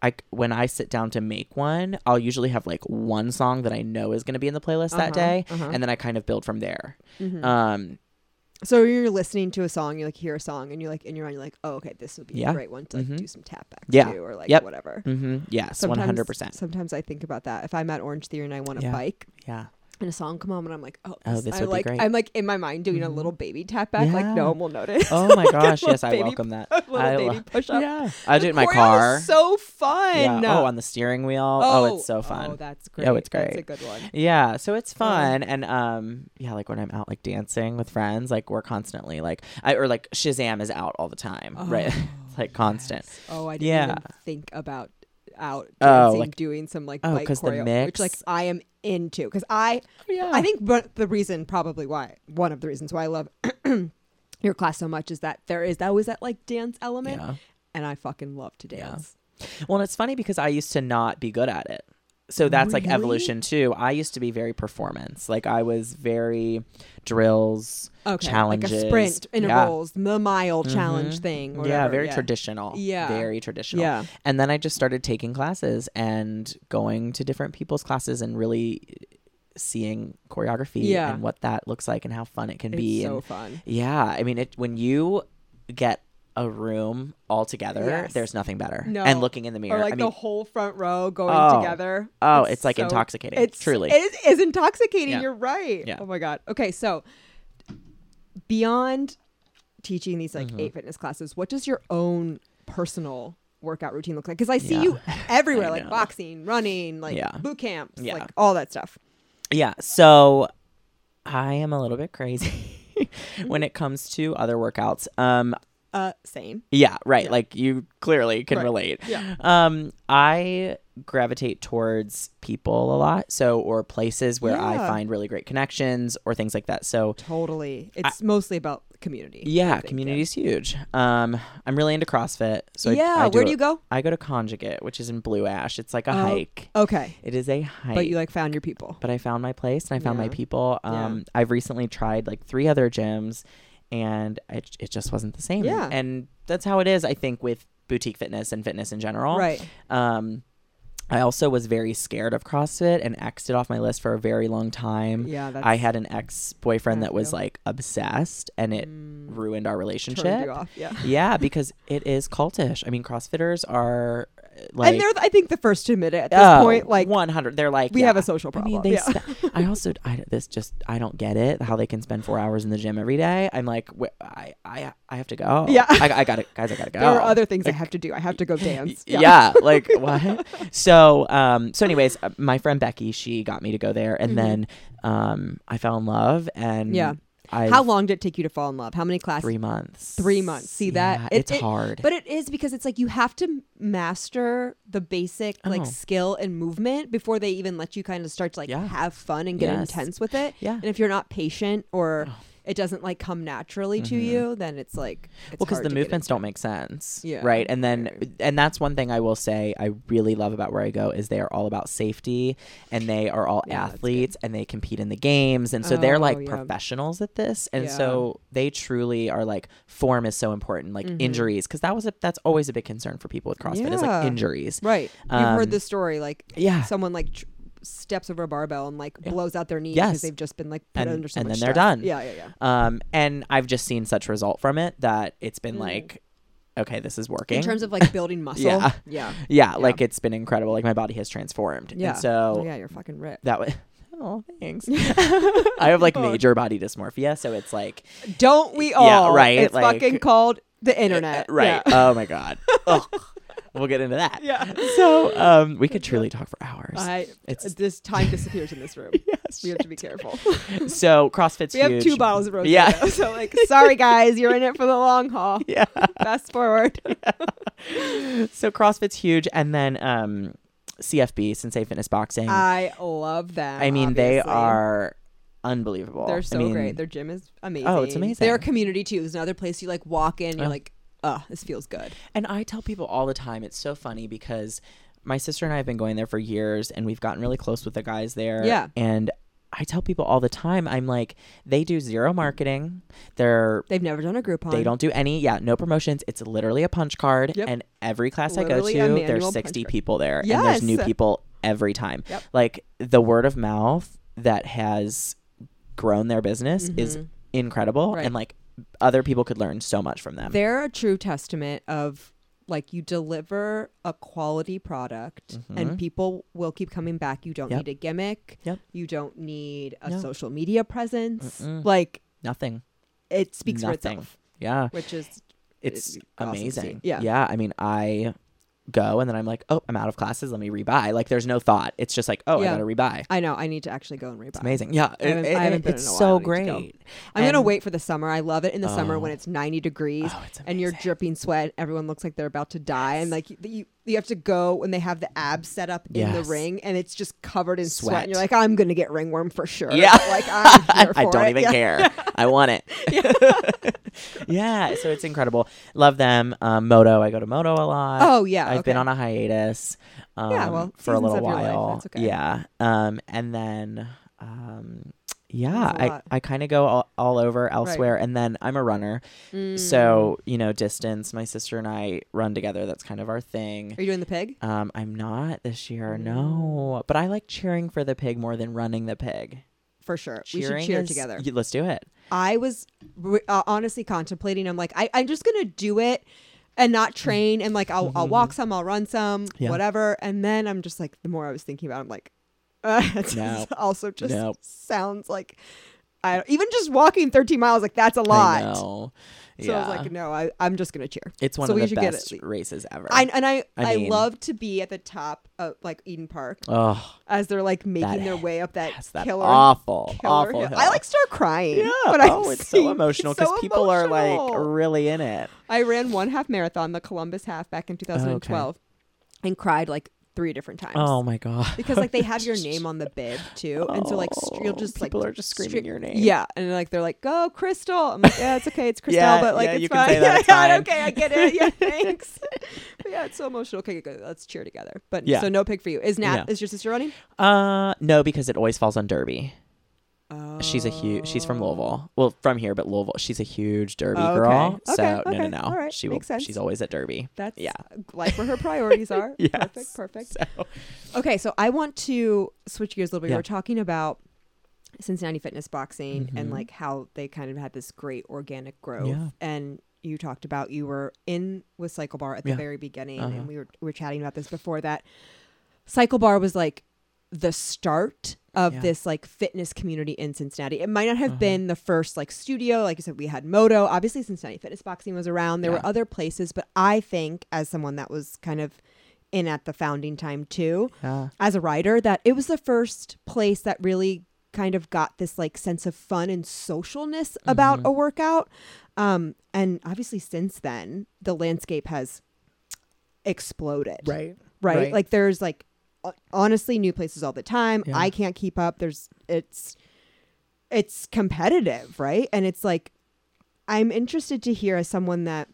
S3: I, when I sit down to make one, I'll usually have like one song that I know is going to be in the playlist that
S1: Uh-huh,
S3: day,
S1: uh-huh.
S3: and then I kind of build from there.
S1: Mhm.
S3: Um,
S1: So you're listening to a song, you like hear a song, and you're like in your mind, you're like, oh, okay, this would be
S3: Yeah.
S1: a great one to like
S3: Mhm.
S1: do some tap back
S3: Yeah.
S1: to or like
S3: Yep.
S1: whatever.
S3: Mm-hmm. Yes, one
S1: Sometimes-
S3: hundred percent.
S1: Sometimes I think about that. If I'm at Orange Theory and I want a
S3: Yeah.
S1: bike
S3: Yeah,
S1: and a song come on and I'm like, oh,
S3: Oh, this
S1: I
S3: would be
S1: like,
S3: great.
S1: I'm like in my mind doing a
S3: Mhm.
S1: little baby tap back, like
S3: Yeah.
S1: no one will notice.
S3: Oh my
S1: Like, a
S3: gosh,
S1: little
S3: yes, I
S1: baby-
S3: welcome that.
S1: a little
S3: I
S1: baby
S3: lo-
S1: push up.
S3: Yeah, I do it in my
S1: choreo is
S3: car.
S1: so fun.
S3: Yeah. Oh, on the steering wheel. Oh, it's so fun.
S1: Oh, that's great.
S3: Yeah, it's
S1: That's a
S3: great.
S1: good one.
S3: yeah, so it's fun, and um, yeah, like when I'm out like dancing with friends, like we're constantly like, I or like Shazam is out all the time,
S1: Oh,
S3: right? it's like constant.
S1: Yes. Oh, I didn't
S3: Yeah.
S1: even think about out
S3: Oh,
S1: dancing,
S3: like-
S1: doing some like
S3: Oh,
S1: bike
S3: 'cause the
S1: choreo, which like
S3: mix.
S1: I am into because I
S2: Yeah.
S1: I think but the reason probably why one of the reasons why I love your class so much is that there is that was that like dance element,
S3: Yeah.
S1: and I fucking love to dance.
S3: Well, and it's funny because I used to not be good at it. So that's like
S1: Really?
S3: evolution too. I used to be very performance. Like I was very drills,
S1: Okay,
S3: challenges,
S1: like a sprint
S3: Yeah.
S1: intervals, the mile challenge
S3: Mhm.
S1: thing.
S3: yeah,
S1: whatever,
S3: very traditional.
S1: Yeah.
S3: very traditional.
S1: Yeah,
S3: And then I just started taking classes and going to different people's classes and really uh, seeing choreography
S1: Yeah.
S3: and what that looks like and how fun it can be.
S1: it's so
S3: and
S1: fun.
S3: yeah, I mean, it when you get a room all together,
S1: Yes.
S3: there's nothing better.
S1: No.
S3: And looking in the mirror,
S1: Or like
S3: I
S1: the
S3: mean,
S1: whole front row going
S3: Oh.
S1: together.
S3: oh, it's, like
S1: so-
S3: intoxicating.
S1: It's
S3: truly,
S1: it is- is intoxicating.
S3: Yeah.
S1: You're right.
S3: Yeah.
S1: Oh my god. Okay, so beyond teaching these like
S3: Mm-hmm.
S1: eight fitness classes, what does your own personal workout routine look like? Because I see
S3: Yeah.
S1: you everywhere,
S3: I
S1: like
S3: know.
S1: boxing, running, like
S3: Yeah.
S1: boot camps,
S3: Yeah.
S1: like all that stuff.
S3: yeah. So I am a little bit crazy when it comes to other workouts. Um,
S1: Uh, same.
S3: Yeah, right.
S1: Yeah.
S3: Like you clearly can
S1: Right.
S3: relate.
S1: Yeah.
S3: Um, I gravitate towards people a lot, so or places where I
S1: Yeah.
S3: find really great connections or things like that. So
S1: Totally. It's mostly about community. I
S3: yeah,
S1: think,
S3: community is huge. Um, I'm really into CrossFit. So I-
S1: yeah.
S3: I,
S1: Where do
S3: it-
S1: you go?
S3: I go to Conjugate, which is in Blue Ash. It's like a
S1: Oh,
S3: hike.
S1: Okay,
S3: It is a hike.
S1: but you like found your people.
S3: but I found my place and I found my
S1: Yeah.
S3: people.
S1: Yeah.
S3: Um, I've recently tried like three other gyms, and it it just wasn't the same.
S1: Yeah.
S3: and that's how it is. I think with boutique fitness and fitness in general.
S1: Right.
S3: Um, I also was very scared of CrossFit and X'd it off my list for a very long time.
S1: Yeah. That's,
S3: um, I had an ex boyfriend
S1: Yeah,
S3: that was
S1: yeah.
S3: like obsessed, and it
S1: Mm,
S3: ruined our
S1: turned you
S3: relationship.
S1: off. Yeah.
S3: Yeah, because it is cultish. I mean, CrossFitters are uh, like oh,
S1: and they're, I think, the first to admit it at this point. Like,
S3: one hundred. They're like
S1: we have a
S3: yeah.
S1: social problem.
S3: I mean, they.
S1: yeah.
S3: spe- I also, I this just, I don't get it. How they can spend four hours in the gym every day. I'm like, wh- I, I, I have to go.
S1: Yeah.
S3: I, I gotta, guys, I gotta go.
S1: there are other things
S3: Like,
S1: I have to do. I have to go dance.
S3: yeah. like what? So, um, so anyways, uh, my friend Becky, she got me to go there, and
S1: Mhm.
S3: then, um, I fell in love, and
S1: Yeah.
S3: I
S1: How long did it take you to fall in love? How many classes?
S3: three months,
S1: Three months. See that?
S3: Yeah,
S1: It-
S3: it's
S1: it-
S3: hard.
S1: But it is because it's like you have to master the basic
S3: Oh.
S1: like skill and movement before they even let you kind of start to like
S3: Yeah.
S1: have fun and get
S3: Yes.
S1: intense with it.
S3: yeah.
S1: And if you're not patient or
S3: Oh.
S1: it doesn't like come naturally to
S3: Mhm.
S1: you, then it's like it's
S3: well, because
S1: hard
S3: the
S1: to get
S3: movements
S1: into.
S3: don't make sense,
S1: Yeah.
S3: right? And then,
S1: Right, right.
S3: and that's one thing I will say I really love about where I go is they are all about safety, and they are all
S1: Yeah, that's good.
S3: athletes, and they compete in the games, and so they're
S1: Oh,
S3: like
S1: yeah.
S3: professionals at this, and
S1: Yeah.
S3: so they truly are like form is so important, like
S1: Mhm.
S3: injuries, because that was a that's always a big concern for people with CrossFit is
S1: Yeah.
S3: like injuries.
S1: Right. You've
S3: Um,
S1: heard the story like
S3: Yeah,
S1: someone like tr- steps over a barbell and like
S3: Yeah.
S1: blows out their knee because
S3: Yes.
S1: they've just been like put
S3: And-
S1: under so
S3: and
S1: much
S3: then they're
S1: stress.
S3: done.
S1: Yeah, yeah, yeah.
S3: um, and I've just seen such result from it that it's been
S1: Mm.
S3: like, okay, this is working.
S1: In terms of like building muscle.
S3: Yeah.
S1: Yeah.
S3: yeah,
S1: yeah.
S3: like it's been incredible. Like my body has transformed.
S1: Yeah.
S3: And so
S1: Oh, yeah, you're fucking ripped.
S3: that way. Oh, thanks. I have like
S1: Oh.
S3: major body dysmorphia, so it's like
S1: Don't we
S3: Yeah,
S1: all?
S3: right,
S1: It's
S3: like- uh,
S1: fucking called the internet.
S3: right.
S1: Yeah.
S3: Oh my god. Ugh. we'll get into that.
S1: Yeah.
S3: So um, we could truly talk for hours.
S1: I,
S3: It's-
S1: this time disappears in this room. we have to be careful.
S3: so CrossFit's
S1: We have
S3: huge.
S1: two bottles of rosé.
S3: Yeah.
S1: though, So like, sorry guys, you're in it for the long haul.
S3: Yeah.
S1: Fast forward.
S3: So CrossFit's huge, and then um, CFB Sensei Fitness Boxing.
S1: I love them.
S3: I mean, they
S1: Ah, obviously.
S3: are unbelievable.
S1: They're
S3: I
S1: so
S3: mean,
S1: great. Their gym is amazing.
S3: Oh, it's amazing.
S1: Their community too is another place you like walk in. And you're
S3: Yeah.
S1: like, oh, this feels good.
S3: And I tell people all the time, it's so funny because my sister and I have been going there for years and we've gotten really close with the guys there.
S1: Yeah.
S3: And I tell people all the time, I'm like, they do zero marketing. They're
S1: They've never done a Groupon.
S3: they don't do any, yeah, no promotions. It's literally a punch card.
S1: Yep.
S3: And every class
S1: Literally a
S3: I go to,
S1: manual
S3: there's
S1: punch
S3: 60
S1: card.
S3: people there. And there's new
S1: Yes.
S3: people every time.
S1: Yep.
S3: Like the word of mouth that has grown their business
S1: Mm-hmm.
S3: is incredible.
S1: Right.
S3: And like other people could learn so much from them.
S1: They're a true testament of like you deliver a quality product and people will keep coming back. You don't
S3: Mm-hmm. Yep.
S1: need a gimmick.
S3: Yep.
S1: You don't need a
S3: No.
S1: social media presence.
S3: Mm-mm.
S1: Like
S3: Nothing.
S1: it speaks for
S3: Nothing.
S1: itself,
S3: Yeah.
S1: which is
S3: it's
S1: It's awesome to see.
S3: amazing.
S1: Yeah.
S3: Yeah. I mean, I go and then I'm like, oh, I'm out of classes. Let me rebuy. Like, there's no thought. It's just like, oh,
S1: Yeah.
S3: I got to rebuy.
S1: I know I need to actually go and rebuy.
S3: It's amazing. Yeah.
S1: I haven't-
S3: it-
S1: I haven't
S3: it-
S1: been
S3: it's
S1: in a while.
S3: so
S1: I need to go.
S3: great.
S1: I'm gonna
S3: And-
S1: wait for the summer. I love it in the summer when
S3: Oh.
S1: it's 90 degrees
S3: Oh, it's
S1: and you're
S3: amazing.
S1: dripping sweat. Everyone looks like they're about to die, and like you, you, you have to go when they have the abs set up in the
S3: Yes.
S1: ring, and it's just covered in sweat.
S3: Sweat.
S1: And you're like, I'm gonna get ringworm for sure.
S3: Yeah.
S1: like I'm here for
S3: I don't
S1: it.
S3: even
S1: Yeah.
S3: care. I want it. yeah. So it's incredible. Love them. Um, Moto. I go to Moto a lot.
S1: Oh yeah,
S3: I've been
S1: okay.
S3: on a hiatus um,
S1: Yeah, well,
S3: for a
S1: seasons
S3: little
S1: of your life,
S3: while.
S1: that's okay.
S3: Yeah. Um, and then, um, yeah,
S1: That's a
S3: I,
S1: lot.
S3: I kind of go all, all over elsewhere. And then I'm a runner.
S1: Mm.
S3: So, you know, distance, my sister and I run together. That's kind of our thing.
S1: Are you doing the pig?
S3: Um, I'm not this year, no. But I like cheering for the pig more than running the pig.
S1: For sure,
S3: Cheering
S1: we should cheer
S3: is-
S1: together.
S3: y- let's do it.
S1: I was re- uh, honestly contemplating. I'm like, I, I'm just gonna do it and not train, and like I'll I'll walk some, I'll run some,
S3: Mm. Mm-hmm. Yeah.
S1: whatever. And then I'm just like, the more I was thinking about, it, I'm like, uh, it
S3: No.
S1: also just
S3: No.
S1: sounds like I don't, even just walking 13 miles, like that's a
S3: I
S1: lot. So
S3: know.
S1: I was
S3: Yeah.
S1: like, no, I, I'm just gonna cheer.
S3: it's one
S1: so
S3: of
S1: we
S3: the
S1: should get
S3: best
S1: it.
S3: races ever.
S1: I, and I, I,
S3: I mean-
S1: love to be at the top of like Eden Park
S3: oh,
S1: as they're like making
S3: That-
S1: their way up that,
S3: that's that
S1: killer
S3: awful,
S1: killer
S3: awful.
S1: hill.
S3: hill.
S1: I like start crying.
S3: Yeah.
S1: when I
S3: oh, it's
S1: see-
S3: so emotional
S1: it's so
S3: because people are like
S1: emotional.
S3: really in it.
S1: I ran one half marathon, the Columbus half,
S3: Oh,
S1: back in 2012, and cried like three different times.
S3: Oh my god.
S1: Because like they have your name on the bib too, and so like str- you'll
S3: Oh,
S1: just like
S3: people are just screaming your name.
S1: Yeah, and like they're like, "Go, Crystal!" I'm like, "Yeah, it's okay, it's Crystal,
S3: Yeah,
S1: but like
S3: yeah,
S1: it's
S3: you can
S1: fine.
S3: say that, it's
S1: Yeah, yeah,
S3: fine.
S1: okay, I get it. Yeah, thanks." but yeah, it's so emotional. Okay, good, let's cheer together. But
S3: Yeah.
S1: so no pick for you. Is Nat?
S3: Yeah.
S1: Is your sister running?
S3: Uh, no, because it always falls on Derby. She's a huge. She's from
S1: Oh.
S3: Louisville. Well, from here, but Louisville. She's a huge Derby
S1: Okay.
S3: girl.
S1: Okay,
S3: So
S1: okay,
S3: no, no,
S1: all
S3: no.
S1: right,
S3: She will.
S1: makes sense.
S3: She's always at Derby.
S1: That's
S3: Yeah.
S1: like where her priorities are.
S3: Yes.
S1: Perfect, perfect.
S3: So
S1: Okay, so I want to switch gears a little bit.
S3: Yeah.
S1: We were talking about Cincinnati Fitness Boxing and like how they kind of had this great organic growth.
S3: Mm-hmm. Yeah.
S1: And you talked about you were in with Cycle Bar at the
S3: Yeah.
S1: very beginning,
S3: Uh-huh.
S1: and we were we were chatting about this before that. Cycle Bar was like the start of
S3: Yeah. Uh-huh.
S1: this like fitness community in Cincinnati. It might not have been the first like studio, like you said, we had Moto. Obviously, Cincinnati Fitness Boxing was around. There were
S3: Yeah.
S1: other places, but I think as someone that was kind of in at the founding time too,
S3: yeah,
S1: as a writer that it was the first place that really kind of got this like sense of fun and socialness
S3: Mm-hmm.
S1: about a workout um and obviously since then the landscape has exploded
S3: right,
S1: right,
S3: right.
S1: like there's like ho- honestly new places all the time
S3: Yeah.
S1: i can't keep up there's it's it's competitive right and it's like i'm interested to hear as someone that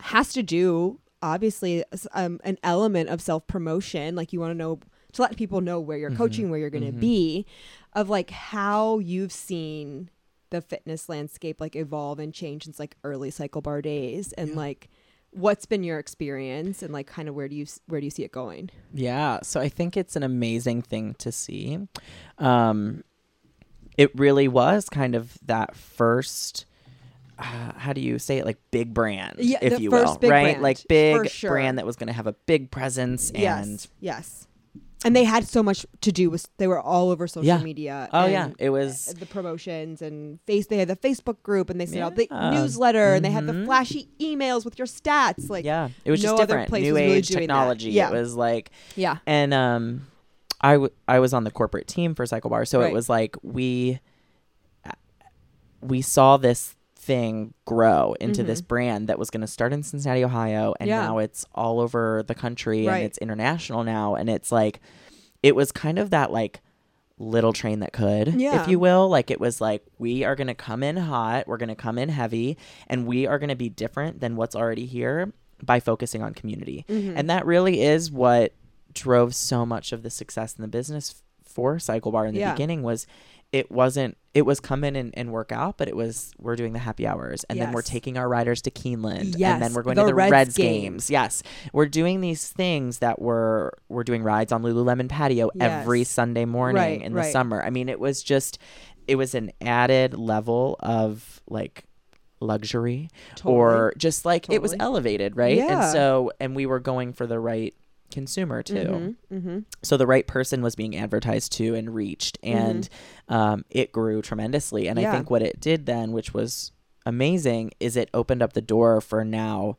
S1: has to do obviously s- um, an element of self promotion. Like you want to know to let people know where
S3: Mm-hmm.
S1: you're coaching, where you're going to be, of like how you've seen the fitness landscape like evolve and change since like early cycle bar days, and like what's been your experience, and like kind of where do you s- where do you see it going?
S3: yeah. So I think it's an amazing thing to see. Um, it really was kind of that first. Uh, how do you say it? Like big brand,
S1: Yeah,
S3: if
S1: the
S3: you
S1: first
S3: will,
S1: big
S3: right?
S1: brand,
S3: Like
S1: for
S3: big
S1: sure.
S3: brand that was going to have a big presence and
S1: yes, yes. And they had so much to do with they were all over social
S3: Yeah.
S1: media.
S3: Oh
S1: and uh,
S3: yeah, it was
S1: the promotions and face they had the Facebook group and they sent out the
S3: Yeah.
S1: newsletter and they had the
S3: Mhm.
S1: flashy emails with your stats. Like
S3: yeah, it was
S1: no
S3: just
S1: other
S3: different.
S1: place
S3: New
S1: was really
S3: age
S1: doing that.
S3: technology.
S1: Yeah.
S3: It was like
S1: yeah.
S3: and um I w- I was on the corporate team for cycle bar so
S1: Right.
S3: it was like we uh, we saw this thing grow into this brand that was going to start in Cincinnati Ohio and
S1: Mm-hmm. Yeah.
S3: now it's all over the country
S1: Right.
S3: and it's international now and it's like it was kind of that like little train that could
S1: Yeah.
S3: if you will like it was like we are going to come in hot we're going to come in heavy and we are going to be different than what's already here by focusing on community
S1: Mm-hmm.
S3: and that really is what drove so much of the success in the business f- for cycle bar in the
S1: Yeah.
S3: beginning was it wasn't it was come in and, and work out but it was we're doing the happy hours and then we're
S1: Yes.
S3: taking our riders to keeneland and
S1: Yes,
S3: then we're going
S1: the
S3: to the
S1: Reds
S3: reds,
S1: game.
S3: games yes we're doing these things that were we're doing rides on lululemon patio every
S1: Yes.
S3: sunday morning
S1: Right,
S3: in
S1: right.
S3: the summer i mean it was just it was an added level of like luxury or just like it was
S1: Totally.
S3: elevated, right?
S1: Yeah.
S3: And so, and we were going for the right consumer too.
S1: hmm
S3: So the right person was being advertised to and reached, and um, it grew tremendously. And
S1: Mm-hmm. Yeah.
S3: I think what it did then, which was amazing, is it opened up the door for now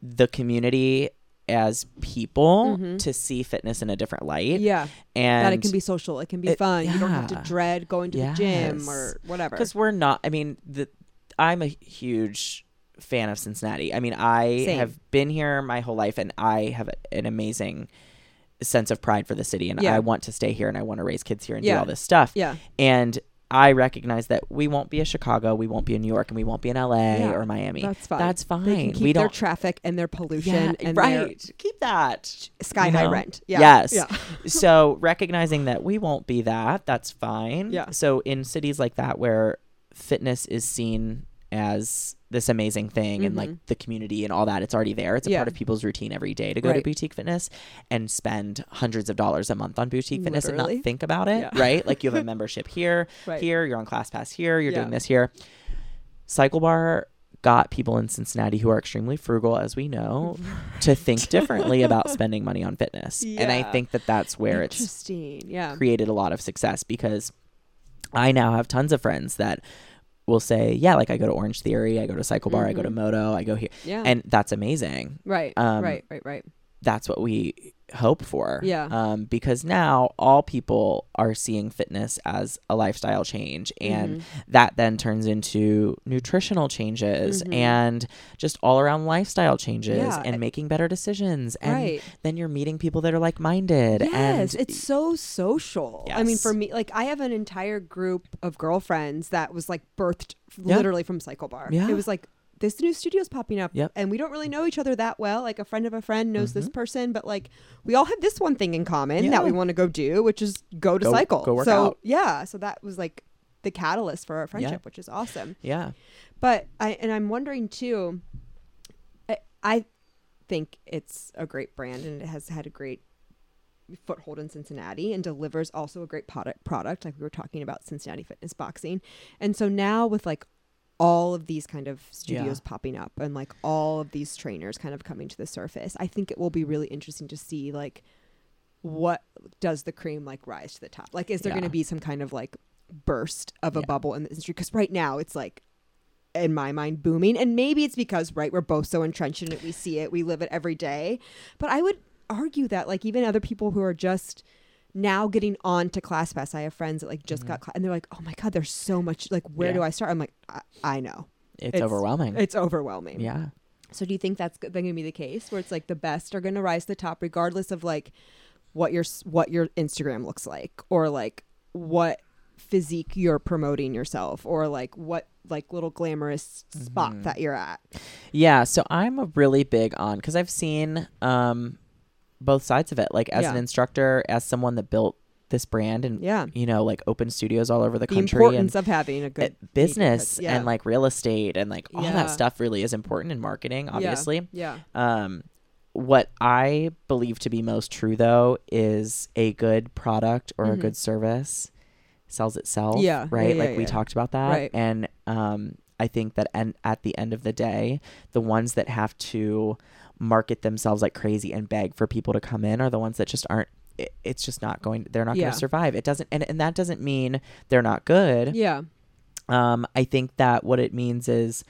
S3: the community as people
S1: Mhm.
S3: to see fitness in a different light.
S1: Yeah.
S3: And
S1: that it can be social, it can be
S3: It-
S1: fun. You don't have to
S3: yeah.
S1: dread going to the gym or whatever.
S3: because we're not i mean the i'm a huge fan of cincinnati i mean i
S1: Same.
S3: have been here my whole life and i have an amazing sense of pride for the city and
S1: Yeah.
S3: i want to stay here and i want to raise kids here and
S1: Yeah.
S3: do all this stuff
S1: Yeah.
S3: and i recognize that we won't be a chicago we won't be in new york and we won't be in la
S1: Yeah,
S3: or miami
S1: That's fine.
S3: that's fine
S1: They can keep
S3: we
S1: their
S3: don't
S1: traffic and their pollution
S3: yeah,
S1: and their
S3: right keep that
S1: sky
S3: You
S1: high
S3: know?
S1: rent. Yeah.
S3: Yes.
S1: Yeah.
S3: so recognizing that we won't be that, that's fine.
S1: Yeah.
S3: So in cities like that where fitness is seen as this amazing thing and like the community and all that, it's already there. It's a
S1: Mm-hmm. Yeah.
S3: part of people's routine every day to go
S1: Right.
S3: to boutique fitness and spend hundreds of dollars a month on boutique fitness and
S1: Literally.
S3: not think about it,
S1: Yeah.
S3: right? Like you have a membership here,
S1: Right.
S3: here, you're on ClassPass here, you're
S1: Yeah.
S3: doing this here. Cycle Bar got people in Cincinnati who are extremely frugal, as we know, to think differently about spending money on fitness. And I
S1: Yeah.
S3: think that that's where it's
S1: Interesting. Yeah.
S3: created a lot of success because I now have tons of friends that will say, yeah, like I go to Orange Theory, I go to Cycle Bar, I go to
S1: Mhm.
S3: Moto, I go here.
S1: Yeah.
S3: And that's amazing.
S1: right.
S3: um,
S1: right. Right. Right.
S3: That's what we hope for.
S1: Yeah.
S3: Um, because now all people are seeing fitness as a lifestyle change and
S1: Mhm.
S3: that then turns into nutritional changes
S1: Mhm.
S3: and just all around lifestyle changes
S1: Yeah, I-
S3: and making better decisions and
S1: right.
S3: then you're meeting people that are like-minded
S1: Yes,
S3: and
S1: it's so social. I mean, for
S3: Yes.
S1: me, like I have an entire group of girlfriends that was like birthed f-
S3: Yeah.
S1: literally from Cycle Bar.
S3: Yeah.
S1: It was like this new studio's popping up,
S3: Yep.
S1: and we don't really know each other that well. Like a friend of a friend knows this
S3: Mhm.
S1: person, but like we all have this one thing in common
S3: Yeah.
S1: that we want to go do, which is go to
S3: Go-
S1: cycle.
S3: go work
S1: so
S3: out.
S1: yeah, so that was like the catalyst for our friendship, which is awesome.
S3: yeah
S1: But I and I'm wondering too. I, I think it's a great brand and it has had a great foothold in Cincinnati and delivers also a great product product like we were talking about Cincinnati Fitness Boxing. And so now with like all of these kind of studios popping up and like all of these trainers kind of coming to the surface, I think it will be really interesting to see like what does the cream like rise to the top? Like is there
S3: Yeah.
S1: going to be some kind of like burst of a
S3: Yeah.
S1: bubble in the industry cuz right now it's like in my mind booming and maybe it's because right we're both so entrenched in it we see it we live it every day but i would argue that like even other people who are just now getting on to classpass i have friends that like just got cla- and they're like oh my god there's so much like where
S3: Mm-hmm. Yeah. Mm.
S1: do i start i'm like i, I know
S3: it's,
S1: It's-
S3: overwhelming
S1: it's overwhelming
S3: yeah
S1: so do you think that's going to be the case where it's like the best are going to rise to the top regardless of like what your s- what your Instagram looks like or like what physique you're promoting yourself or like what like little glamorous
S3: Mm-hmm.
S1: spot that you're at.
S3: yeah so i'm a really big on because i've seen um both sides of it like as
S1: Yeah.
S3: an instructor as someone that built this brand and
S1: Yeah.
S3: you know like open studios all over the,
S1: The
S3: Mm. country and
S1: importance of having a
S3: uh,
S1: good
S3: business
S1: yeah.
S3: and like real estate and like all
S1: Yeah.
S3: that stuff really is important in marketing obviously
S1: Yeah.
S3: Um, what I believe to be most true though is a good product or
S1: Mhm.
S3: a good service sells itself.
S1: Yeah, yeah,
S3: Right.
S1: yeah,
S3: like we
S1: yeah.
S3: talked about that.
S1: Right.
S3: And um, I think that and at the end of the day, the ones that have to market themselves like crazy and beg for people to come in are the ones that just aren't it, it's just not going they're not
S1: Yeah.
S3: going to survive it doesn't and, and that doesn't mean they're not good
S1: Yeah.
S3: um i think that what it means is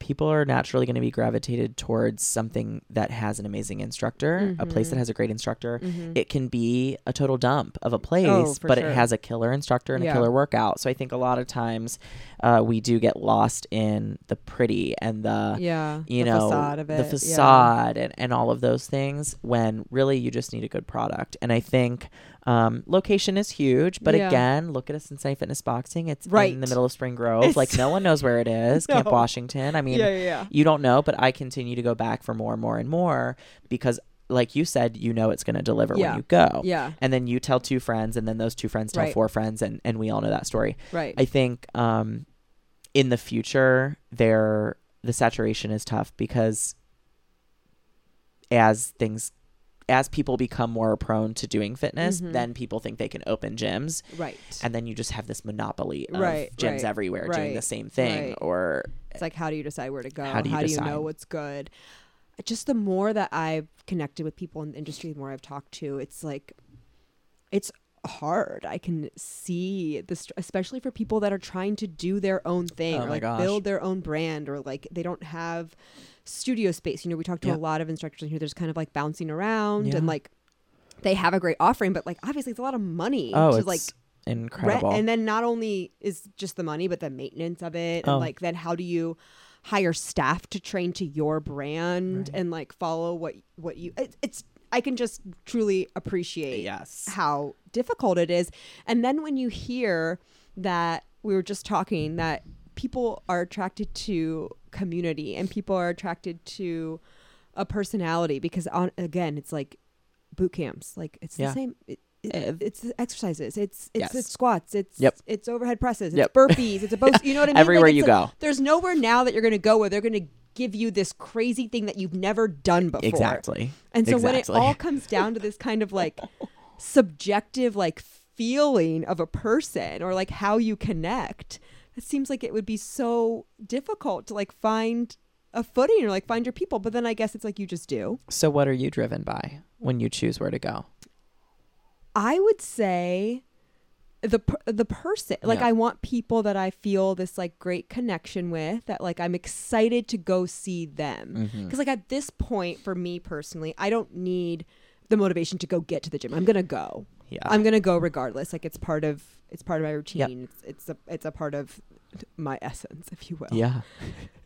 S3: people are naturally going to be gravitated towards something that has an amazing instructor a place
S1: Mm-hmm.
S3: that has a great instructor it can be a total dump of a place
S1: Oh, for
S3: but
S1: sure.
S3: it has a killer instructor and
S1: Yeah.
S3: a killer workout so i think a lot of times uh, we do get lost in the pretty and the
S1: Yeah.
S3: you
S1: the
S3: know
S1: facade of it.
S3: the
S1: yeah.
S3: facade and, and all of those things when really you just need a good product and i think um, location is huge but
S1: Yeah.
S3: again look at us in Sunny fitness boxing it's
S1: Right.
S3: in the middle of spring grove
S1: It's-
S3: like no one knows where it is camp
S1: No.
S3: washington i mean
S1: yeah, yeah, yeah.
S3: you don't know but i continue to go back for more and more and more because like you said you know it's going to deliver
S1: Yeah.
S3: when you go
S1: Yeah,
S3: and then you tell two friends and then those two friends tell
S1: Right.
S3: four friends and, and we all know that story
S1: right.
S3: I think um, in the future, there the saturation is tough because as things as people become more prone to doing fitness,
S1: Mhm.
S3: then people think they can open gyms,
S1: right.
S3: and then you just have this monopoly of
S1: Right,
S3: gyms
S1: right,
S3: everywhere doing the
S1: right,
S3: same thing.
S1: right.
S3: Or
S1: It's like, how do you decide where to go?
S3: How do you
S1: know
S3: decide?
S1: what's good? Just the more that I've connected with people in the industry, the more I've talked to, it's like, it's hard. I can see this, especially for people that are trying to do their own thing
S3: Oh
S1: or
S3: my
S1: like
S3: gosh.
S1: build their own brand or like they don't have studio space. You know, we talked to a
S3: Yeah.
S1: lot of instructors in here. There's kind of like bouncing around
S3: Yeah.
S1: and like they have a great offering, but like obviously it's a lot of money
S3: oh,
S1: to
S3: it's
S1: like rent-
S3: incredible.
S1: and then not only is just the money, but the maintenance of it,
S3: Oh.
S1: and like then how do you hire staff to train to your brand
S3: Right.
S1: and like follow what what you? It, it's I can just truly appreciate
S3: yes,
S1: how difficult it is. And then when you hear that we were just talking that people are attracted to community and people are attracted to a personality because on again it's like boot camps like it's
S3: Yeah.
S1: the same it, it-
S3: Eh,
S1: it's the exercises it's it's,
S3: Yes.
S1: it's squats it's
S3: Yep.
S1: it's overhead presses it's
S3: Yep.
S1: burpees it's a both you know what i mean Like,
S3: everywhere
S1: it's
S3: you
S1: a-
S3: go.
S1: there's nowhere now that you're going to go where they're going to give you this crazy thing that you've never done before
S3: Exactly.
S1: and so when it
S3: Exactly.
S1: all comes down to this kind of like subjective like feeling of a person or like how you connect, it seems like it would be so difficult to like find a footing or like find your people. But then I guess it's like you just do.
S3: So what are you driven by when you choose where to go?
S1: I would say the per- the person like
S3: Yeah.
S1: I want people that I feel this like great connection with that like I'm excited to go see them.
S3: Mhm.
S1: Because like at this point, for me personally, I don't need the motivation to go get to the gym. I'm gonna go.
S3: Yeah.
S1: I'm gonna go regardless. Like it's part of it's part of my routine. It's it's a it's a part of my essence, if you will.
S3: yeah.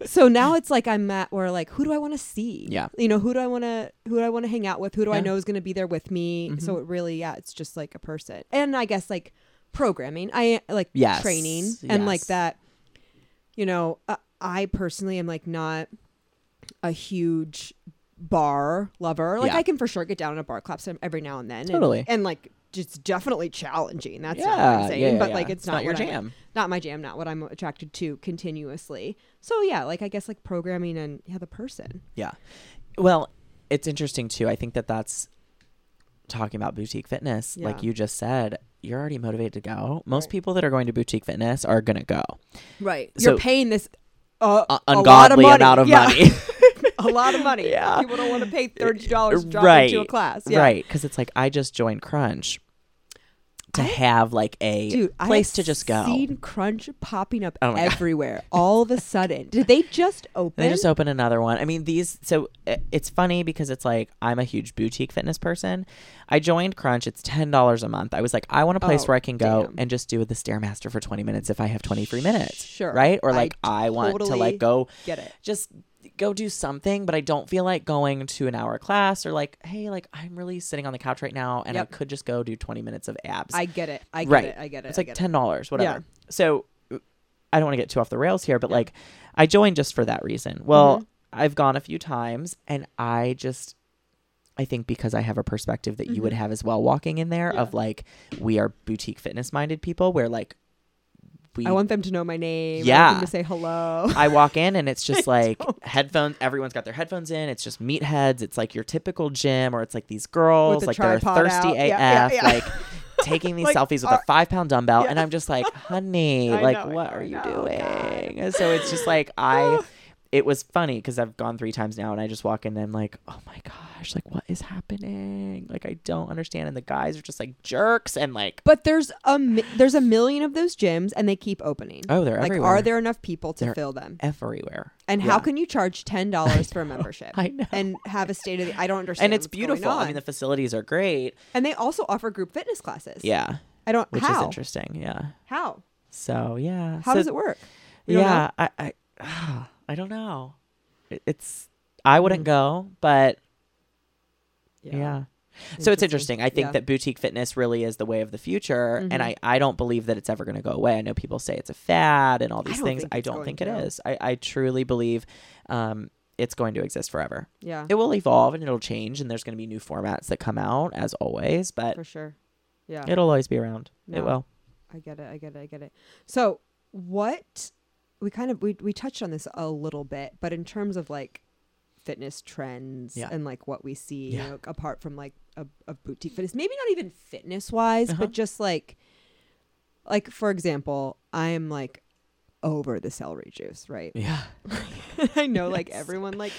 S1: So now it's like I'm at where like who do I want to see?
S3: Yeah.
S1: You know who do I want to who do I want to hang out with? Who do I
S3: Yeah. Mm-hmm.
S1: know is gonna be there with me? So it really yeah, it's just like a person. And I guess like programming. I like
S3: Yes.
S1: training and like
S3: Yes.
S1: that. You know, uh, I personally am like not a huge bar lover. Like
S3: Yeah.
S1: I can for sure get down in a bar clap some- every now and then. and-
S3: Totally.
S1: And, like it's definitely challenging. That's not what
S3: yeah,
S1: I'm saying.
S3: yeah, yeah,
S1: but
S3: yeah.
S1: like it's, not,
S3: your
S1: what I'm-
S3: jam.
S1: not my jam, not what I'm attracted to continuously. So yeah, like I guess like programming and yeah, the person.
S3: Yeah. Well, it's interesting too. I think that that's talking about boutique fitness, like
S1: Yeah.
S3: you just said, you're already motivated to go. Most
S1: Right.
S3: people that are going to boutique fitness are going to go.
S1: Right.
S3: So-
S1: You're paying this uh,
S3: Uh,
S1: a lot of
S3: ungodly
S1: money.
S3: amount of
S1: Yeah.
S3: money.
S1: a lot of money.
S3: Yeah.
S1: People don't want to pay thirty dollars to drop into a
S3: Right.
S1: class. Yeah.
S3: Right. Because it's like, I just joined Crunch to
S1: I-
S3: have like a
S1: Dude, I
S3: place
S1: have
S3: to just go.
S1: Seen Crunch popping up
S3: Oh my God.
S1: everywhere all of a sudden. Did they just open?
S3: They just opened another one. I mean, these. So i- it's funny because it's like I'm a huge boutique fitness person. I joined Crunch. It's ten dollars a month. I was like, I want a place
S1: Oh,
S3: where I can go
S1: damn.
S3: and just do the stairmaster for twenty minutes if I have twenty free minutes.
S1: Sure.
S3: Right. Or
S1: I
S3: like I, want to
S1: totally
S3: like go
S1: Get it.
S3: just go do something, but I don't feel like going to an hour class or like hey like I'm really sitting on the couch right now and
S1: Yep.
S3: I could just go do twenty minutes of abs.
S1: I get it. I get
S3: Right.
S1: it. I get it.
S3: It's
S1: I
S3: like
S1: get
S3: ten dollars,
S1: Yeah.
S3: whatever. So I don't want to get too off the rails here, but like I joined just for that reason. Well,
S1: Mm-hmm.
S3: I've gone a few times and I just I think because I have a perspective that you would
S1: Mm-hmm.
S3: have as well walking in there of like we are boutique fitness minded people where like we
S1: It. I want them to know my name. I want
S3: Yeah.
S1: them to say hello.
S3: I walk in and it's just like headphones. Everyone's got their headphones in. It's just meatheads. It's like your typical gym, or it's like these girls,
S1: the
S3: like they're
S1: tripod
S3: thirsty
S1: out.
S3: AF,
S1: Yeah, yeah, yeah.
S3: like taking these
S1: Like,
S3: selfies with
S1: are-
S3: a five pound dumbbell.
S1: Yeah.
S3: And I'm just like, honey,
S1: I
S3: like
S1: know, I
S3: what
S1: know,
S3: are
S1: I
S3: you
S1: know.
S3: doing? And so it's just like I. It was funny because I've gone three times now, and I just walk in and I'm like, oh my god, gosh, like what is happening? Like I don't understand. And the guys are just like jerks and like
S1: But there's a mi- there's a million of those gyms, and they keep opening.
S3: oh, they're
S1: like,
S3: everywhere.
S1: are there enough people to
S3: They're-
S1: fill them?
S3: everywhere?
S1: And how
S3: Yeah.
S1: can you charge ten dollars for a membership
S3: I know.
S1: and have a state of the? I don't understand.
S3: and it's
S1: what's going
S3: beautiful. I
S1: on.
S3: mean, the facilities are great.
S1: and they also offer group fitness classes.
S3: Yeah,
S1: I don't.
S3: which is
S1: how?
S3: interesting. Yeah.
S1: How?
S3: So yeah.
S1: How
S3: So-
S1: does it work? You don't know?
S3: yeah, I, I, I don't know. It- It's I
S1: Mm.
S3: wouldn't go, but yeah. So it's interesting. I think
S1: Yeah. Mm-hmm.
S3: that boutique fitness really is the way of the future, and I, I don't believe that it's ever going to go away. I know people say it's a fad and all these
S1: don't
S3: things.
S1: think
S3: I
S1: it's
S3: don't
S1: going
S3: think it
S1: to.
S3: is. I, I truly believe um, it's going to exist forever.
S1: Yeah,
S3: It will evolve and it'll change, and there's going to be new formats that come out as always, but
S1: for sure. Yeah,
S3: it'll always be around. It
S1: No.
S3: will.
S1: I get it. I get it. I get it. So what we kind of we we touched on this a little bit, but in terms of like fitness trends
S3: Yeah.
S1: and like what we see
S3: Yeah.
S1: you know, apart from like a, a boutique fitness, maybe not even fitness wise,
S3: Uh-huh.
S1: but just like like for example, I'm like over the celery juice, right?
S3: Yeah.
S1: I know like
S3: Yes.
S1: everyone like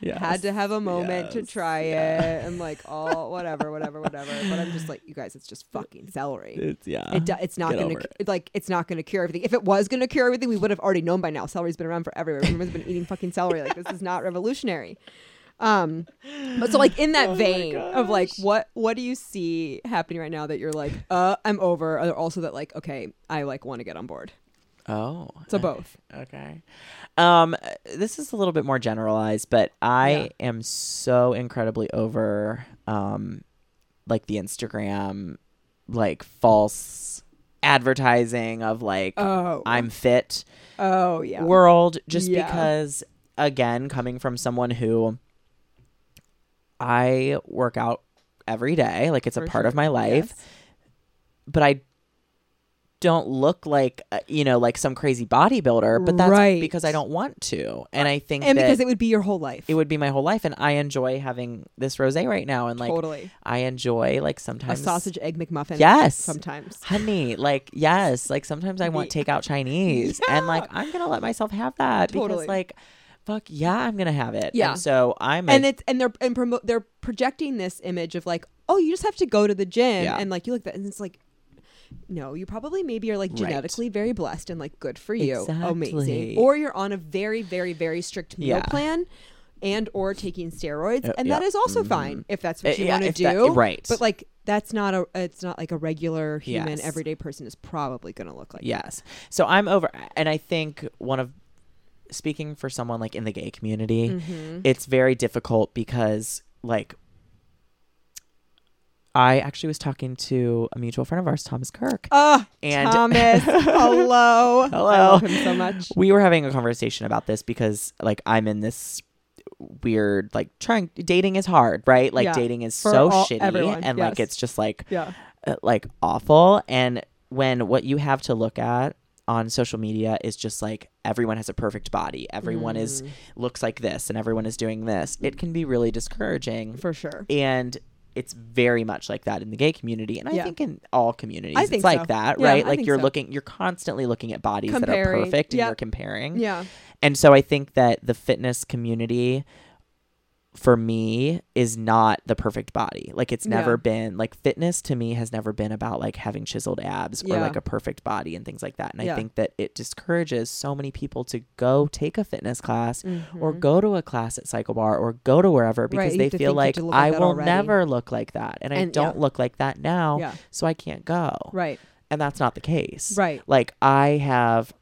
S3: Yeah.
S1: had to have a moment to
S3: yes,
S1: try
S3: yeah.
S1: it and like all whatever, whatever, whatever. But I'm just like, you guys, it's just fucking celery
S3: It's, yeah.
S1: it do, it's not
S3: get
S1: going
S3: over
S1: to like it's not going to cure everything. If it was going to cure everything, we would have already known by now. Celery's been around for everywhere. Everyone's been eating fucking celery. Like this is not revolutionary. Um, but so like in that
S3: Oh my
S1: vein of like
S3: gosh.
S1: what what do you see happening right now that you're like uh I'm over, or also that like okay I like want to get on board.
S3: Oh.
S1: So both.
S3: Okay. Um uh, this is a little bit more generalized, but I am so incredibly over um like the Instagram like false advertising of like
S1: Oh,
S3: I'm fit
S1: oh yeah.
S3: world just
S1: Yeah.
S3: because again coming from someone who I work out every day, like it's a
S1: For
S3: part of
S1: sure.
S3: my life
S1: Yes.
S3: but I don't look like uh, you know like some crazy bodybuilder but that's
S1: Right.
S3: because I don't want to and I think
S1: and
S3: that
S1: because
S3: it,
S1: it would be your whole life.
S3: would be my whole life and I enjoy having this rosé right now and like
S1: totally
S3: I enjoy like
S1: a
S3: sometimes
S1: sausage egg McMuffin.
S3: Yes.
S1: sometimes.
S3: honey like yes like sometimes I want
S1: The-
S3: takeout Chinese and like I'm going to let myself have that
S1: Totally.
S3: because like fuck yeah I'm going to have it
S1: Yeah.
S3: and so I'm a-
S1: and it's and they're and promote they're projecting this image of like oh you just have to go to the gym
S3: Yeah.
S1: and like you look that and it's like no you probably maybe are like
S3: Right.
S1: genetically very blessed and like good for you
S3: Exactly.
S1: amazing or you're on a very very very strict meal
S3: Yeah.
S1: plan and or taking steroids
S3: Uh,
S1: and
S3: yeah.
S1: that is also fine if that's what
S3: Uh,
S1: you
S3: yeah,
S1: want to
S3: if
S1: do
S3: that- right.
S1: but like that's not a it's not like a regular human
S3: Yes.
S1: everyday person is probably going to look like that.
S3: Yes. So I'm over, and I think one of speaking for someone like in the gay community,
S1: Mm-hmm.
S3: it's very difficult because like I actually was talking to a mutual friend of ours, Thomas Kirk,
S1: Ah,
S3: and
S1: Thomas, hello,
S3: Hello.
S1: I love him so much.
S3: we were having a conversation about this because like I'm in this weird like trying dating is hard, right? Like
S1: Yeah.
S3: dating is
S1: For
S3: so
S1: all-
S3: shitty,
S1: everyone,
S3: and like
S1: yes.
S3: it's just like
S1: Yeah,
S3: uh, like awful and when what you have to look at on social media is just like everyone has a perfect body everyone
S1: Mm.
S3: is looks like this and everyone is doing this it can be really discouraging
S1: for sure.
S3: and it's very much like that in the gay community and i
S1: Yeah.
S3: think in all communities
S1: I
S3: it's
S1: think
S3: like
S1: so.
S3: that
S1: Yeah,
S3: right
S1: I
S3: like
S1: think
S3: you're
S1: so.
S3: looking you're constantly looking at bodies that are
S1: Comparing.
S3: perfect and
S1: Yeah.
S3: you're comparing
S1: Yeah,
S3: and so I think that the fitness community for me is not the perfect body. Like it's
S1: Yeah.
S3: never been like fitness to me has never been about like having chiseled abs or
S1: Yeah.
S3: like a perfect body and things like that. And
S1: Yeah.
S3: I think that it discourages so many people to go take a fitness class or
S1: Mm-hmm.
S3: go to a class at Cycle Bar or go to wherever because
S1: you
S3: they
S1: have to
S3: feel
S1: think you have to
S3: like
S1: look like
S3: I
S1: that
S3: will
S1: already."
S3: never look like that and, I
S1: And- yeah.
S3: don't look like that now,
S1: yeah,
S3: so I can't go.
S1: right,
S3: And that's not the case.
S1: right.
S3: Like I have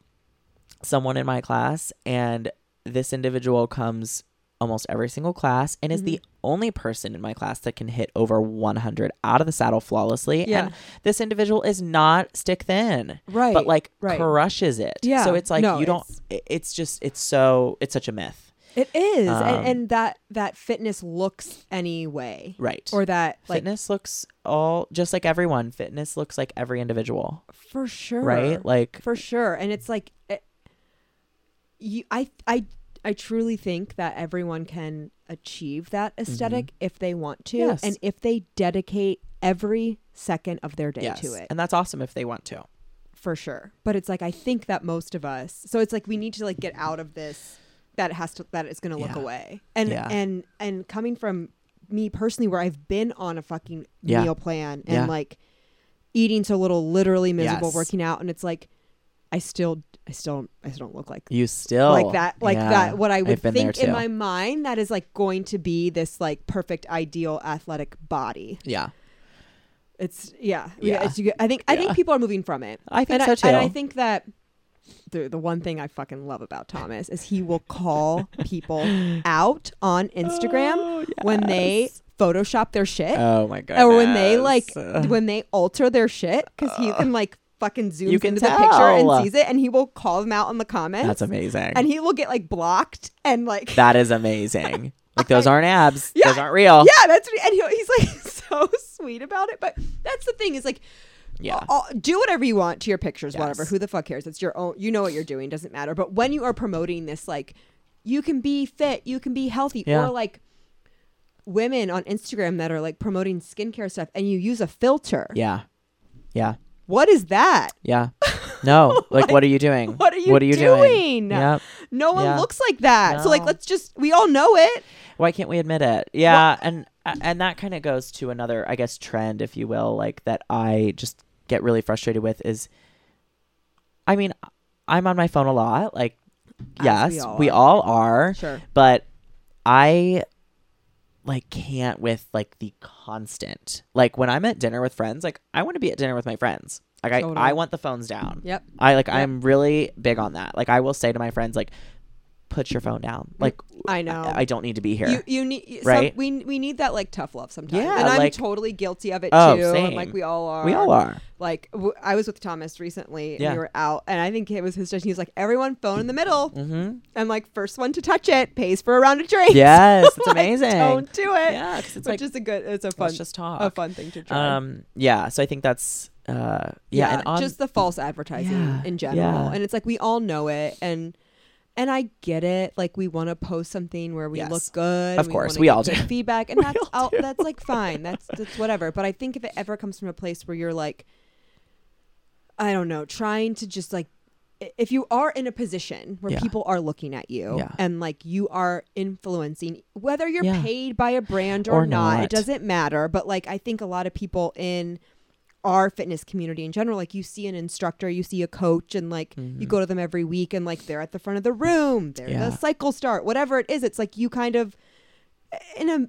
S3: someone in my class and this individual comes almost every single class and is the
S1: Mm-hmm.
S3: only person in my class that can hit over 100 out of the saddle flawlessly
S1: Yeah.
S3: and this individual is not stick thin
S1: Right.
S3: but like
S1: right.
S3: crushes it
S1: Yeah.
S3: so it's like
S1: No,
S3: you don't
S1: it's-
S3: it- it's just it's so it's such a myth
S1: It is.
S3: Um,
S1: and, and that that fitness looks anyway.
S3: right
S1: Or that like
S3: fitness looks all just like everyone fitness looks like every individual
S1: for sure.
S3: right like
S1: for sure. And it's like it, you I I I truly think that everyone can achieve that esthetic if they want to
S3: Mm-hmm. Yes.
S1: and if they dedicate every second of their day
S3: yes
S1: to it.
S3: and that's awesome if they want to
S1: for sure but it's like i think that most of us so it's like we need to like get out of this that it has to that it's going to look
S3: Yeah.
S1: away and
S3: Yeah.
S1: and and coming from me personally where I've been on a fucking
S3: Yeah.
S1: meal plan and
S3: Yeah.
S1: like eating so little, literally miserable,
S3: Yes.
S1: working out, and it's like I still, I still, I still don't look like
S3: You still
S1: like that, like
S3: Yeah.
S1: that. What I would
S3: I've been there
S1: think in
S3: too.
S1: my mind that is like going to be this like perfect, ideal athletic body.
S3: Yeah,
S1: It's yeah,
S3: Yeah.
S1: yeah. it's- you get- I think I
S3: Yeah.
S1: think people are moving from it.
S3: I think
S1: and
S3: so
S1: I,
S3: too.
S1: And I think that the the one thing I fucking love about Thomas is he will call people out on Instagram
S3: Oh,
S1: when they
S3: yes.
S1: Photoshop their shit
S3: Oh my god.
S1: or when they like when they alter their shit because he can like fucking zoom
S3: You
S1: into
S3: can
S1: the picture
S3: tell.
S1: and sees it and he will call them out in the comments.
S3: That's amazing.
S1: And he will get like blocked and like
S3: that is amazing. like those aren't abs.
S1: Yeah.
S3: Those aren't real.
S1: yeah, that's what he- and he, he's like so sweet about it. But that's the thing is like
S3: Yeah.
S1: all- Uh, do whatever you want to your pictures, whatever.
S3: Yes.
S1: Who the fuck cares? It's your own. You know what you're doing. Doesn't matter. But when you are promoting this, like, you can be fit, you can be healthy,
S3: Yeah.
S1: or like women on Instagram that are like promoting skincare stuff, and you use a filter.
S3: Yeah. Yeah.
S1: What is that?
S3: Yeah. No. like, what are you doing?
S1: What are you,
S3: doing?
S1: doing?
S3: Yep.
S1: No one
S3: Yeah.
S1: looks like that. So like,
S3: No.
S1: let's just we all know it.
S3: Why can't we admit it? Yeah, and uh, and that kind of goes to another, I guess, trend, if you will, like that I just get really frustrated with is, I mean, I'm on my phone a lot. Like,
S1: As
S3: yes,
S1: we all
S3: we
S1: are.
S3: all are.
S1: Sure.
S3: but I like can't with like the constant. Like when I'm at dinner with friends, like I want to be at dinner with my friends. Like I,
S1: Totally.
S3: I want the phones down.
S1: Yep.
S3: I like I'm really big on that. Like I will say to my friends, like, put your phone down. Like
S1: I know.
S3: I, I don't need to be here.
S1: You, you need you- some-
S3: Right?
S1: we we need that like tough love sometimes.
S3: Yeah,
S1: and I'm
S3: like-
S1: totally guilty of it
S3: Oh,
S1: too.
S3: same.
S1: Like we all are.
S3: we all are.
S1: Like w- I was with Thomas recently, and
S3: Yeah.
S1: we were out, and I think it was his suggestion. He was like, "Everyone, phone in the middle,
S3: Mm-hmm.
S1: and like first one to touch it pays for a round of drinks."
S3: Yes, it's
S1: Like,
S3: amazing.
S1: Don't do it.
S3: Yeah, 'cause it's
S1: which
S3: like,
S1: is a good. It's a fun,
S3: Let's just talk.
S1: a fun thing to try.
S3: um. Yeah. So I think that's. Uh. Yeah. and on,
S1: just the false advertising
S3: Yeah,
S1: in general,
S3: yeah.
S1: and it's like we all know it, and and I get it. Like we want to post something where we
S3: Yes.
S1: look good.
S3: Of
S1: and
S3: course,
S1: wanna
S3: we
S1: get
S3: all
S1: good
S3: do.
S1: feedback, and
S3: We
S1: that's
S3: all
S1: out,
S3: do.
S1: that's like fine. That's that's whatever. But I think if it ever comes from a place where you're like, I don't know, trying to just like. i- If you are in a position where
S3: Yeah.
S1: people are looking at you
S3: Yeah.
S1: and like you are influencing, whether you're
S3: Yeah.
S1: paid by a brand
S3: Or
S1: or not,
S3: not.
S1: it doesn't matter. But like, I think a lot of people in our fitness community in general like you see an instructor you see a coach and like you go to them every week and like they're at the front of the room they're
S3: Mm-hmm. Yeah.
S1: the cycle start whatever it is it's like you kind of eh, in a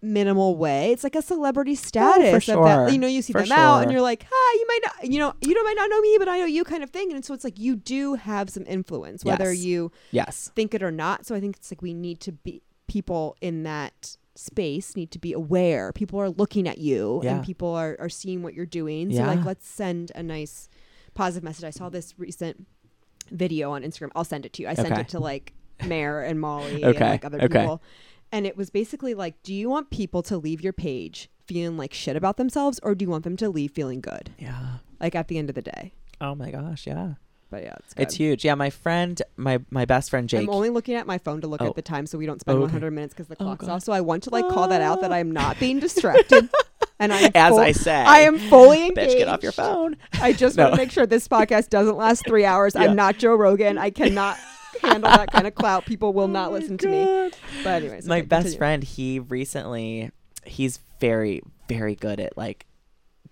S1: minimal way it's like a celebrity status of
S3: Oh, sure.
S1: that you know you see
S3: For
S1: them out
S3: sure.
S1: and you're like hi you might not you know you don't might not know me but i know you kind of thing and so it's like you do have some influence whether
S3: Yes.
S1: you
S3: yes.
S1: think it or not. So I think it's like we need to be people in that space need to be aware. People are looking at you
S3: Yeah.
S1: and people are, are seeing what you're doing. So
S3: Yeah.
S1: like let's send a nice positive message. I saw this recent video on Instagram. I'll send it to you. I sent
S3: Okay.
S1: it to like Mare and Molly and
S3: Okay.
S1: like other
S3: Okay.
S1: people. And it was basically like, do you want people to leave your page feeling like shit about themselves or do you want them to leave feeling good?
S3: Yeah.
S1: Like at the end of the day.
S3: Oh my gosh. Yeah.
S1: But yeah, it's good.
S3: It's huge. Yeah, my friend, my my best friend Jake.
S1: I'm only looking at my phone to look
S3: Oh.
S1: at the time so we don't spend
S3: Okay.
S1: 100 minutes because the
S3: Oh,
S1: clock's
S3: God.
S1: off. So I want to like call that out that I'm not being distracted. and I'm
S3: as
S1: full-
S3: I say,
S1: I am fully engaged.
S3: Bitch, get off your phone.
S1: I just want
S3: No.
S1: to make sure this podcast doesn't last three hours.
S3: Yeah.
S1: I'm not Joe Rogan. I cannot handle that kind of clout. People will
S3: Oh
S1: not listen to me. But anyways,
S3: My
S1: okay,
S3: best
S1: continue.
S3: friend, he recently, he's very, very good at like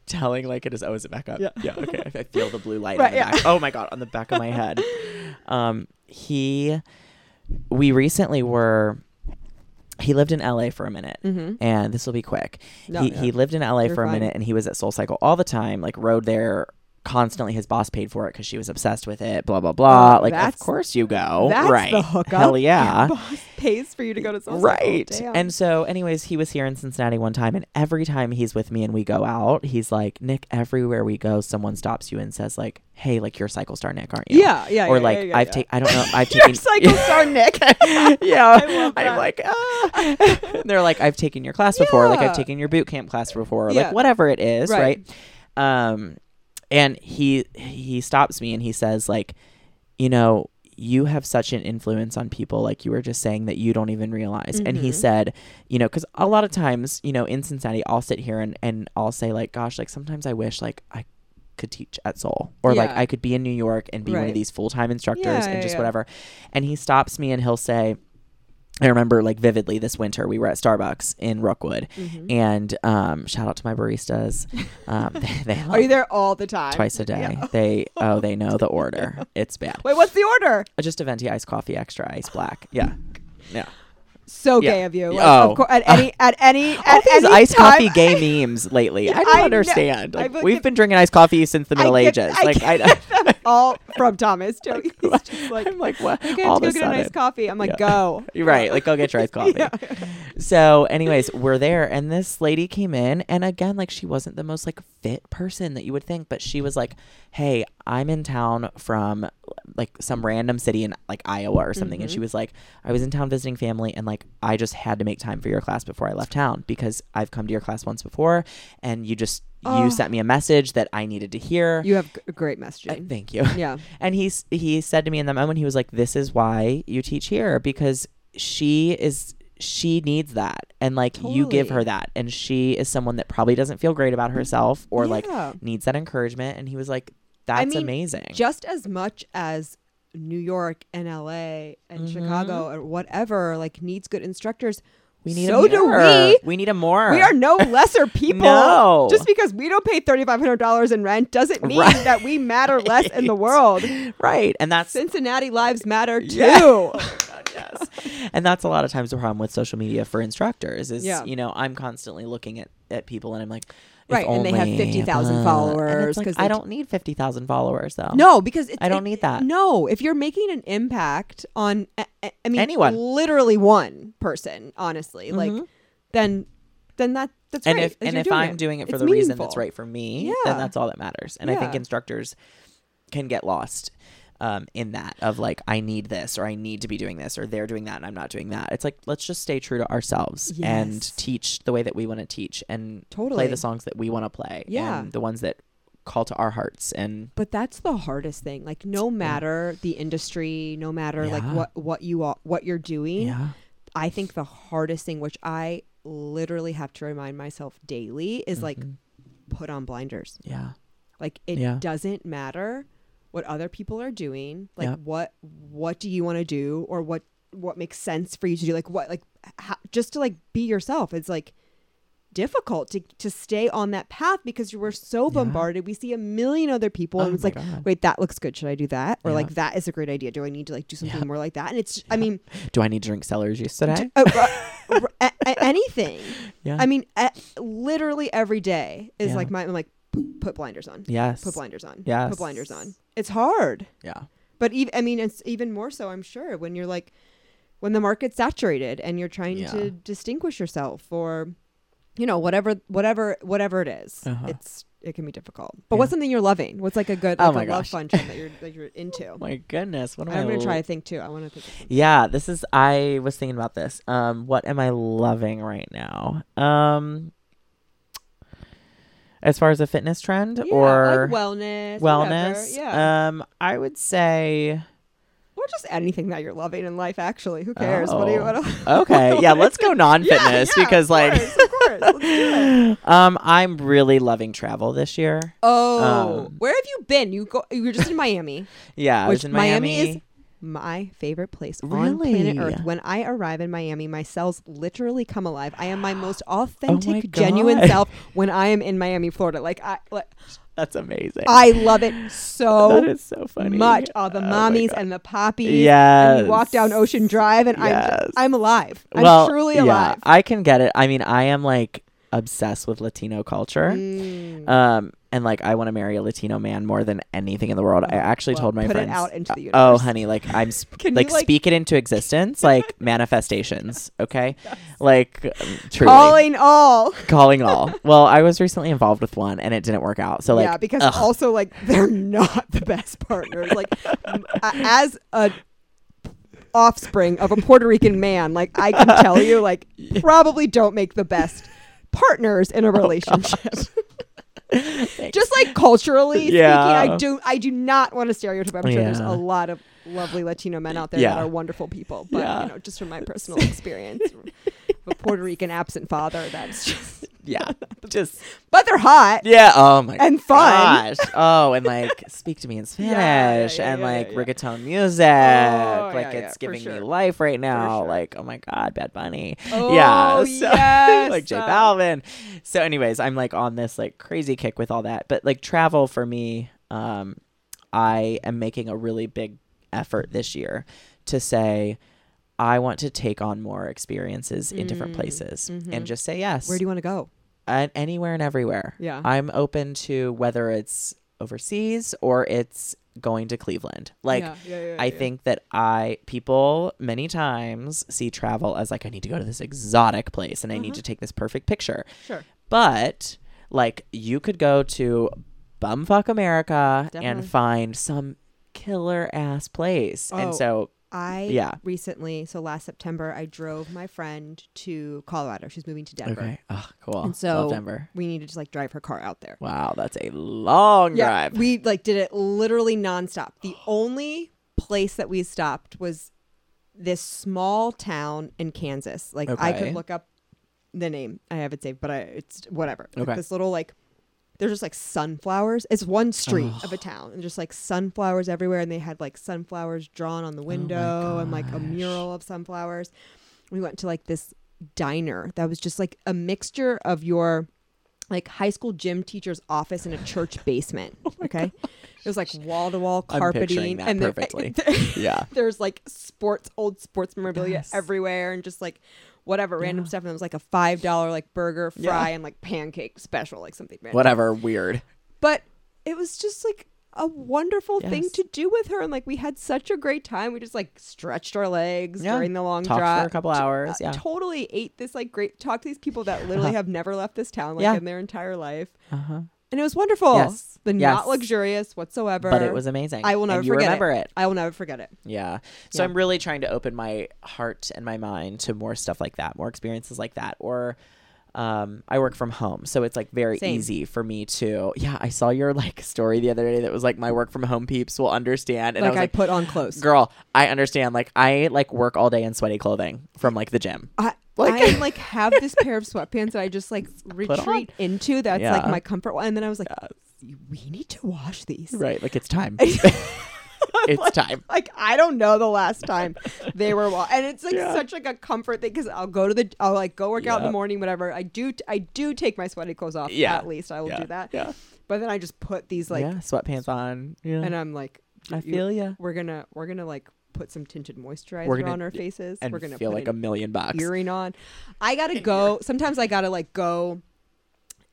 S3: telling like it is. Oh, is it back up?
S1: Yeah.
S3: okay. I- I feel the blue light on
S1: Right,
S3: the
S1: yeah.
S3: back. Oh my god, on the back of my head. Um, he, we recently were. He lived in LA for a minute,
S1: Mhm.
S3: and this will be quick.
S1: No,
S3: he,
S1: yeah.
S3: he lived in LA
S1: You're
S3: for a
S1: fine.
S3: minute, and he was at Soul Cycle all the time. Like rode there constantly. His boss paid for it because she was obsessed with it. Blah blah blah.
S1: Oh,
S3: like of
S1: that's-
S3: course you go.
S1: that's
S3: Oh, right.
S1: the hookup.
S3: Hell yeah.
S1: Your boss pays for you to go to Soul Cycle.
S3: Right.
S1: oh, Damn.
S3: and so, anyways, he was here in Cincinnati one time, and every time he's with me and we go out, he's like, Nick, everywhere we go, someone stops you and says, like, hey, like, you're a cycle star, Nick, aren't you?
S1: yeah, yeah.
S3: or
S1: yeah,
S3: like,
S1: yeah, yeah,
S3: I've
S1: yeah.
S3: taken, I don't know, I've
S1: You're
S3: taken.
S1: a cycle star, Nick.
S3: yeah.
S1: I love
S3: I'm
S1: that.
S3: like, ah. They're like, I've taken your class before, like,
S1: Yeah.
S3: I've taken your boot camp class before, or
S1: Yeah.
S3: like, whatever it is, right?
S1: Right.
S3: Um, and he he stops me and he says, like, you know, you have such an influence on people, like you were just saying, that you don't even realize. And he
S1: Mhm.
S3: said, you know, because a lot of times, you know, in Cincinnati, I'll sit here and, and I'll say, like, gosh, like sometimes I wish, like, I could teach at Seoul or like
S1: Yeah.
S3: I could be in New York and be one of
S1: Right.
S3: these full time instructors
S1: Yeah,
S3: and
S1: yeah,
S3: just
S1: yeah.
S3: whatever. And he stops me and he'll say, I remember like vividly this winter we were at Starbucks in Rookwood,
S1: Mhm.
S3: and um, shout out to my baristas. Um, they, they
S1: Are you
S3: help
S1: there all the time?
S3: twice a day.
S1: Yeah.
S3: They oh they know the order. It's bad.
S1: Wait, what's the order?
S3: Uh, Just a venti iced coffee, extra ice black. Yeah, yeah.
S1: So
S3: Yeah.
S1: gay of you. Like,
S3: Oh.
S1: of cour- at any at any
S3: All
S1: at
S3: these
S1: any
S3: iced
S1: time-
S3: coffee gay memes lately. I
S1: I
S3: don't
S1: know.
S3: understand.
S1: I
S3: Like,
S1: feel like
S3: we've
S1: it-
S3: been drinking iced coffee since the
S1: I
S3: Middle
S1: get-
S3: Ages.
S1: I
S3: like I,
S1: get them all from Thomas too. He's just like,
S3: I'm like what?
S1: okay,
S3: all
S1: let's go
S3: of a
S1: get a nice
S3: sudden.
S1: coffee. I'm like,
S3: Yeah.
S1: go.
S3: You're right. Like, go get your iced coffee.
S1: Yeah.
S3: So, anyways, we're there, and this lady came in, and again, like, she wasn't the most like fit person that you would think, but she was like, "Hey, I'm in town from like some random city in like Iowa or something," and
S1: Mm-hmm.
S3: she was like, "I was in town visiting family, and like, I just had to make time for your class before I left town because I've come to your class once before, and you just
S1: Oh.
S3: you sent me a message that I needed to hear."
S1: You have g- great
S3: Uh,
S1: messaging.
S3: thank you.
S1: Yeah.
S3: And he s- he said to me in the moment, he was like, "This is why you teach here because she is she needs that, and like you give
S1: Totally.
S3: her that, and she is someone that probably doesn't feel great about herself or like
S1: Yeah.
S3: needs that encouragement." And he was like, "That's
S1: mean,
S3: amazing."
S1: just as much as New York and LA and
S3: Mhm.
S1: Chicago or whatever like needs good instructors.
S3: we need 'em
S1: so do
S3: here.
S1: we.
S3: We need a more.
S1: We are no lesser people.
S3: No.
S1: Just because we don't pay thirty five hundred dollars in rent doesn't mean
S3: Right.
S1: that we matter less in the world.
S3: right, and that's
S1: Cincinnati lives matter too.
S3: Yeah. yes. And that's a lot of times the problem with social media for instructors is,
S1: Yeah.
S3: you know, I'm constantly looking at, at people and I'm like, if
S1: Right, and they have
S3: only,
S1: 50,000
S3: blah. And
S1: followers
S3: it's like,
S1: 'cause they
S3: I don't need 50,000 followers though.
S1: No, because it's,
S3: I don't
S1: it-
S3: need that.
S1: No, if you're making an impact on, I, I- I mean,
S3: Anyone.
S1: literally one person, honestly, like
S3: Mhm.
S1: then, then that that's
S3: And
S1: great.
S3: if
S1: that
S3: and
S1: you're
S3: if
S1: doing
S3: I'm doing it for
S1: It's
S3: the reason that's
S1: meaningful.
S3: right for me,
S1: Yeah.
S3: then that's all that matters. And I think
S1: Yeah.
S3: instructors can get lost um, in that of like, I need this or I need to be doing this or they're doing that and I'm not doing that. It's like, let's just stay true to ourselves and
S1: Yes.
S3: teach the way that we want to teach and
S1: Totally.
S3: play the songs that we want to play.
S1: Yeah.
S3: And the ones that call to our hearts and
S1: But that's the hardest thing. Like, no matter the industry, no matter like
S3: Yeah.
S1: what what you are, what you're doing, I think the hardest thing, which I literally have to remind myself daily, is like put on blinders.
S3: Mm-hmm. Yeah.
S1: Like it
S3: Yeah.
S1: doesn't matter what other people are doing. Like
S3: Yep.
S1: what what do you want to do or what what makes sense for you to do? Like what like how, just to like be yourself. It's like difficult to to stay on that path because you were so bombarded. We see a million other people
S3: Oh
S1: and it's
S3: my
S1: like
S3: God.
S1: wait, that looks good. Should I do that? Or
S3: Yeah.
S1: like that is a great idea. Do I need to like do something
S3: Yeah.
S1: more like that? And it's I mean
S3: Do I need to drink celery juice today?
S1: uh, r- r- a- a- anything.
S3: Yeah.
S1: I mean, a- literally every day is
S3: Yeah.
S1: like my I'm like "P- put blinders on.
S3: yes.
S1: Put blinders on.
S3: Yes.
S1: Put blinders on. It's hard.
S3: Yeah.
S1: But even I mean, it's even more so, I'm sure, when you're like when the market's saturated and you're trying
S3: Yeah.
S1: to distinguish yourself or you know, whatever whatever whatever it is,
S3: Uh-huh.
S1: It's it can be difficult. But
S3: Yeah.
S1: what's something you're loving? What's like a good
S3: Oh
S1: like
S3: my
S1: a love
S3: gosh.
S1: fun trend that you're that you're into?
S3: Oh My goodness. What am I
S1: I'm gonna try
S3: l-
S1: to think too. I wanna think of something.
S3: Yeah, this is I was thinking about this. Um what am I loving right now? Um as far as a fitness trend
S1: Yeah,
S3: or
S1: like wellness. whatever.
S3: wellness,
S1: Yeah.
S3: um I would say
S1: Or just anything that you're loving in life, actually. Who cares? What do you
S3: Oh.
S1: want to?
S3: Okay, yeah, let's go non-fitness because like
S1: Of course, let's do it.
S3: um I'm really loving travel this year.
S1: Oh,
S3: Um,
S1: where have you been? You go. You were just in Miami,
S3: Yeah, I
S1: which
S3: was in
S1: Miami.
S3: Miami.
S1: is my favorite place on planet
S3: Really?
S1: Earth. When I arrive in Miami, my cells literally come alive. I am my most
S3: Oh my
S1: authentic, genuine
S3: God.
S1: self when I am in Miami, Florida. Like I, like,
S3: That's amazing.
S1: I love it
S3: that
S1: so
S3: is so funny.
S1: much. All the
S3: Oh my
S1: mommies
S3: God.
S1: and the poppies. And
S3: Yes.
S1: you walk down Ocean Drive, and
S3: Yes.
S1: I'm I'm alive. I'm
S3: well,
S1: truly
S3: yeah,
S1: alive.
S3: I can get it. I mean, I am like obsessed with Latino culture.
S1: Mm.
S3: Um, and like I want to marry a Latino man more than anything in the world. I actually
S1: Well,
S3: told my
S1: put it
S3: friends,
S1: out into the
S3: "Oh,
S1: universe."
S3: honey, like I'm sp-
S1: Can you,
S3: like,
S1: like-
S3: speak it into existence, like manifestations, okay? Like um, truly
S1: All in all.
S3: calling all. Well, I was recently involved with one and it didn't work out. So like
S1: yeah, because
S3: ugh.
S1: also like they're not the best partners. Like m- a- as a offspring of a Puerto Rican man, like I can tell you, like probably don't make the best partners
S3: Oh,
S1: in a relationship. Just like culturally speaking, I
S3: Yeah.
S1: do I do not want to stereotype. I'm sure there's
S3: Yeah.
S1: a lot of lovely Latino men out there
S3: Yeah.
S1: that are wonderful people, but
S3: Yeah.
S1: you know, just from my personal experience, a Puerto Rican absent father. That's just,
S3: Yeah. Just
S1: but they're hot.
S3: yeah. Oh my
S1: And fun.
S3: gosh. Oh, and like speak to me in Spanish
S1: yeah, yeah,
S3: and
S1: yeah,
S3: like
S1: yeah. Oh,
S3: reggaeton music. like
S1: yeah, yeah,
S3: it's
S1: for
S3: giving me
S1: sure.
S3: life right now.
S1: sure.
S3: Like oh my god, Bad Bunny.
S1: Oh,
S3: yeah. So
S1: yes.
S3: like J Balvin. So anyways, I'm like on this like crazy kick with all that. But like travel for me, um, I am making a really big effort this year to say I want to take on more experiences in different
S1: Mm,
S3: places
S1: mhm.
S3: and just say yes.
S1: Where do you want to go?
S3: and anywhere and everywhere.
S1: Yeah.
S3: I'm open to whether it's overseas or it's going to Cleveland. Like I think that I people many times see travel as like I need to go to this exotic place and I need to take this perfect picture.
S1: Mm-hmm. Sure.
S3: But like you could go to bumfuck America
S1: Definitely.
S3: and find some killer ass place.
S1: Oh.
S3: And so
S1: I
S3: Yeah.
S1: recently, so last September, I drove my friend to Colorado. She's moving to Denver.
S3: okay. Oh, cool.
S1: And so
S3: Love Denver.
S1: we need to just like drive her car out there.
S3: Wow, that's a long
S1: Yeah,
S3: drive.
S1: we like did it literally nonstop. The only place that we stopped was this small town in Kansas. Like I
S3: Okay.
S1: could look up the name. I have it saved, but I it's whatever. Like,
S3: Okay.
S1: This little like they're just like sunflowers. It's one street of a town, and just like sunflowers everywhere. And they had like sunflowers drawn
S3: Oh
S1: on the window, and like a mural of sunflowers. We went to like this diner that was just like a mixture of your like high school gym teacher's office in a church basement. okay. It was like wall to wall
S3: Oh I'm
S1: carpeting
S3: picturing that
S1: and there-
S3: perfectly. yeah.
S1: there's like sports old sports memorabilia
S3: Yes.
S1: everywhere and just like whatever random stuff and it was like a five dollar like burger fry and like pancake special like something random.
S3: Whatever, weird.
S1: but it was just like a wonderful thing
S3: Yes.
S1: to do with her and like we had such a great time we just like stretched our legs
S3: Yeah.
S1: during the long
S3: Talked for
S1: drive
S3: a couple
S1: T-
S3: hours,
S1: uh,
S3: yeah. Uh-huh.
S1: totally ate this like great talk to these people that literally have never left this town like
S3: Yeah.
S1: in their entire life
S3: Uh-huh.
S1: and it was wonderful
S3: Yes.
S1: the
S3: Yes.
S1: not luxurious whatsoever
S3: But it was amazing.
S1: I will never
S3: and you
S1: forget
S3: remember it.
S1: i will never forget it
S3: Yeah. So
S1: Yeah.
S3: I'm really trying to open my heart and my mind to more stuff like that, more experiences like that. Or um, I work from home. So it's like very
S1: Same.
S3: easy for me to. Yeah. I saw your like story the other day that was like, my work from home peeps will understand. And I
S1: like
S3: was
S1: I,
S3: like,
S1: put on clothes
S3: girl, I understand. Like, I like work all day in sweaty clothing from like the gym.
S1: I
S3: Like-
S1: like I like have this pair of sweatpants that I just like retreat into. That's like
S3: Yeah.
S1: my comfort one. And then I was like, we need to wash these.
S3: Right. Like, it's time. it's time.
S1: Like I don't know the last time they were wa- and it's like
S3: Yeah.
S1: such like a comfort thing because I'll go to the I'll like go work out in the
S3: Yeah.
S1: morning whatever I do t- I do take my sweaty clothes off
S3: Yeah.
S1: at least I will
S3: Yeah.
S1: do that
S3: Yeah.
S1: but then I just put these like
S3: yeah. Sweatpants on. Yeah.
S1: and I'm like
S3: I
S1: you-
S3: feel you.
S1: we're gonna we're gonna like put some tinted moisturizer
S3: We're gonna-
S1: on our faces
S3: And
S1: we're gonna
S3: feel
S1: put
S3: like
S1: an
S3: a million bucks.
S1: earring on. I gotta go. Sometimes I gotta like go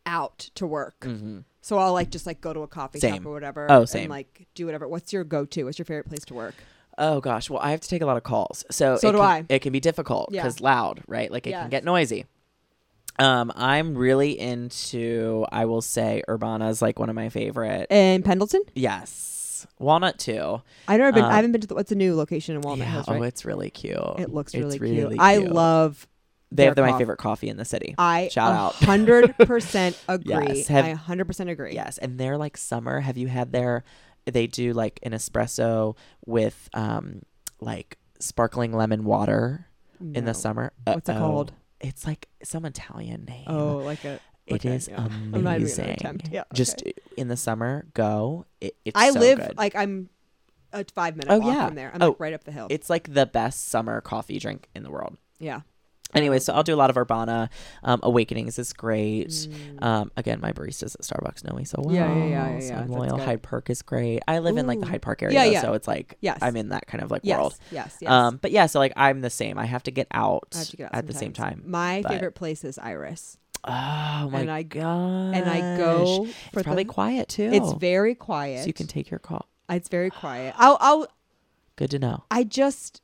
S1: out to work.
S3: Mm-hmm.
S1: So I'll like just like go to a coffee shop
S3: Mm. Same.
S1: or whatever.
S3: Oh, same.
S1: And like do whatever. What's your go to? What's your favorite place to work?
S3: Oh gosh, well I have to take a lot of calls, so
S1: So
S3: it
S1: do
S3: can,
S1: I.
S3: It can be difficult
S1: Yeah.
S3: because loud, right? Like it
S1: Yes.
S3: can get noisy. Um, I'm really into. I will say Urbana's like one of my favorite.
S1: In Pendleton?
S3: yes, Walnut too.
S1: I never been.
S3: Uh,
S1: I haven't been to the. What's a new location in Walnut
S3: yeah,
S1: Hills?
S3: oh,
S1: Right.
S3: it's really cute.
S1: it looks
S3: it's
S1: really, cute.
S3: really
S1: I
S3: cute.
S1: love.
S3: They have
S1: their
S3: the, my
S1: coff-
S3: favorite coffee in the city.
S1: I
S3: Shout out.
S1: Hundred percent agree.
S3: Yes, have-
S1: I hundred percent agree.
S3: Yes, and they're like summer. Have you had their? They do like an espresso with um like sparkling lemon water in
S1: No.
S3: the summer.
S1: What's it
S3: Uh-oh.
S1: called?
S3: It's like some Italian name.
S1: Oh, like a.
S3: It
S1: okay,
S3: is
S1: yeah.
S3: amazing.
S1: I'm not even gonna attempt. Yeah.
S3: Just
S1: okay.
S3: in the summer, go. It, it's
S1: I
S3: so
S1: live
S3: good.
S1: like I'm a five minute
S3: Oh,
S1: walk
S3: yeah.
S1: from there. I'm
S3: Oh,
S1: like right up the hill.
S3: it's like the best summer coffee drink in the world.
S1: yeah.
S3: Anyway, so I'll do a lot of Urbana. Um, Awakenings is great. Um, again, my baristas at Starbucks know me so well.
S1: Mm. Yeah, yeah, yeah, yeah, yeah.
S3: So I'm
S1: That's
S3: loyal.
S1: good.
S3: Hyde Park is great. I live in like the
S1: Ooh.
S3: Hyde Park area,
S1: Yeah,
S3: though,
S1: yeah.
S3: so it's like
S1: Yes.
S3: I'm in that kind of like
S1: Yes.
S3: world.
S1: Yes. Yes.
S3: Um, but yeah, so like I'm the same. I have to get out,
S1: I have to get out
S3: at the same
S1: sometimes.
S3: time.
S1: My
S3: but-
S1: favorite place is Iris,
S3: Oh my
S1: And I-
S3: god!
S1: and I go for
S3: It's probably
S1: the,
S3: quiet too.
S1: It's very quiet.
S3: so you can take your call.
S1: it's very quiet. I'll, I'll.
S3: Good to know.
S1: I just.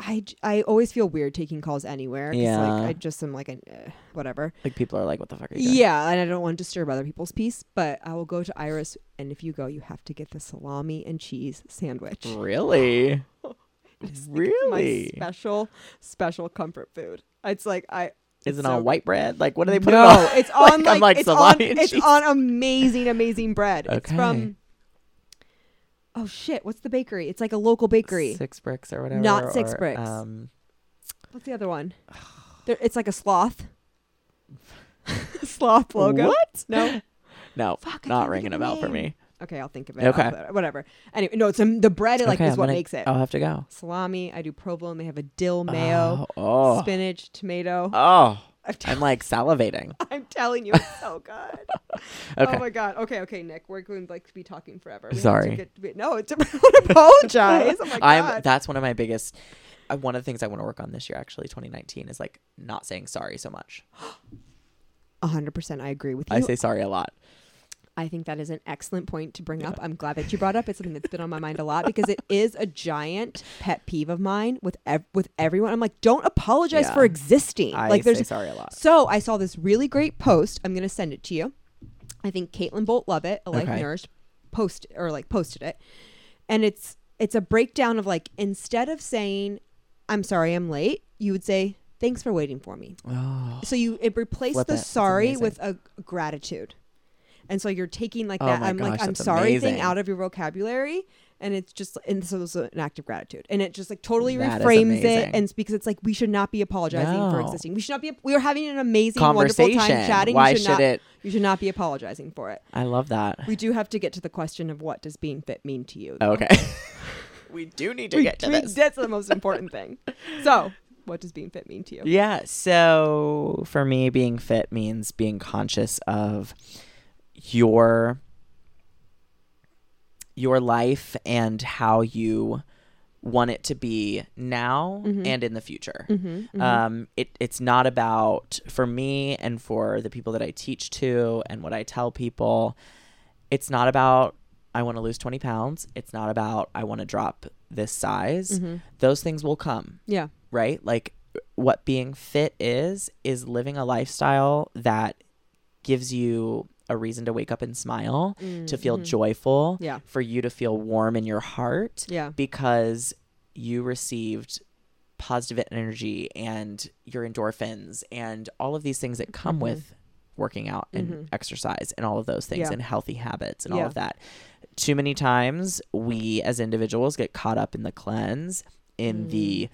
S1: I, j- I always feel weird taking calls anywhere. 'cause,
S3: Yeah.
S1: Like I just am like an, eh, whatever.
S3: Like people are like, what the fuck are you doing?
S1: Yeah, and I don't want to disturb other people's peace, but I will go to Iris, and if you go, you have to get the salami and cheese sandwich.
S3: Really?
S1: My
S3: really?
S1: special, special comfort food. It's like I.
S3: Is
S1: it's
S3: it
S1: so
S3: on white bread? Like, what do they put
S1: no,
S3: it on?
S1: it's on
S3: I'm
S1: like,
S3: like,
S1: it's
S3: salami
S1: on
S3: and
S1: it's
S3: cheese.
S1: on amazing, amazing bread. It's
S3: Okay.
S1: from oh shit, what's the bakery? It's like a local bakery.
S3: Six bricks or whatever.
S1: Not Six
S3: or,
S1: Bricks.
S3: Um,
S1: What's the other one? There, it's like a sloth. sloth logo.
S3: What?
S1: No.
S3: No,
S1: Fuck, I can't think
S3: not
S1: of
S3: ringing
S1: the
S3: a bell for
S1: name.
S3: me.
S1: Okay, I'll think of it.
S3: Okay.
S1: I'll put- Whatever. Anyway, no, it's um, the bread. Like
S3: Okay,
S1: is
S3: I'm
S1: what
S3: gonna- Oh.
S1: makes it.
S3: I'll have to go.
S1: Salami. I do provolone. They have a dill mayo,
S3: Oh. Oh.
S1: spinach, tomato.
S3: oh.
S1: I'm,
S3: I'm like salivating.
S1: I'm telling you, it's so good.
S3: Okay.
S1: Oh my god. Okay, okay, Nick, we're going to like be talking forever. have to
S3: Sorry.
S1: get- we- no, it's don't apologize. Oh my
S3: I'm
S1: god.
S3: that's one of my biggest uh, one of the things I want to work on this year actually 2019 is like not saying sorry so much.
S1: hundred percent. I agree with you.
S3: I say sorry a lot.
S1: I think that is an excellent point to bring up. I'm glad that you brought up. It's something that's been on my mind a lot because it is a giant pet peeve of mine with ev- with everyone. I'm like, don't apologize
S3: Yeah.
S1: for existing.
S3: I
S1: like,
S3: say
S1: there's
S3: sorry a lot.
S1: So I saw this really great post. I'm gonna send it to you. I think Caitlin Bolt Love it, a life
S3: Okay.
S1: nurse, post or like posted it, and it's it's a breakdown of like instead of saying "I'm sorry I'm late," you would say "Thanks for waiting for me."
S3: Oh.
S1: So you it replaced
S3: Flip
S1: the
S3: it. That's
S1: sorry
S3: amazing.
S1: with a gratitude, and so you're taking like
S3: Oh
S1: that
S3: my
S1: I'm like
S3: gosh,
S1: I'm
S3: that's
S1: sorry
S3: amazing.
S1: thing out of your vocabulary. And it's just, and so it's an act of gratitude, and it just like totally
S3: That is
S1: reframes it,
S3: amazing.
S1: and it's because it's like we should not be apologizing for
S3: No.
S1: existing. We should not be. We are having an amazing, wonderful
S3: Conversation.
S1: time chatting.
S3: Why
S1: you
S3: should
S1: not,
S3: it?
S1: You should not be apologizing for it.
S3: I love that.
S1: We do have to get to the question of what does being fit mean to you. though.
S3: Okay. Oh, we do need to
S1: We-
S3: get to
S1: we-
S3: this.
S1: That's the most important thing. So, what does being fit mean to you?
S3: Yeah. So for me, being fit means being conscious of your your life and how you want it to be now and in the future.
S1: Mm-hmm,
S3: Um, it, it's not about for me and for the people that I teach to and what I tell people. It's not about I want to lose twenty pounds. It's not about I want to drop this
S1: mm-hmm,
S3: size. Those things will come
S1: Yeah.
S3: right? Like what being fit is is living a lifestyle that gives you a reason to wake up and smile, to feel joyful,
S1: mm-hmm, Yeah.
S3: for you to feel warm in your heart
S1: Yeah.
S3: because you received positive energy and your endorphins and all of these things that come
S1: Mm-hmm.
S3: with working out and exercise and all of those things
S1: Yeah.
S3: and healthy habits and all
S1: Yeah.
S3: of that. Too many times we as individuals get caught up in the cleanse, in the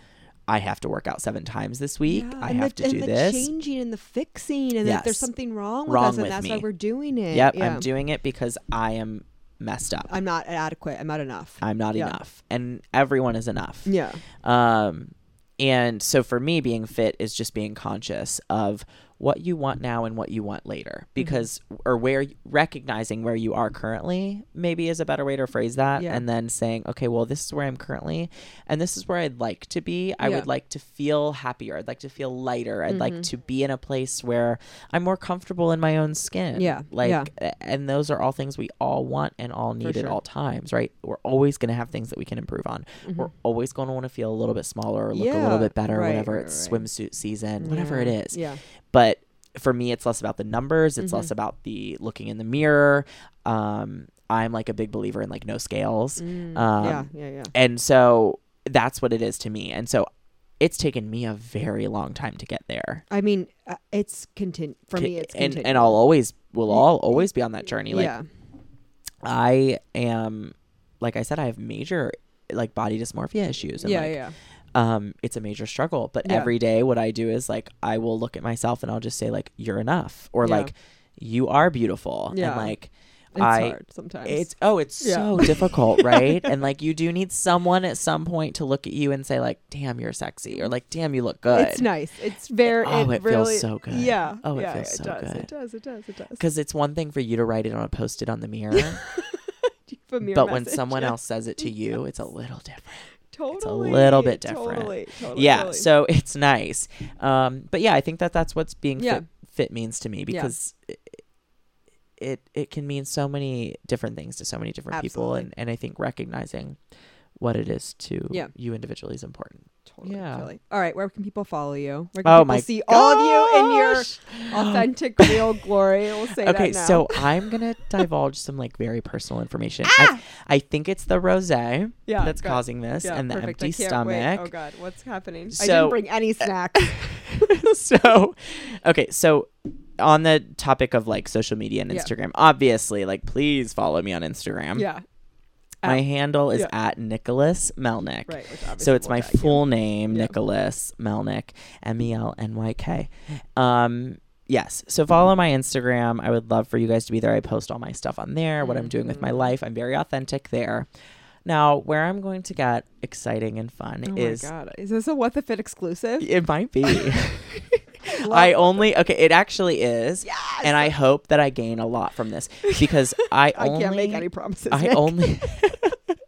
S3: I have to work out seven times this week.
S1: Mm. Yeah,
S3: I
S1: and
S3: have
S1: the,
S3: to
S1: and
S3: do
S1: the
S3: this.
S1: changing and the fixing, and that there's
S3: Yes.
S1: something wrong with
S3: Wrong
S1: us, and
S3: with
S1: that's why
S3: me.
S1: we're doing it.
S3: Yep,
S1: yeah.
S3: I'm doing it because I am messed up.
S1: I'm not adequate. I'm not enough.
S3: I'm not
S1: Yeah.
S3: enough. And everyone is enough.
S1: yeah.
S3: Um, and so for me, being fit is just being conscious of what you want now and what you want
S1: Mm-hmm.
S3: later, because or where recognizing where you are currently maybe is a better way to phrase that,
S1: Yeah.
S3: and then saying, okay, well, this is where I'm currently, and this is where I'd like to be. I
S1: Yeah. Mm-hmm.
S3: would like to feel happier. I'd like to feel lighter. I'd like to be in a place where I'm more comfortable in my own skin.
S1: Yeah.
S3: like,
S1: Yeah.
S3: a- and those are all things we all want and all need at
S1: sure.
S3: all times, right? We're always going to have things that we can improve on.
S1: Mm-hmm.
S3: We're always going to want to feel a little bit smaller or look a
S1: Yeah,
S3: little bit better,
S1: right,
S3: whatever
S1: right,
S3: it's
S1: right.
S3: swimsuit season, whatever it
S1: Yeah.
S3: is.
S1: Yeah.
S3: But for me, it's less about the numbers, it's
S1: Mm-hmm.
S3: less about the looking in the mirror. Um, I'm like a big believer in like no scales.
S1: Mm.
S3: um,
S1: yeah. Yeah. Yeah.
S3: And so that's what it is to me. And so it's taken me a very long time to get there.
S1: I mean, uh, it's continu- for me. It's
S3: and,
S1: continual.
S3: and I'll always, we'll all always be on that journey. Like,
S1: yeah,
S3: I am, like I said, I have major like body dysmorphia issues. And
S1: yeah,
S3: like,
S1: yeah.
S3: um, it's a major struggle. But
S1: Yeah.
S3: every day, what I do is like I will look at myself and I'll just say like you're enough or
S1: Yeah.
S3: like you are beautiful
S1: Yeah.
S3: and like
S1: It's
S3: I.
S1: hard sometimes.
S3: It's oh, it's
S1: Yeah.
S3: so difficult, right? And like you do need someone at some point to look at you and say like, "Damn, you're sexy," or like, "Damn, you look good."
S1: It's nice. It's very.
S3: oh, it feels
S1: really-
S3: so good.
S1: Yeah.
S3: Oh, it
S1: yeah,
S3: feels
S1: it
S3: so
S1: does,
S3: good.
S1: It does. It does. It does.
S3: because it's one thing for you to write it on a post-it on the mirror,
S1: Do you have a mirror
S3: but when
S1: message?
S3: someone
S1: Yeah.
S3: else says it to you, it's a little different.
S1: totally,
S3: little bit different.
S1: Totally, totally,
S3: yeah
S1: totally.
S3: so it's nice um but yeah i think that that's what's being
S1: Yeah.
S3: fit, fit means to me because i it, it can mean so many different things to so many different people
S1: Absolutely.
S3: and and i think recognizing what it is to
S1: Yeah.
S3: you individually is important
S1: totally,
S3: yeah.
S1: totally. All right. Where can people follow you? Where can
S3: Oh
S1: people
S3: my
S1: see all of you in your
S3: gosh!
S1: authentic, real glory? We'll say that
S3: okay
S1: now.
S3: so i'm gonna divulge some like very personal information I, I think it's the rose
S1: Yeah,
S3: that's
S1: good.
S3: causing this
S1: yeah,
S3: and the
S1: perfect. I
S3: empty
S1: can't wait.
S3: stomach
S1: Oh God, what's happening? I didn't
S3: So- uh,
S1: bring any snacks.
S3: so okay so on the topic of like social media and
S1: Yeah.
S3: instagram obviously like please follow me on instagram
S1: yeah.
S3: my
S2: Oh.
S3: handle is
S2: Yeah.
S3: at Nicholas Melnick.
S1: Right. which
S3: So
S1: obviously
S3: it's
S1: we'll
S3: my
S1: tag you.
S3: full name,
S2: Yeah.
S3: Nicholas Melnick, M E L N Y K. Um, yes. So follow my Instagram. I would love for you guys to be there. I post all my stuff on there, what I'm doing with my
S1: Mhm.
S3: life. I'm very authentic there. Now, where I'm going to get exciting and fun
S1: Oh my
S3: is
S1: God. Is this a What the Fit exclusive?
S3: it might be.
S1: Love
S3: I
S1: it.
S3: only okay, it actually is.
S1: Yes.
S3: And I hope that I gain a lot from this because I
S1: I
S3: only
S1: can't make any promises.
S3: I
S1: Nick.
S3: only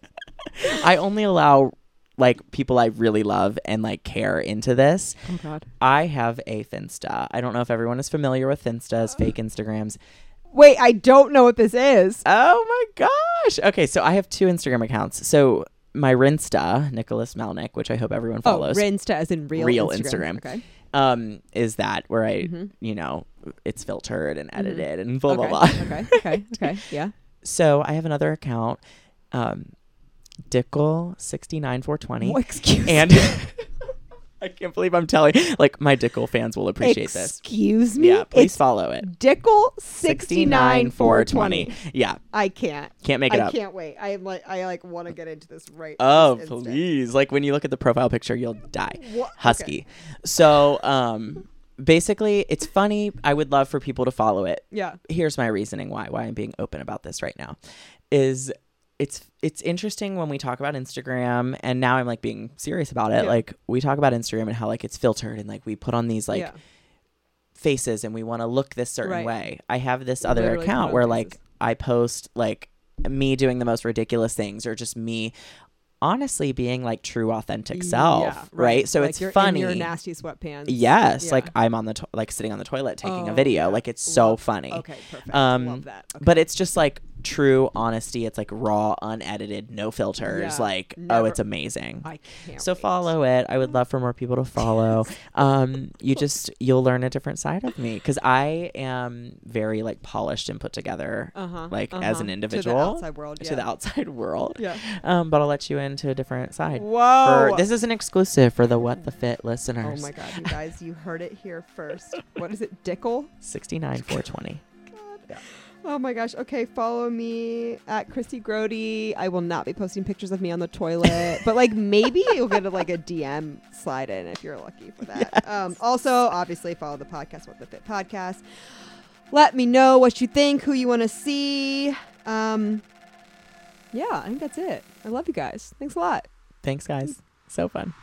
S3: I only allow like people I really love and like care into this.
S1: Oh God.
S3: I have a Finsta. I don't know if everyone is familiar with Finstas, fake Instagrams.
S1: Wait, I don't know what this is.
S3: Oh my gosh. Okay, so I have two Instagram accounts. So my Rinsta, Nicholas Melnick, which I hope everyone follows,
S1: Oh, Rinsta as in real,
S3: Real Instagram.
S1: Okay.
S3: um, is that where I,
S1: Mhm.
S3: you know, it's filtered and
S1: Mhm.
S3: edited and blah
S1: okay.
S3: blah blah.
S1: okay. Okay. Okay. Yeah.
S3: So I have another account, um, Dickel sixty nine four twenty.
S1: Oh, excuse
S3: and I can't believe I'm telling. Like my Dickel fans will appreciate this.
S1: Excuse me.
S3: Yeah, please
S1: It's
S3: follow it.
S1: Dickel sixty nine four
S3: 69420.
S1: twenty.
S3: Yeah,
S1: I can't.
S3: can't make it
S1: I
S3: up.
S1: can't wait. I am like I like want to get into this right.
S3: Oh,
S1: this instant.
S3: please. Like when you look at the profile picture, you'll die.
S1: What?
S3: Husky. So, um basically, it's funny. I would love for people to follow it.
S1: Yeah.
S3: Here's my reasoning why why I'm being open about this right now is it's it's interesting when we talk about Instagram and now I'm like being serious about it.
S1: Yeah.
S3: Like we talk about Instagram and how like it's filtered and like we put on these like
S1: yeah.
S3: faces and we want to look this certain
S1: Right.
S3: way. I have this other
S1: Literally put
S3: account
S1: on
S3: where like
S1: faces.
S3: I post like me doing the most ridiculous things or just me honestly being like true authentic self,
S1: Yeah,
S3: right? So
S1: Like
S3: it's
S1: you're in
S3: funny.
S1: Your nasty sweatpants.
S3: yes,
S1: Yeah.
S3: like I'm on the to- like sitting on the toilet taking a
S1: Oh,
S3: video.
S1: yeah.
S3: Like it's so
S1: Love-
S3: funny.
S1: Okay. Perfect.
S3: Um,
S1: Love that. Okay.
S3: But it's just like true honesty. It's like raw, unedited, no filters.
S1: Yeah.
S3: Like oh,
S1: Never-
S3: it's amazing.
S1: I can't.
S3: So
S1: wait.
S3: follow it. I would love for more people to follow. Um, you just you'll learn a different side of me because I am very like polished and put together
S1: Uh-huh,
S3: like
S1: uh-huh.
S3: as an individual
S1: to the outside world. Yeah.
S3: to the outside world.
S1: Yeah.
S3: Um, but I'll let you into a different side.
S1: Whoa.
S3: For- this is an exclusive for the What the Fit
S1: Oh
S3: listeners.
S1: my god, you guys, you heard it here first. What is it? Dickel?
S3: Sixty nine four twenty.
S1: Oh my gosh. Okay, follow me at Chrissy Grody. I will not be posting pictures of me on the toilet, but like maybe you'll get a, like a DM slide in if you're lucky for that. Um, also, obviously, follow the podcast, What the Fit Podcast. Let me know what you think, who you want to see. Um, yeah, I think that's it. I love you guys. Thanks a lot.
S3: Thanks, guys. So fun.